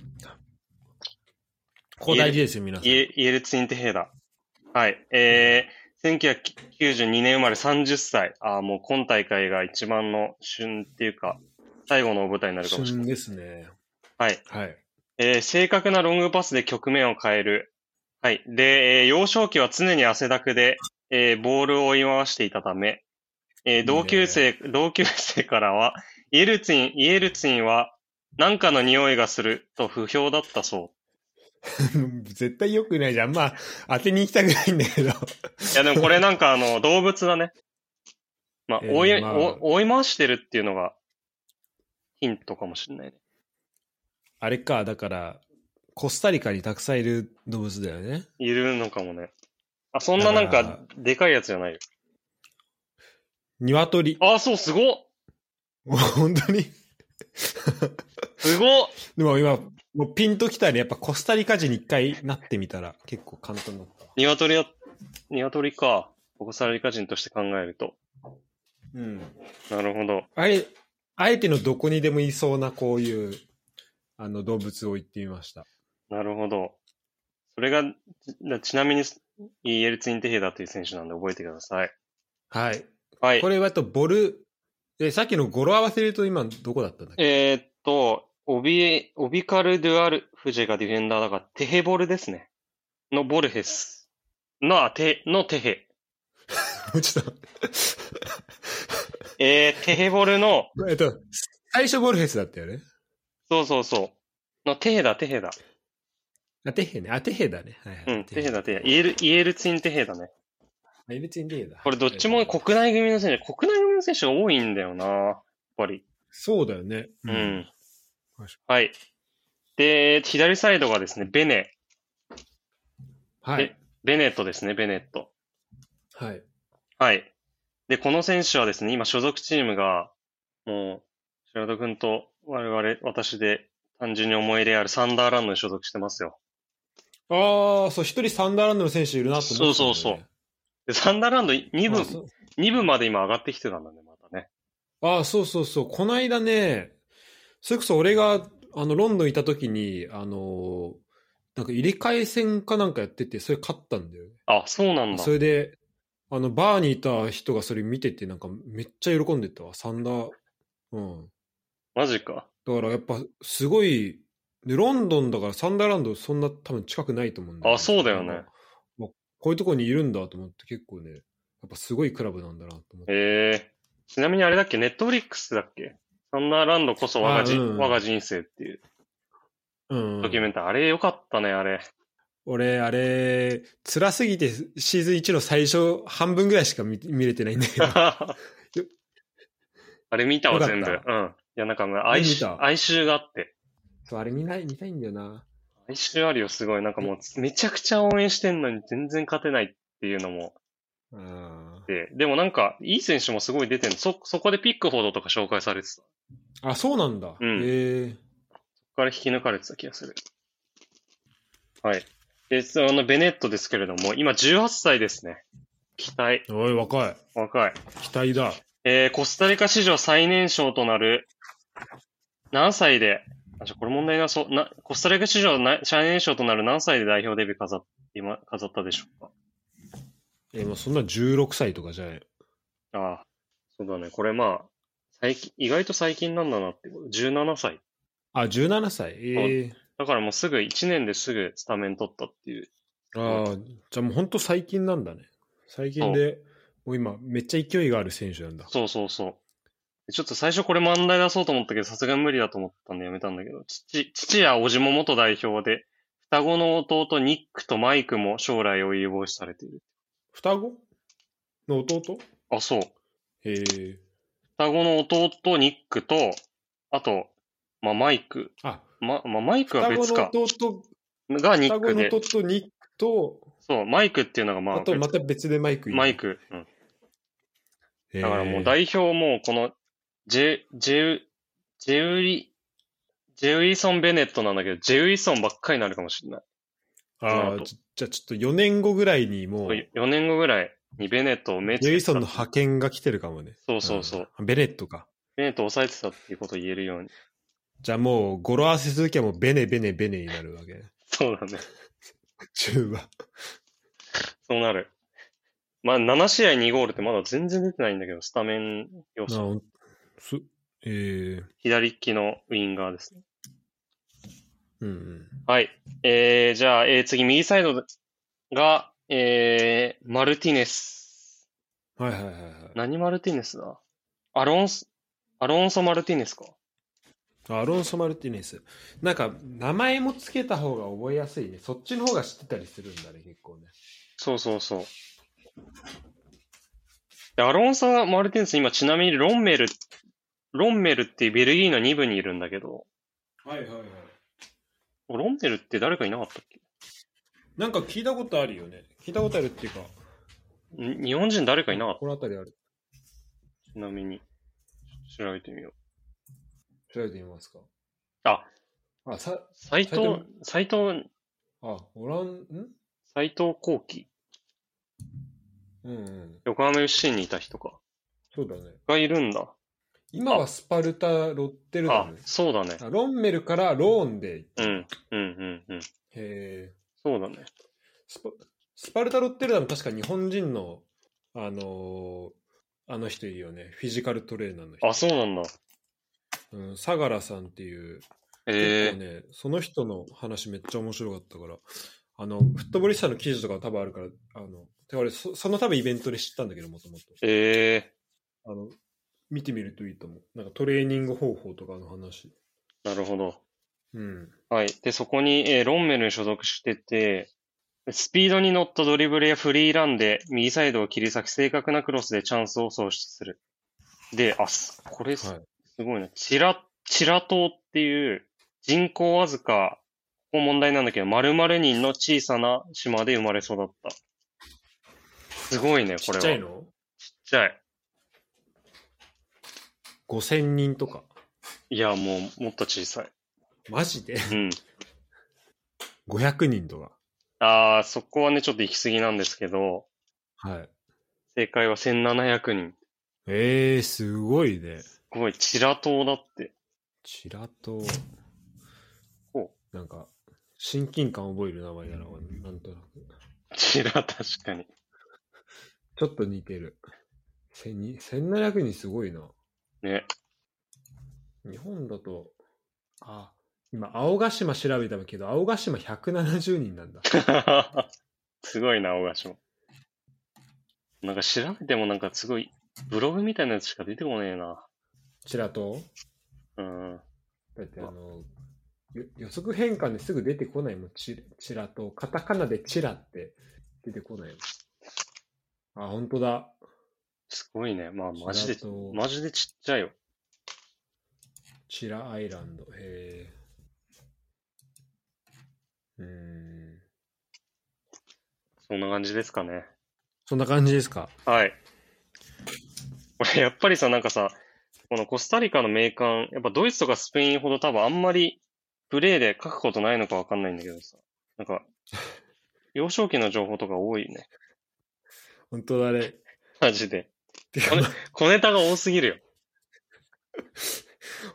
[SPEAKER 1] ここ大事ですよ、皆さん
[SPEAKER 2] イ。エイエルツインテーダ。はい。えー、1992年生まれ30歳。ああ、もう今大会が一番の旬っていうか、最後のお舞台になるかもしれない。
[SPEAKER 1] 旬ですね。
[SPEAKER 2] はい。
[SPEAKER 1] はい。 <laughs>
[SPEAKER 2] えー正確なロングパスで局面を変える。はい。で、えー幼少期は常に汗だくで、えーボールを追い回していたため、え
[SPEAKER 1] い
[SPEAKER 2] ー
[SPEAKER 1] ね
[SPEAKER 2] 同級生、同級生からは、イエルツィン、イエルツィンは、なんかの匂いがすると不評だったそ
[SPEAKER 1] 絶対良くないじゃん。まあ、当てに行きたくないんだけど。
[SPEAKER 2] う。いや、でもこれなんかあ
[SPEAKER 1] <laughs>
[SPEAKER 2] の、動物だね。まあ、
[SPEAKER 1] えー
[SPEAKER 2] 追い、
[SPEAKER 1] まあ
[SPEAKER 2] 追追い回してるっていうのが、ヒントかもしれないね。
[SPEAKER 1] あれか、だから、コスタリカにたくさんいる動物だよね。
[SPEAKER 2] いるのかもね。あ、そんなな
[SPEAKER 1] だ
[SPEAKER 2] ん
[SPEAKER 1] か
[SPEAKER 2] か、でかいやつじゃないよ。
[SPEAKER 1] 鶏。 <laughs>
[SPEAKER 2] あ、そう、すごっ
[SPEAKER 1] 本当に
[SPEAKER 2] すごっ
[SPEAKER 1] でも今、もうピンときたね。やっぱコスタリカ人に一回なってみたら結構簡単だった。
[SPEAKER 2] 鶏は、鶏か。コスタリカ人として考えると。
[SPEAKER 1] うん。
[SPEAKER 2] なるほど。
[SPEAKER 1] あれ、あえてのどこにでもいそうなこういう、あの動物を言ってみました。
[SPEAKER 2] なるほど。それが、ちちなみに、イエルツインテヘダという選手なんで覚えてください。
[SPEAKER 1] はい。
[SPEAKER 2] はい
[SPEAKER 1] こ。れはあとボル、え、さっきの語呂合わせで言うと今どこだったんだっけ
[SPEAKER 2] えーっと、オビ、オビカル・デュアル・フジェがディフェンダーだから、テヘボルですね。のボルヘス。の、あテ、のテヘ。
[SPEAKER 1] もうちょっと。
[SPEAKER 2] えー、テヘボルの、
[SPEAKER 1] <laughs> えっと、最初ボルフェスだったよね。
[SPEAKER 2] そうそうそう。のテヘダ、テヘダ。
[SPEAKER 1] あ、テヘね。あ、テヘだね。はいはい。
[SPEAKER 2] うん、テヘダ、テヘダ。
[SPEAKER 1] イ
[SPEAKER 2] イエル、イエルツインテヘダね。
[SPEAKER 1] エルツインテヘだ。
[SPEAKER 2] これどっちも国内組の選手、国内組の選手が多いんだよな、やっぱり。
[SPEAKER 1] そうだよね。
[SPEAKER 2] うん。
[SPEAKER 1] 確か
[SPEAKER 2] はい。で、左サイドがですね、ベネ、
[SPEAKER 1] はい。
[SPEAKER 2] ベネットですね、ベネット。
[SPEAKER 1] はい。
[SPEAKER 2] はい。で、この選手はですね、今所属チームが、もう、白戸君と我々、私で単純に思い入れあるサンダーランドに所属してますよ。
[SPEAKER 1] ああ、そう、一人サンダーランドの選手いるなと思ってたんだよね、
[SPEAKER 2] そうそうで、サンダーランド2
[SPEAKER 1] あ
[SPEAKER 2] 部、
[SPEAKER 1] そ
[SPEAKER 2] 二部まで今上がってきてたんだね、またね。
[SPEAKER 1] あーそうそうそう。この間ね、それこそ俺が、あの、ロンドンいた時に、あのーなんか入れ替え戦かなんかやってて、それ勝ったんだよね。
[SPEAKER 2] あ、そうなんだ
[SPEAKER 1] そ。れで、あの、バーにいた人がそれ見てて、なんかめっちゃ喜んでたわ。サンダー、うん。
[SPEAKER 2] マジか。
[SPEAKER 1] だからやっぱすごい、で、ロンドンだからサンダーランドそんな多分近くないと思うんだ
[SPEAKER 2] あそうだよね。
[SPEAKER 1] まあこういうとこにいるんだと思って結構ね、やっぱすごいクラブなんだなと思って。
[SPEAKER 2] ええちなみにあれだっけ、ネットフリックスだっけサンダーランドこそ我がじ、
[SPEAKER 1] あうん
[SPEAKER 2] 我が人生っていう
[SPEAKER 1] うん <laughs>
[SPEAKER 2] ドキュメンタリー。あれ良かったね、あれ。
[SPEAKER 1] 俺、あれ、辛すぎてシーズン1の最初半分ぐらいしか見見れてないんだ
[SPEAKER 2] <laughs>
[SPEAKER 1] けど。
[SPEAKER 2] あれ見たわ、
[SPEAKER 1] よかった
[SPEAKER 2] 全部。うん。いや、なんかもう哀
[SPEAKER 1] 見
[SPEAKER 2] 愁、
[SPEAKER 1] た
[SPEAKER 2] 哀愁があって。
[SPEAKER 1] そう、あれ見ない、見たいんだよな。
[SPEAKER 2] 哀愁あるよ、すごい。なんかもう、めちゃくちゃ応援してんのに全然勝てないっていうのも
[SPEAKER 1] あ
[SPEAKER 2] あって。でもなんか、いい選手もすごい出てるそ、そこでピックフォードとか紹介されてた。そこ
[SPEAKER 1] ーあ、そうなんだ。
[SPEAKER 2] うん
[SPEAKER 1] へえ。
[SPEAKER 2] から引き抜かれてた気がする。はい。で、そのベネットですけれども、今18歳ですね。期待。
[SPEAKER 1] おい、若い。
[SPEAKER 2] 若い。
[SPEAKER 1] 期待だ。
[SPEAKER 2] えーコスタリカ史上最年少となる、何歳で、あ、ちょ、これ問題なそう、な、コスタリカ史上な最年少となる何歳で代表デビュー飾っ、今、飾ったでしょうか。
[SPEAKER 1] えー、もうそんな16歳とかじゃない。
[SPEAKER 2] ああ、そうだね。これまあ、最近、意外と最近なんだなってこと、17歳。
[SPEAKER 1] あ、17歳。え
[SPEAKER 2] だからもうすぐ、1年ですぐスタメン取ったっていう。
[SPEAKER 1] えああ、じゃあもう本当最近なんだね。最近で、もう今、めっちゃ勢いがある選手なんだ。
[SPEAKER 2] そうそうそう。ちょっと最初これ問題出そうと思ったけど、さすがに無理だと思ったんでやめたんだけど、父、父や叔父も元代表で、双子の弟ニックとマイクも将来を有望視されている。
[SPEAKER 1] 双子の弟
[SPEAKER 2] あ、そう。
[SPEAKER 1] へえ。
[SPEAKER 2] 双子の弟ニックと、あと、まあ、マイク。
[SPEAKER 1] あ、
[SPEAKER 2] ま、まあ、マイクは
[SPEAKER 1] 双子
[SPEAKER 2] 別か。
[SPEAKER 1] の弟、
[SPEAKER 2] がニ
[SPEAKER 1] 双
[SPEAKER 2] ッ
[SPEAKER 1] 子
[SPEAKER 2] ク
[SPEAKER 1] の
[SPEAKER 2] で。
[SPEAKER 1] 弟ニックと、
[SPEAKER 2] そう、マイクっていうのがまあ、
[SPEAKER 1] あとまた別でマイクいる
[SPEAKER 2] マイ。ク。うん。
[SPEAKER 1] だ
[SPEAKER 2] だからもう代表もうこの、ジェ、ジェウ、ジェウリ、ジェウリソン・ベネットなんだけど、ジェウリソンばっかりになるかもしれない。
[SPEAKER 1] あ
[SPEAKER 2] その
[SPEAKER 1] あ、
[SPEAKER 2] 後
[SPEAKER 1] じじゃあちょっと4年後ぐらいにもう、ジ
[SPEAKER 2] 4年後ぐらいにベネットをめ
[SPEAKER 1] ェイソンの派遣が来てるかもね。
[SPEAKER 2] そうそうそう。
[SPEAKER 1] うん。ベネットか。
[SPEAKER 2] ベネットを抑えてたっていうことを言えるように。
[SPEAKER 1] じゃあもう語呂合わせするときはもうベネベネベネになるわけ <laughs> ね。
[SPEAKER 2] そうだね。
[SPEAKER 1] 中盤。
[SPEAKER 2] そうなる。まあ、7試合2ゴールってまだ全然出てないんだけど、スタメン要
[SPEAKER 1] な
[SPEAKER 2] 素。
[SPEAKER 1] おすえー、
[SPEAKER 2] 左利きのウィンガーですね。
[SPEAKER 1] うんうん。
[SPEAKER 2] はい。えー、じゃあ、えー、次、右サイドが、えー、マルティネス。
[SPEAKER 1] はいはいはいはい。
[SPEAKER 2] 何マルティネスだアロンス、アロンソ・マルティネスか。
[SPEAKER 1] アロンソ・マルティネス。なんか、名前もつけた方が覚えやすいね。そっちの方が知ってたりするんだね、結構ね。
[SPEAKER 2] そうそうそう。でアロンソ・マルティネス、今ちなみにロンメル、ロンメルっていうベルギーの2部にいるんだけど、
[SPEAKER 1] はいはいはい。
[SPEAKER 2] ロンメルって誰かいなかったっけ
[SPEAKER 1] なんか聞いたことあるよね。聞いたことあるっていうか、
[SPEAKER 2] ん日本人誰かいなかっ
[SPEAKER 1] この辺りある。
[SPEAKER 2] たちなみに。調べてみよう。
[SPEAKER 1] 調べてみますか。
[SPEAKER 2] あ、
[SPEAKER 1] あ、さ、
[SPEAKER 2] 斎藤、斎藤、
[SPEAKER 1] あ、オラン、ん
[SPEAKER 2] 斎藤幸喜。
[SPEAKER 1] うんうん。
[SPEAKER 2] 横浜 FC にいた人か。
[SPEAKER 1] そうだね。
[SPEAKER 2] がいるんだ。
[SPEAKER 1] 今はスパルタ・ロッテルダ
[SPEAKER 2] あ
[SPEAKER 1] ム、。
[SPEAKER 2] そうだね。
[SPEAKER 1] あロンメルからローンで行った。
[SPEAKER 2] うん、うん、うん、うん。
[SPEAKER 1] へー
[SPEAKER 2] そうだね。
[SPEAKER 1] スパスパルタ・ロッテルダム確か日本人の、あのーあの人いるよね。フィジカルトレーナーの人。
[SPEAKER 2] あ、そうなんだ。
[SPEAKER 1] うん、相良さんっていう、
[SPEAKER 2] え
[SPEAKER 1] 結
[SPEAKER 2] え
[SPEAKER 1] 構ね、その人の話めっちゃ面白かったから、あの、フットボリスタの記事とか多分あるから、あの、てか俺そ、その多分イベントで知ったんだけど、もともと。
[SPEAKER 2] ええ
[SPEAKER 1] あの、見てみるといいと思う。なんかトレーニング方法とかの話。
[SPEAKER 2] なるほど。
[SPEAKER 1] うん。
[SPEAKER 2] はい。で、そこに、えーロンメルに所属してて、スピードに乗ったドリブルやフリーランで右サイドを切り裂き、正確なクロスでチャンスを創出する。で、あ、すこれす,、
[SPEAKER 1] はい
[SPEAKER 2] ごいな。チラ、チラ島っていう人口わずか、ここ問題なんだけど、〇〇人の小さな島で生まれ育った。すごいね、こ
[SPEAKER 1] ち
[SPEAKER 2] れ
[SPEAKER 1] っ
[SPEAKER 2] は。
[SPEAKER 1] ちゃいの
[SPEAKER 2] ちっちゃい。
[SPEAKER 1] ?5000 人とか。
[SPEAKER 2] いや、もう、もっと小さい。
[SPEAKER 1] マジで <laughs>
[SPEAKER 2] うん。
[SPEAKER 1] ?500 人とか。
[SPEAKER 2] ああ、そこはね、ちょっと行き過ぎなんですけど、
[SPEAKER 1] はい。
[SPEAKER 2] 正解は1700人。
[SPEAKER 1] えー、すごいね。
[SPEAKER 2] すごい、チラ島だって。 <laughs>
[SPEAKER 1] チラと、
[SPEAKER 2] お
[SPEAKER 1] なんか、親近感覚える名前だな、俺なんとなく。
[SPEAKER 2] チラ、確
[SPEAKER 1] <laughs>
[SPEAKER 2] かに。
[SPEAKER 1] ちょっと似てる。千二1700人すごいな。
[SPEAKER 2] ね。
[SPEAKER 1] 日本だと、あ、今、青ヶ島調べたけど、青ヶ島170人なんだ。
[SPEAKER 2] すごいな、大島。なんか調べてもなんかすごい、ブログみたいなやつしか出てこねえな。
[SPEAKER 1] チラと、
[SPEAKER 2] うん。
[SPEAKER 1] だってあの、よ予測変換ですぐ出てこないもん、チラチラと、カタカナでチラって出てこないもん。あ、本当だ。
[SPEAKER 2] すごいね。まあ、マジで
[SPEAKER 1] チラ、と
[SPEAKER 2] マジでちっちゃいよ。
[SPEAKER 1] チラアイランド。へえ。うーん。
[SPEAKER 2] そんな感じですかね。
[SPEAKER 1] そんな感じですか。
[SPEAKER 2] はい。これ、やっぱりさ、なんかさ、このコスタリカの名鑑、やっぱドイツとかスペインほど多分あんまりプレイで書くことないのかわかんないんだけどさ、なん
[SPEAKER 1] <laughs>
[SPEAKER 2] か、幼少期の情報とか多いね。
[SPEAKER 1] 本当だね。
[SPEAKER 2] マジで。
[SPEAKER 1] て
[SPEAKER 2] こ
[SPEAKER 1] か
[SPEAKER 2] れ、小ネタが多すぎるよ。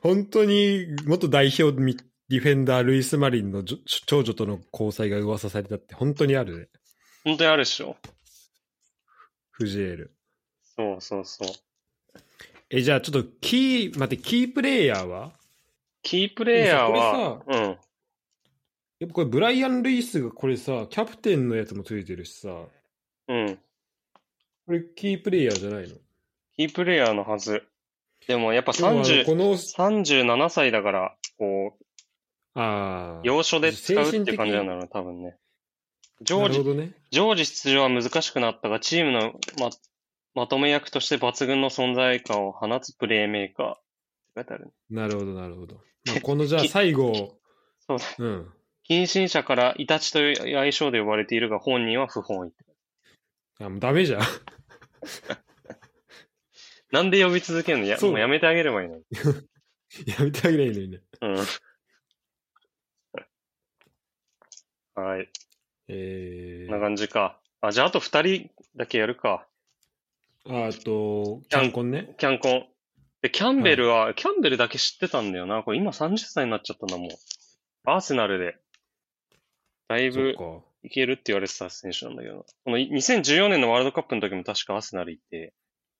[SPEAKER 1] 本当に元代表ミディフェンダー、ルイス・マリンのじょ長女との交際が噂されたって本当にあるね。
[SPEAKER 2] 本当にあるでしょ。
[SPEAKER 1] フジエール。
[SPEAKER 2] そうそうそう。
[SPEAKER 1] え、じゃあちょっとキー、待って、キープレイヤーは
[SPEAKER 2] キープレイヤーは
[SPEAKER 1] で、
[SPEAKER 2] うん。
[SPEAKER 1] やっぱこれブライアン・ルイスがこれさ、キャプテンのやつもついてるしさ、
[SPEAKER 2] うん。
[SPEAKER 1] これキープレイヤーじゃないの
[SPEAKER 2] キープレイヤーのはず。でもやっぱ
[SPEAKER 1] でも
[SPEAKER 2] 30、
[SPEAKER 1] あのこ
[SPEAKER 2] 37歳だから、こう、
[SPEAKER 1] の、ああ。
[SPEAKER 2] 要所で使うっ
[SPEAKER 1] 精
[SPEAKER 2] て
[SPEAKER 1] 神
[SPEAKER 2] いう
[SPEAKER 1] 的
[SPEAKER 2] 感じなんだろうな、多分ね。
[SPEAKER 1] な
[SPEAKER 2] 常
[SPEAKER 1] るほ
[SPEAKER 2] 時、
[SPEAKER 1] どね。
[SPEAKER 2] 常時出場は難しくなったが、チームのま、まとめ役として抜群の存在感を放つプレーメーカー。って書いてあるね
[SPEAKER 1] なるほど、なるほど。まあ、このじゃあ最後、
[SPEAKER 2] そうだ。
[SPEAKER 1] うん。
[SPEAKER 2] 近親者からイタチという愛称で呼ばれているが、本人は不本意。
[SPEAKER 1] あもうダメじゃん。 <laughs>
[SPEAKER 2] なんで呼び続けるのや
[SPEAKER 1] そう
[SPEAKER 2] もうやめてあげればいいのに。
[SPEAKER 1] やめてあげないいのにね。
[SPEAKER 2] うん。 <laughs> はい。
[SPEAKER 1] え
[SPEAKER 2] こんな
[SPEAKER 1] ー、
[SPEAKER 2] 感じか。あ、じゃああと二人だけやるか。
[SPEAKER 1] ああと、キャンコンね。
[SPEAKER 2] キャンコン。で、キャンベルは、キャンベルだけ知ってたんだよな。これ今30歳になっちゃったんだもん。アーセナルで。だい
[SPEAKER 1] そっ
[SPEAKER 2] ぶ
[SPEAKER 1] か。
[SPEAKER 2] いけるって言われてた選手なんだけどな。この2014年のワールドカップの時も確かアーセナルいて、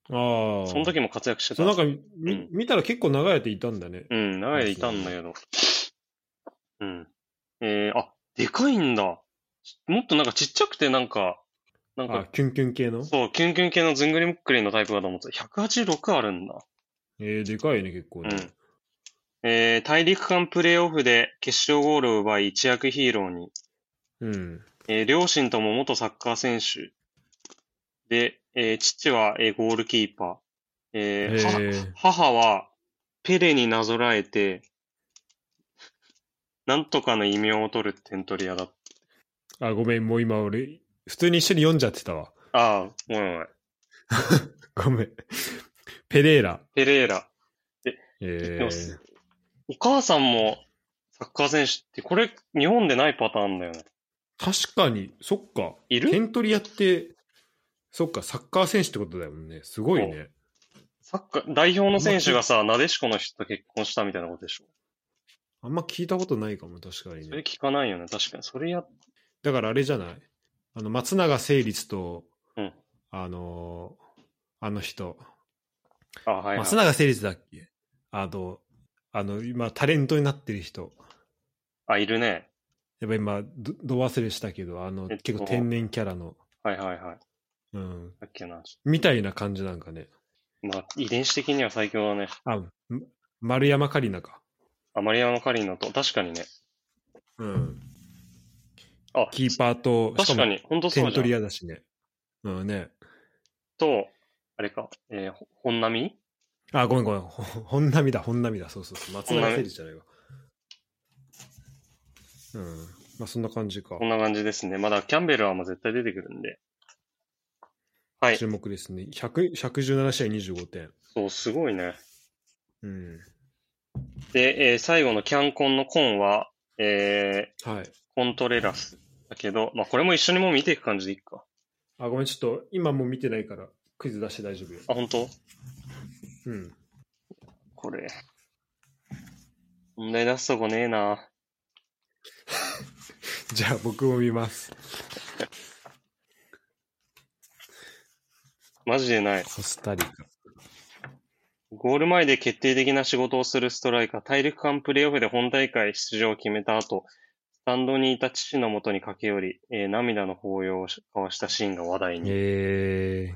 [SPEAKER 1] ああ。
[SPEAKER 2] その時も活躍してた。
[SPEAKER 1] そうなんかみ、
[SPEAKER 2] うん
[SPEAKER 1] 見たら結構長いやついたんだね。
[SPEAKER 2] うん、長い間いたんだけど。うん。えー、あ、でかいんだ。もっとなんかちっちゃくてなんか、なん
[SPEAKER 1] あ
[SPEAKER 2] か、、
[SPEAKER 1] キュンキュン系の
[SPEAKER 2] そう、キュンキュン系のずんぐりむっくりのタイプかと思ってた。186あるんだ。
[SPEAKER 1] えー、でかいね、結構ね。
[SPEAKER 2] うんえー大陸間プレーオフで決勝ゴールを奪い一躍ヒーローに、
[SPEAKER 1] うん。
[SPEAKER 2] えー両親とも元サッカー選手で、えー父は、えーゴールキーパー、
[SPEAKER 1] え
[SPEAKER 2] えーは
[SPEAKER 1] ー、
[SPEAKER 2] 母はペレになぞらえて、なんとかの異名を取る点取り屋だっ
[SPEAKER 1] あ、ごめん、もう今俺、普通に一緒に読んじゃってたわ。
[SPEAKER 2] た。ああ、ごめんごめん。
[SPEAKER 1] ごめん。 <laughs> ペレーラ。
[SPEAKER 2] ペレーラ。
[SPEAKER 1] え
[SPEAKER 2] でも
[SPEAKER 1] ー、
[SPEAKER 2] お母さんもサッカー選手って、これ日本でないパターンだよね。
[SPEAKER 1] 確かに、そっか。
[SPEAKER 2] いる
[SPEAKER 1] 点取り屋って、そっか、サッカー選手ってことだよね。すごいね。
[SPEAKER 2] サッカー、代表の選手がさ、なでしこの人と結婚したみたいなことでしょ。
[SPEAKER 1] あんま聞いたことないかも、確かに
[SPEAKER 2] それ
[SPEAKER 1] ね。
[SPEAKER 2] 聞かないよね、確かに。それや、
[SPEAKER 1] だからあれじゃないあの、松永誠律と、
[SPEAKER 2] うん
[SPEAKER 1] あのーあの人、
[SPEAKER 2] あ、はい、はい。
[SPEAKER 1] 松永誠律だっけあと、あの、今、タレントになってる人。
[SPEAKER 2] あ、いるね。
[SPEAKER 1] やっぱ今、ど、ど忘れしたけど、あの、
[SPEAKER 2] えっと
[SPEAKER 1] 結構天然キャラの、
[SPEAKER 2] はいはいはい。
[SPEAKER 1] うん、
[SPEAKER 2] だっけな。
[SPEAKER 1] みたいな感じなんかね。
[SPEAKER 2] まあ、遺伝子的には最強だね。
[SPEAKER 1] あ、ん丸山桂里奈か。
[SPEAKER 2] あマリアのカリーナと、確かにね。
[SPEAKER 1] うん。
[SPEAKER 2] あ、
[SPEAKER 1] キーパーと、
[SPEAKER 2] 確か
[SPEAKER 1] しも
[SPEAKER 2] に、本当そう
[SPEAKER 1] 点
[SPEAKER 2] じゃ
[SPEAKER 1] 取り
[SPEAKER 2] ん。
[SPEAKER 1] 屋だしね。うんね。
[SPEAKER 2] と、あれか、えー、ほ本並
[SPEAKER 1] あ、ごめんごめん。ほ、本並だ、本並だ。そうそうそう。松永誠治じゃないわ。うん。まあ、そんな感じか
[SPEAKER 2] こん。な感じですね。まだキャンベルはもう絶対出てくるんで。はい。
[SPEAKER 1] 注目ですね。100 117試合25点。
[SPEAKER 2] そう、すごいね。
[SPEAKER 1] うん。
[SPEAKER 2] で、えー最後のキャンコンのコンは、え
[SPEAKER 1] はい。
[SPEAKER 2] ー、コントレラス。だけど、まあ、これも一緒にもう見ていく感じでいいか。
[SPEAKER 1] あ、ごめん、ちょっと、今もう見てないから、クイズ出して大丈夫よ。
[SPEAKER 2] あ、本当
[SPEAKER 1] うん。
[SPEAKER 2] これ。問題出すとこねえな。
[SPEAKER 1] じゃあ、僕も見ます。
[SPEAKER 2] マジでない。
[SPEAKER 1] コスタリカ。
[SPEAKER 2] ゴール前で決定的な仕事をするストライカー、大陸間プレーオフで本大会出場を決めた後、スタンドにいた父のもとに駆け寄り、えー涙の抱擁を交わしたシーンが話題に。
[SPEAKER 1] え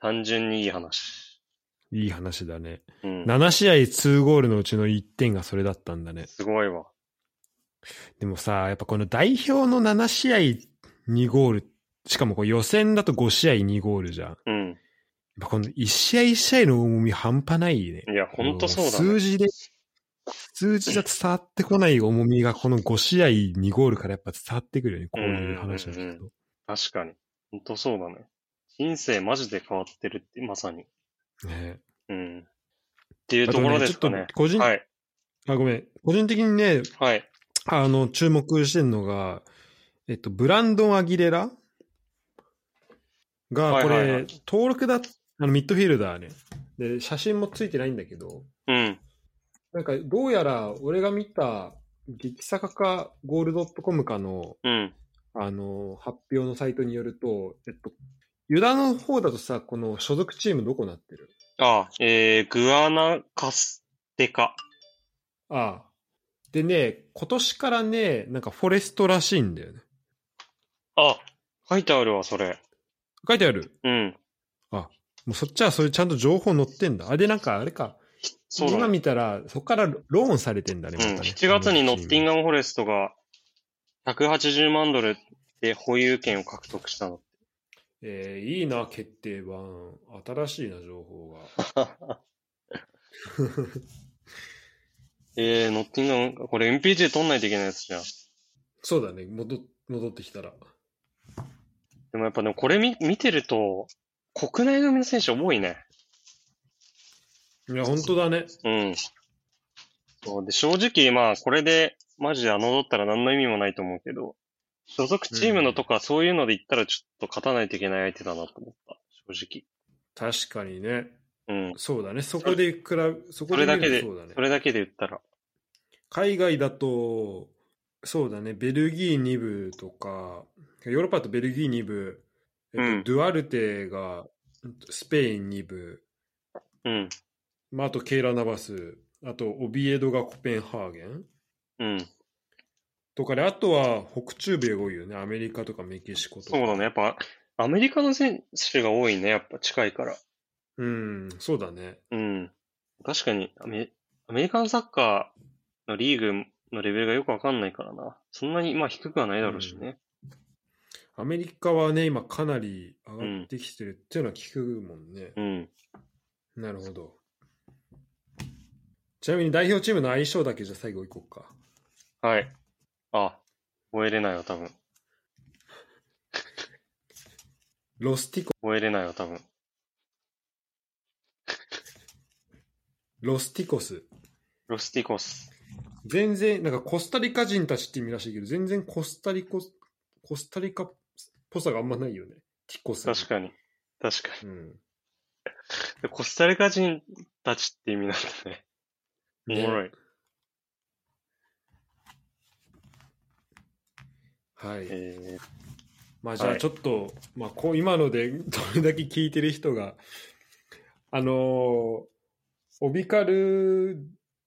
[SPEAKER 2] 単純にいい話。
[SPEAKER 1] ー、いい話だね。
[SPEAKER 2] うん。
[SPEAKER 1] 7試合2ゴールのうちの1点がそれだったんだね。
[SPEAKER 2] すごいわ。
[SPEAKER 1] でもさ、やっぱこの代表の7試合2ゴール、しかもこう予選だと5試合2ゴールじゃん。やっ
[SPEAKER 2] うん。
[SPEAKER 1] ぱこの1試合1試合の重み半端ないね。
[SPEAKER 2] いや、ほんとそうだ、
[SPEAKER 1] 数
[SPEAKER 2] ね。
[SPEAKER 1] 字で、数字じゃ伝わってこない重みがこの5試合2ゴールからやっぱ伝わってくるよね、こういう話を
[SPEAKER 2] うんう
[SPEAKER 1] 聞
[SPEAKER 2] ん
[SPEAKER 1] くと。
[SPEAKER 2] 確かに。ほんとそうだね。人生マジで変わってるって、まさに。
[SPEAKER 1] ね
[SPEAKER 2] うん。っていうところですかね
[SPEAKER 1] あとねちょっ。と個人
[SPEAKER 2] はい。
[SPEAKER 1] あ、ごめん。個人的にね、
[SPEAKER 2] はい。
[SPEAKER 1] あの、注目してるのが、えっと、ブランドン・アギレラが、
[SPEAKER 2] はい
[SPEAKER 1] これ、
[SPEAKER 2] はいはい
[SPEAKER 1] 登録だ、あの、ミッドフィールダーね。で、写真もついてないんだけど、
[SPEAKER 2] うん。
[SPEAKER 1] なんか、どうやら、俺が見た、激坂か、ゴールドットコムかの、
[SPEAKER 2] うん。
[SPEAKER 1] あの、発表のサイトによると、えっと、ユダの方だとさ、この所属チームどこなってる
[SPEAKER 2] あ、えー、グアナカステカ。
[SPEAKER 1] ああ。でね、今年からね、なんかフォレストらしいんだよね。
[SPEAKER 2] あ、書いてあるわ、それ。
[SPEAKER 1] 書いてある。
[SPEAKER 2] うん。
[SPEAKER 1] もうそっちはそれちゃんと情報載ってんだ。あ、で、なんかあれか。
[SPEAKER 2] そうだ
[SPEAKER 1] 今
[SPEAKER 2] ね。
[SPEAKER 1] 見たら、そこからローンされてんだね、また
[SPEAKER 2] うん。
[SPEAKER 1] ね
[SPEAKER 2] 7月にノッティン
[SPEAKER 1] が。
[SPEAKER 2] ガム・フォレストが180万ドルで保有権を獲得したの。
[SPEAKER 1] えー、いいな、決定版。新しいな、情報が。
[SPEAKER 2] えー、ノッティンガム、これ MPG 取んないといけないやつじゃん。
[SPEAKER 1] そうだね、戻っ戻ってきたら。
[SPEAKER 2] でもやっぱね、これ見見てると、国内組の選手多いね。
[SPEAKER 1] いや、本当だね。
[SPEAKER 2] うん。そうで、正直、まあ、これで、マジで侮ったら何の意味もないと思うけど、所属チームのとか、そういうので言ったら、ちょっと勝たないといけない相手だなと思った。正
[SPEAKER 1] 確かにね。
[SPEAKER 2] 直。うん。
[SPEAKER 1] そうだね、そこで比べ、そこ
[SPEAKER 2] それだけ
[SPEAKER 1] 見る
[SPEAKER 2] で
[SPEAKER 1] とそうだ、ね
[SPEAKER 2] そ。れだけで言ったら。
[SPEAKER 1] 海外だと、そうだね、ベルギー2部とか、ヨーロッパだとベルギー2部、えっと
[SPEAKER 2] うん
[SPEAKER 1] ドゥアルテがうんとスペイン2部、
[SPEAKER 2] うん。
[SPEAKER 1] まあ、あとケイラ・ナバス、あとオビエドがコペンハーゲン
[SPEAKER 2] うん。
[SPEAKER 1] とかで、あとは北中米多いよね、アメリカとかメキシコとか。
[SPEAKER 2] そうだね。やっぱ、アメリカの選手が多いね。やっぱ近いから。
[SPEAKER 1] うん、そうだね。
[SPEAKER 2] うん。確かにアメ、アメリカンサッカーのリーグのレベルがよくわかんないからな。そんなに、まあ低くはないだろうしね。
[SPEAKER 1] アメリカはね、今かなり上がってきてるっていうのは聞くもんね。
[SPEAKER 2] うん。
[SPEAKER 1] なるほど。ちなみに代表チームの相性だけじゃ最後いこうか。
[SPEAKER 2] はい。あ、覚えれないわ、多分。
[SPEAKER 1] ロスティコ、
[SPEAKER 2] 覚えれないわ、多分。
[SPEAKER 1] ロスティコス。
[SPEAKER 2] ロスティコス。
[SPEAKER 1] 全然、なんかコスタリカ人たちって意味らしいけど、全然コスタリコ、コスタリカっぽさがあんまないよね。ティコス。
[SPEAKER 2] 確かに。確か
[SPEAKER 1] に。うん。
[SPEAKER 2] に。コスタリカ人たちって意味なんだね。おもろ
[SPEAKER 1] い。
[SPEAKER 2] い。
[SPEAKER 1] はい。
[SPEAKER 2] えー
[SPEAKER 1] まあじゃ
[SPEAKER 2] は
[SPEAKER 1] あ
[SPEAKER 2] い
[SPEAKER 1] ちょっと、まあこう、今ので <laughs> どれだけ聞いてる人が、あのーオビカル・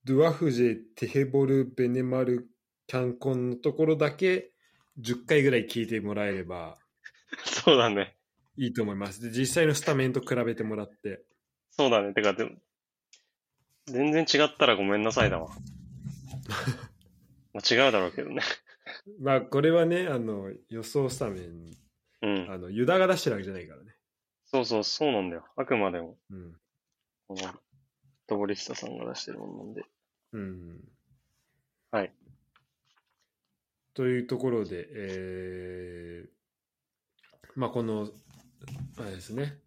[SPEAKER 1] ドゥアフジェ・テヘボル・ベネマル・キャンコンのところだけ10回ぐらい聞いてもらえれば
[SPEAKER 2] <laughs> そうだね。
[SPEAKER 1] いいと思います。で、実際のスタメンと比べてもらって。
[SPEAKER 2] そうだね。てか、でも、全然違ったらごめんなさ
[SPEAKER 1] <laughs>
[SPEAKER 2] いだわ。まあ違うだろうけどね。
[SPEAKER 1] まあこれはね、あの、予想スタメン、
[SPEAKER 2] うん。
[SPEAKER 1] あの、ユダが出してるわけじゃないからね。
[SPEAKER 2] そうそう、そうなんだよ。あくまでも、
[SPEAKER 1] うん。
[SPEAKER 2] この、ドボリスタさんが出してるもんなんで。
[SPEAKER 1] うん。
[SPEAKER 2] はい。
[SPEAKER 1] というところで、えー、まあこの、あれですね、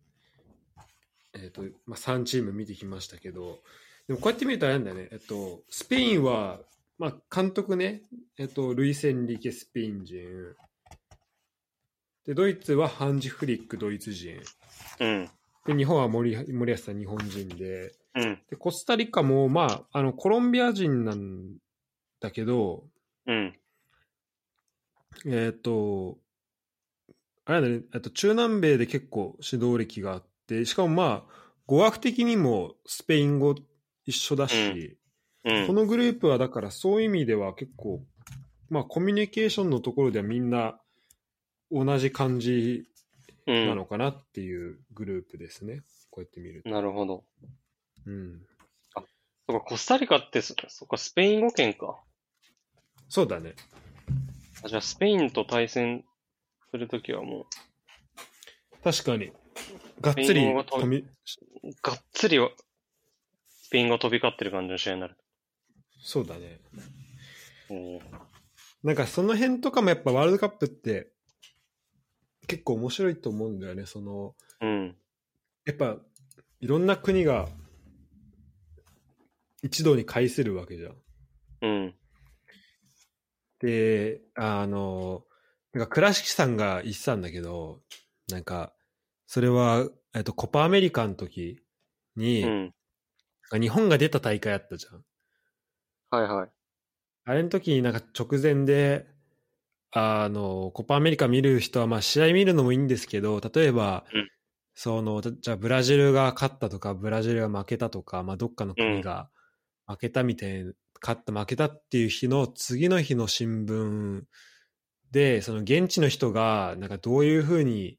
[SPEAKER 1] えっ、と、まあ3チーム見てきましたけど、でもこうやって見るとあれなんだよね、えっと、スペインは、まあ監督ね、えっと、ルイセンリケ・スペイン人、で、ドイツはハンジ・フリック、ドイツ人、
[SPEAKER 2] うん。
[SPEAKER 1] で、日本は森森保さん、日本人で、
[SPEAKER 2] うん。
[SPEAKER 1] で、コスタリカも、まあ、あの、コロンビア人なんだけど、
[SPEAKER 2] うん。
[SPEAKER 1] えっ、と、あれだね、えっと、中南米で結構指導歴があって、しかもまあ、語学的にもスペイン語一緒だし、
[SPEAKER 2] うん。
[SPEAKER 1] このグループはだからそういう意味では結構、まあ、コミュニケーションのところではみんな同じ感じ
[SPEAKER 2] うん
[SPEAKER 1] なのかなっていうグループですね。こうやって見ると。
[SPEAKER 2] なるほど。
[SPEAKER 1] うん。
[SPEAKER 2] そっか、コスタリカってそ、そっか、スペイン語圏か。
[SPEAKER 1] そうだね。
[SPEAKER 2] あじゃあ、スペインと対戦するときはも
[SPEAKER 1] 確かに。がっつり
[SPEAKER 2] スペイン語が飛
[SPEAKER 1] 飛び、
[SPEAKER 2] う、がっつりは、スペインが飛び交ってる感じの試合になる。
[SPEAKER 1] そうだね。
[SPEAKER 2] おー
[SPEAKER 1] なんかその辺とかもやっぱワールドカップって結構面白いと思うんだよね。その、
[SPEAKER 2] うん。
[SPEAKER 1] やっぱいろんな国が一堂に会するわけじゃん。
[SPEAKER 2] うん。
[SPEAKER 1] で、あの、なんか倉敷さんが言ってたんだけど、なんか、それは、えっと、コパアメリカの時
[SPEAKER 2] う
[SPEAKER 1] に、
[SPEAKER 2] ん。
[SPEAKER 1] 日本が出た大会あったじゃん。
[SPEAKER 2] はいはい。
[SPEAKER 1] あれの時になんか直前で、あの、コパアメリカ見る人は、まあ試合見るのもいいんですけど、例えば、
[SPEAKER 2] うん
[SPEAKER 1] その、じゃじゃあブラジルが勝ったとか、ブラジルが負けたとか、まあどっかの国が負けたみたいな、勝った負けたっていう日の次の日の新聞で、その現地の人が、なんかどういうふうに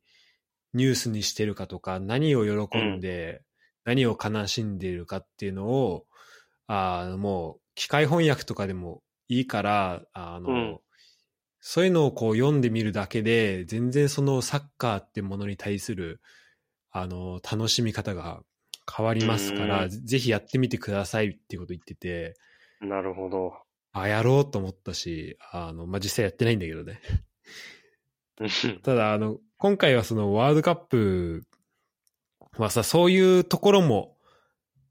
[SPEAKER 1] ニュースにしてるかとか、何を喜んで、何を悲しんでいるかっていうのを、あのもう機械翻訳とかでもいいから、あの、
[SPEAKER 2] うん
[SPEAKER 1] そういうのをこう読んでみるだけで、全然そのサッカーってものに対する、あの、楽しみ方が変わりますから、
[SPEAKER 2] うん
[SPEAKER 1] ぜぜひやってみてくださいっていうこと言ってて、
[SPEAKER 2] なるほど。
[SPEAKER 1] あ、やろうと思ったし、あの、まあ、実際やってないんだけどね。
[SPEAKER 2] うん
[SPEAKER 1] ただ、あの、今回はそのワールドカップはさ、そういうところも、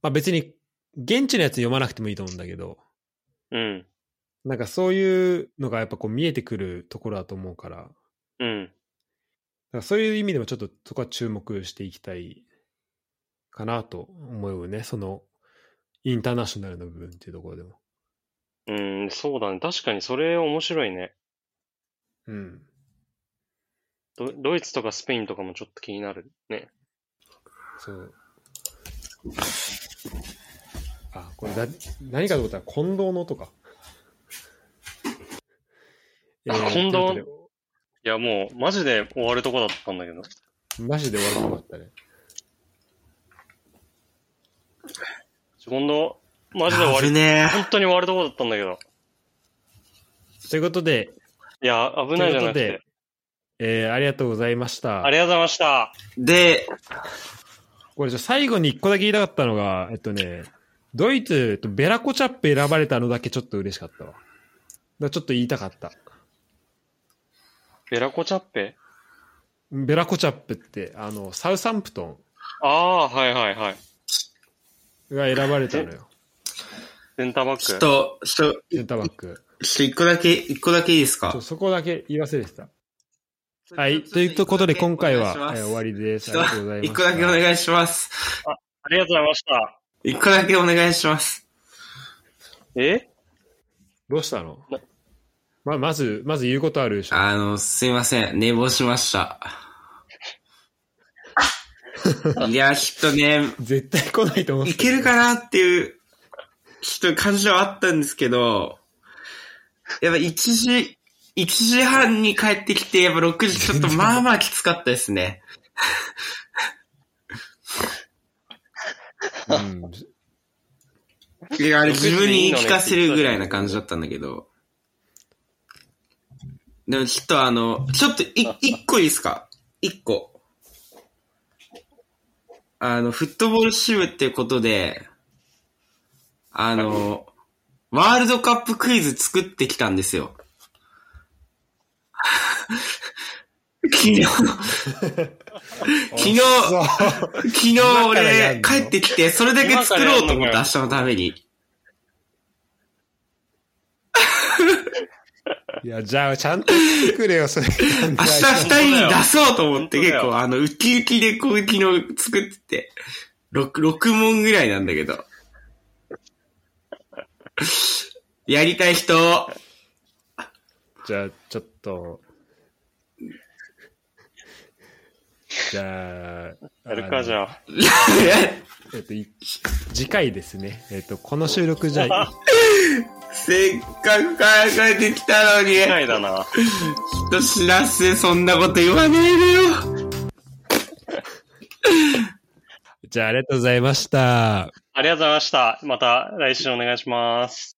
[SPEAKER 1] まあ別に現地のやつ読まなくてもいいと思うんだけど、
[SPEAKER 2] うん。
[SPEAKER 1] なんかそういうのがやっぱこう見えてくるところだと思うから、だか
[SPEAKER 2] うん。
[SPEAKER 1] らそういう意味でもちょっとそこは注目していきたいかなと思うね、そのインターナショナルの部分っていうところでも。
[SPEAKER 2] うん、そうだね。確かにそれ面白いね。
[SPEAKER 1] うん。
[SPEAKER 2] ドドイツとかスペインとかもちょっと気になるね。
[SPEAKER 1] そう。あ、これだ、何かと思ったら近藤のとか。
[SPEAKER 2] あ
[SPEAKER 1] ー
[SPEAKER 2] 近藤
[SPEAKER 1] ということ
[SPEAKER 2] いや、もう、マジで終わるとこだったんだけど。
[SPEAKER 1] でマジで悪くなったね。
[SPEAKER 2] 今度、マジで終わ
[SPEAKER 4] 危
[SPEAKER 2] り、
[SPEAKER 4] ねえ。
[SPEAKER 2] 本当に終わるとこだったんだけど。
[SPEAKER 1] ということで、
[SPEAKER 2] いや、危ないじゃなく
[SPEAKER 1] という
[SPEAKER 2] て
[SPEAKER 1] こ。えーありがとうございました。
[SPEAKER 2] ありがとうございました。
[SPEAKER 4] で、
[SPEAKER 1] これじゃあ最後に一個だけ言いたかったのが、えっとね、ドイツ、えっと、ベラコチャップ選ばれたのだけちょっと嬉しかったわ。だからちょっと言いたかった。
[SPEAKER 2] ベラコチャッペ
[SPEAKER 1] ベラコチャップって、あの、サウサンプト
[SPEAKER 2] ああ、はいはいはい。
[SPEAKER 1] ンが選ばれたのよ。
[SPEAKER 2] センターバ
[SPEAKER 4] ち
[SPEAKER 2] ッ
[SPEAKER 4] ょ
[SPEAKER 2] ク。
[SPEAKER 4] っと、ちょっと、
[SPEAKER 1] センターバック。
[SPEAKER 4] ちょっと一個だけ、一個だけいいです
[SPEAKER 1] ちょ
[SPEAKER 4] か
[SPEAKER 1] そこだけ言い忘れてた。はい。ということで、今回は、えー終わりです。あ
[SPEAKER 4] ち
[SPEAKER 1] り
[SPEAKER 4] ょっ
[SPEAKER 1] がとうござ
[SPEAKER 4] と、
[SPEAKER 1] います。
[SPEAKER 4] 一個だけお願いします。
[SPEAKER 2] ありがとうございました。
[SPEAKER 4] 一個だけお願いします。
[SPEAKER 2] え
[SPEAKER 1] どうしたの
[SPEAKER 2] な
[SPEAKER 1] ま、まず、まず言うことあるでしょ。
[SPEAKER 4] あの、すいません。寝坊しま
[SPEAKER 1] <laughs>
[SPEAKER 4] した。いや、きっとね、
[SPEAKER 1] 絶対来ないと思って
[SPEAKER 4] い
[SPEAKER 1] たけ
[SPEAKER 4] け
[SPEAKER 1] ど。
[SPEAKER 4] るかなっていう、ちょっと感じはあったんですけど、やっぱ1時、1時半に帰ってきて、やっぱ6時ちょっとまあまあきつかったですね。
[SPEAKER 1] うん。
[SPEAKER 4] いや、あれ
[SPEAKER 2] 6時
[SPEAKER 4] 自分に言い聞かせるぐらいな感じだったんだけど。でもちょっとあの、ちょっとい、一個いいですか一個。あの、フットボール支部っていうことで、あの、ワールドカップクイズ作ってきたんですよ。 <laughs>
[SPEAKER 1] <laughs>
[SPEAKER 4] 昨日、昨日、
[SPEAKER 1] そう。
[SPEAKER 4] 昨日
[SPEAKER 1] 今からやん
[SPEAKER 4] 俺
[SPEAKER 1] の
[SPEAKER 4] 帰ってきて、それだけ作ろうと思って明日のために。
[SPEAKER 1] いや、じゃあ、ちゃんと聞いてくれよ、それ。
[SPEAKER 4] 明日二人に出そうと思
[SPEAKER 2] 本
[SPEAKER 4] って
[SPEAKER 2] 当
[SPEAKER 4] 結
[SPEAKER 2] だよ
[SPEAKER 4] 構あの、ウキウキでこう昨日作ってて、6、六問ぐらいなんだけど。やりたい人、
[SPEAKER 1] じゃあ、ちょっと。じゃあ、
[SPEAKER 2] やるか、じゃあ。
[SPEAKER 1] あの。えっと、い次回ですね。えっと、この収録じゃ
[SPEAKER 2] <laughs>
[SPEAKER 1] あ、
[SPEAKER 4] <laughs> せっかく考えてきたのに、
[SPEAKER 2] 機会だ
[SPEAKER 4] <laughs>
[SPEAKER 2] な。
[SPEAKER 4] 人知らずそんなこと言わねえでよ。
[SPEAKER 1] じゃあ、ありがとうございました。
[SPEAKER 2] ありがとうございました。また来週お願いします。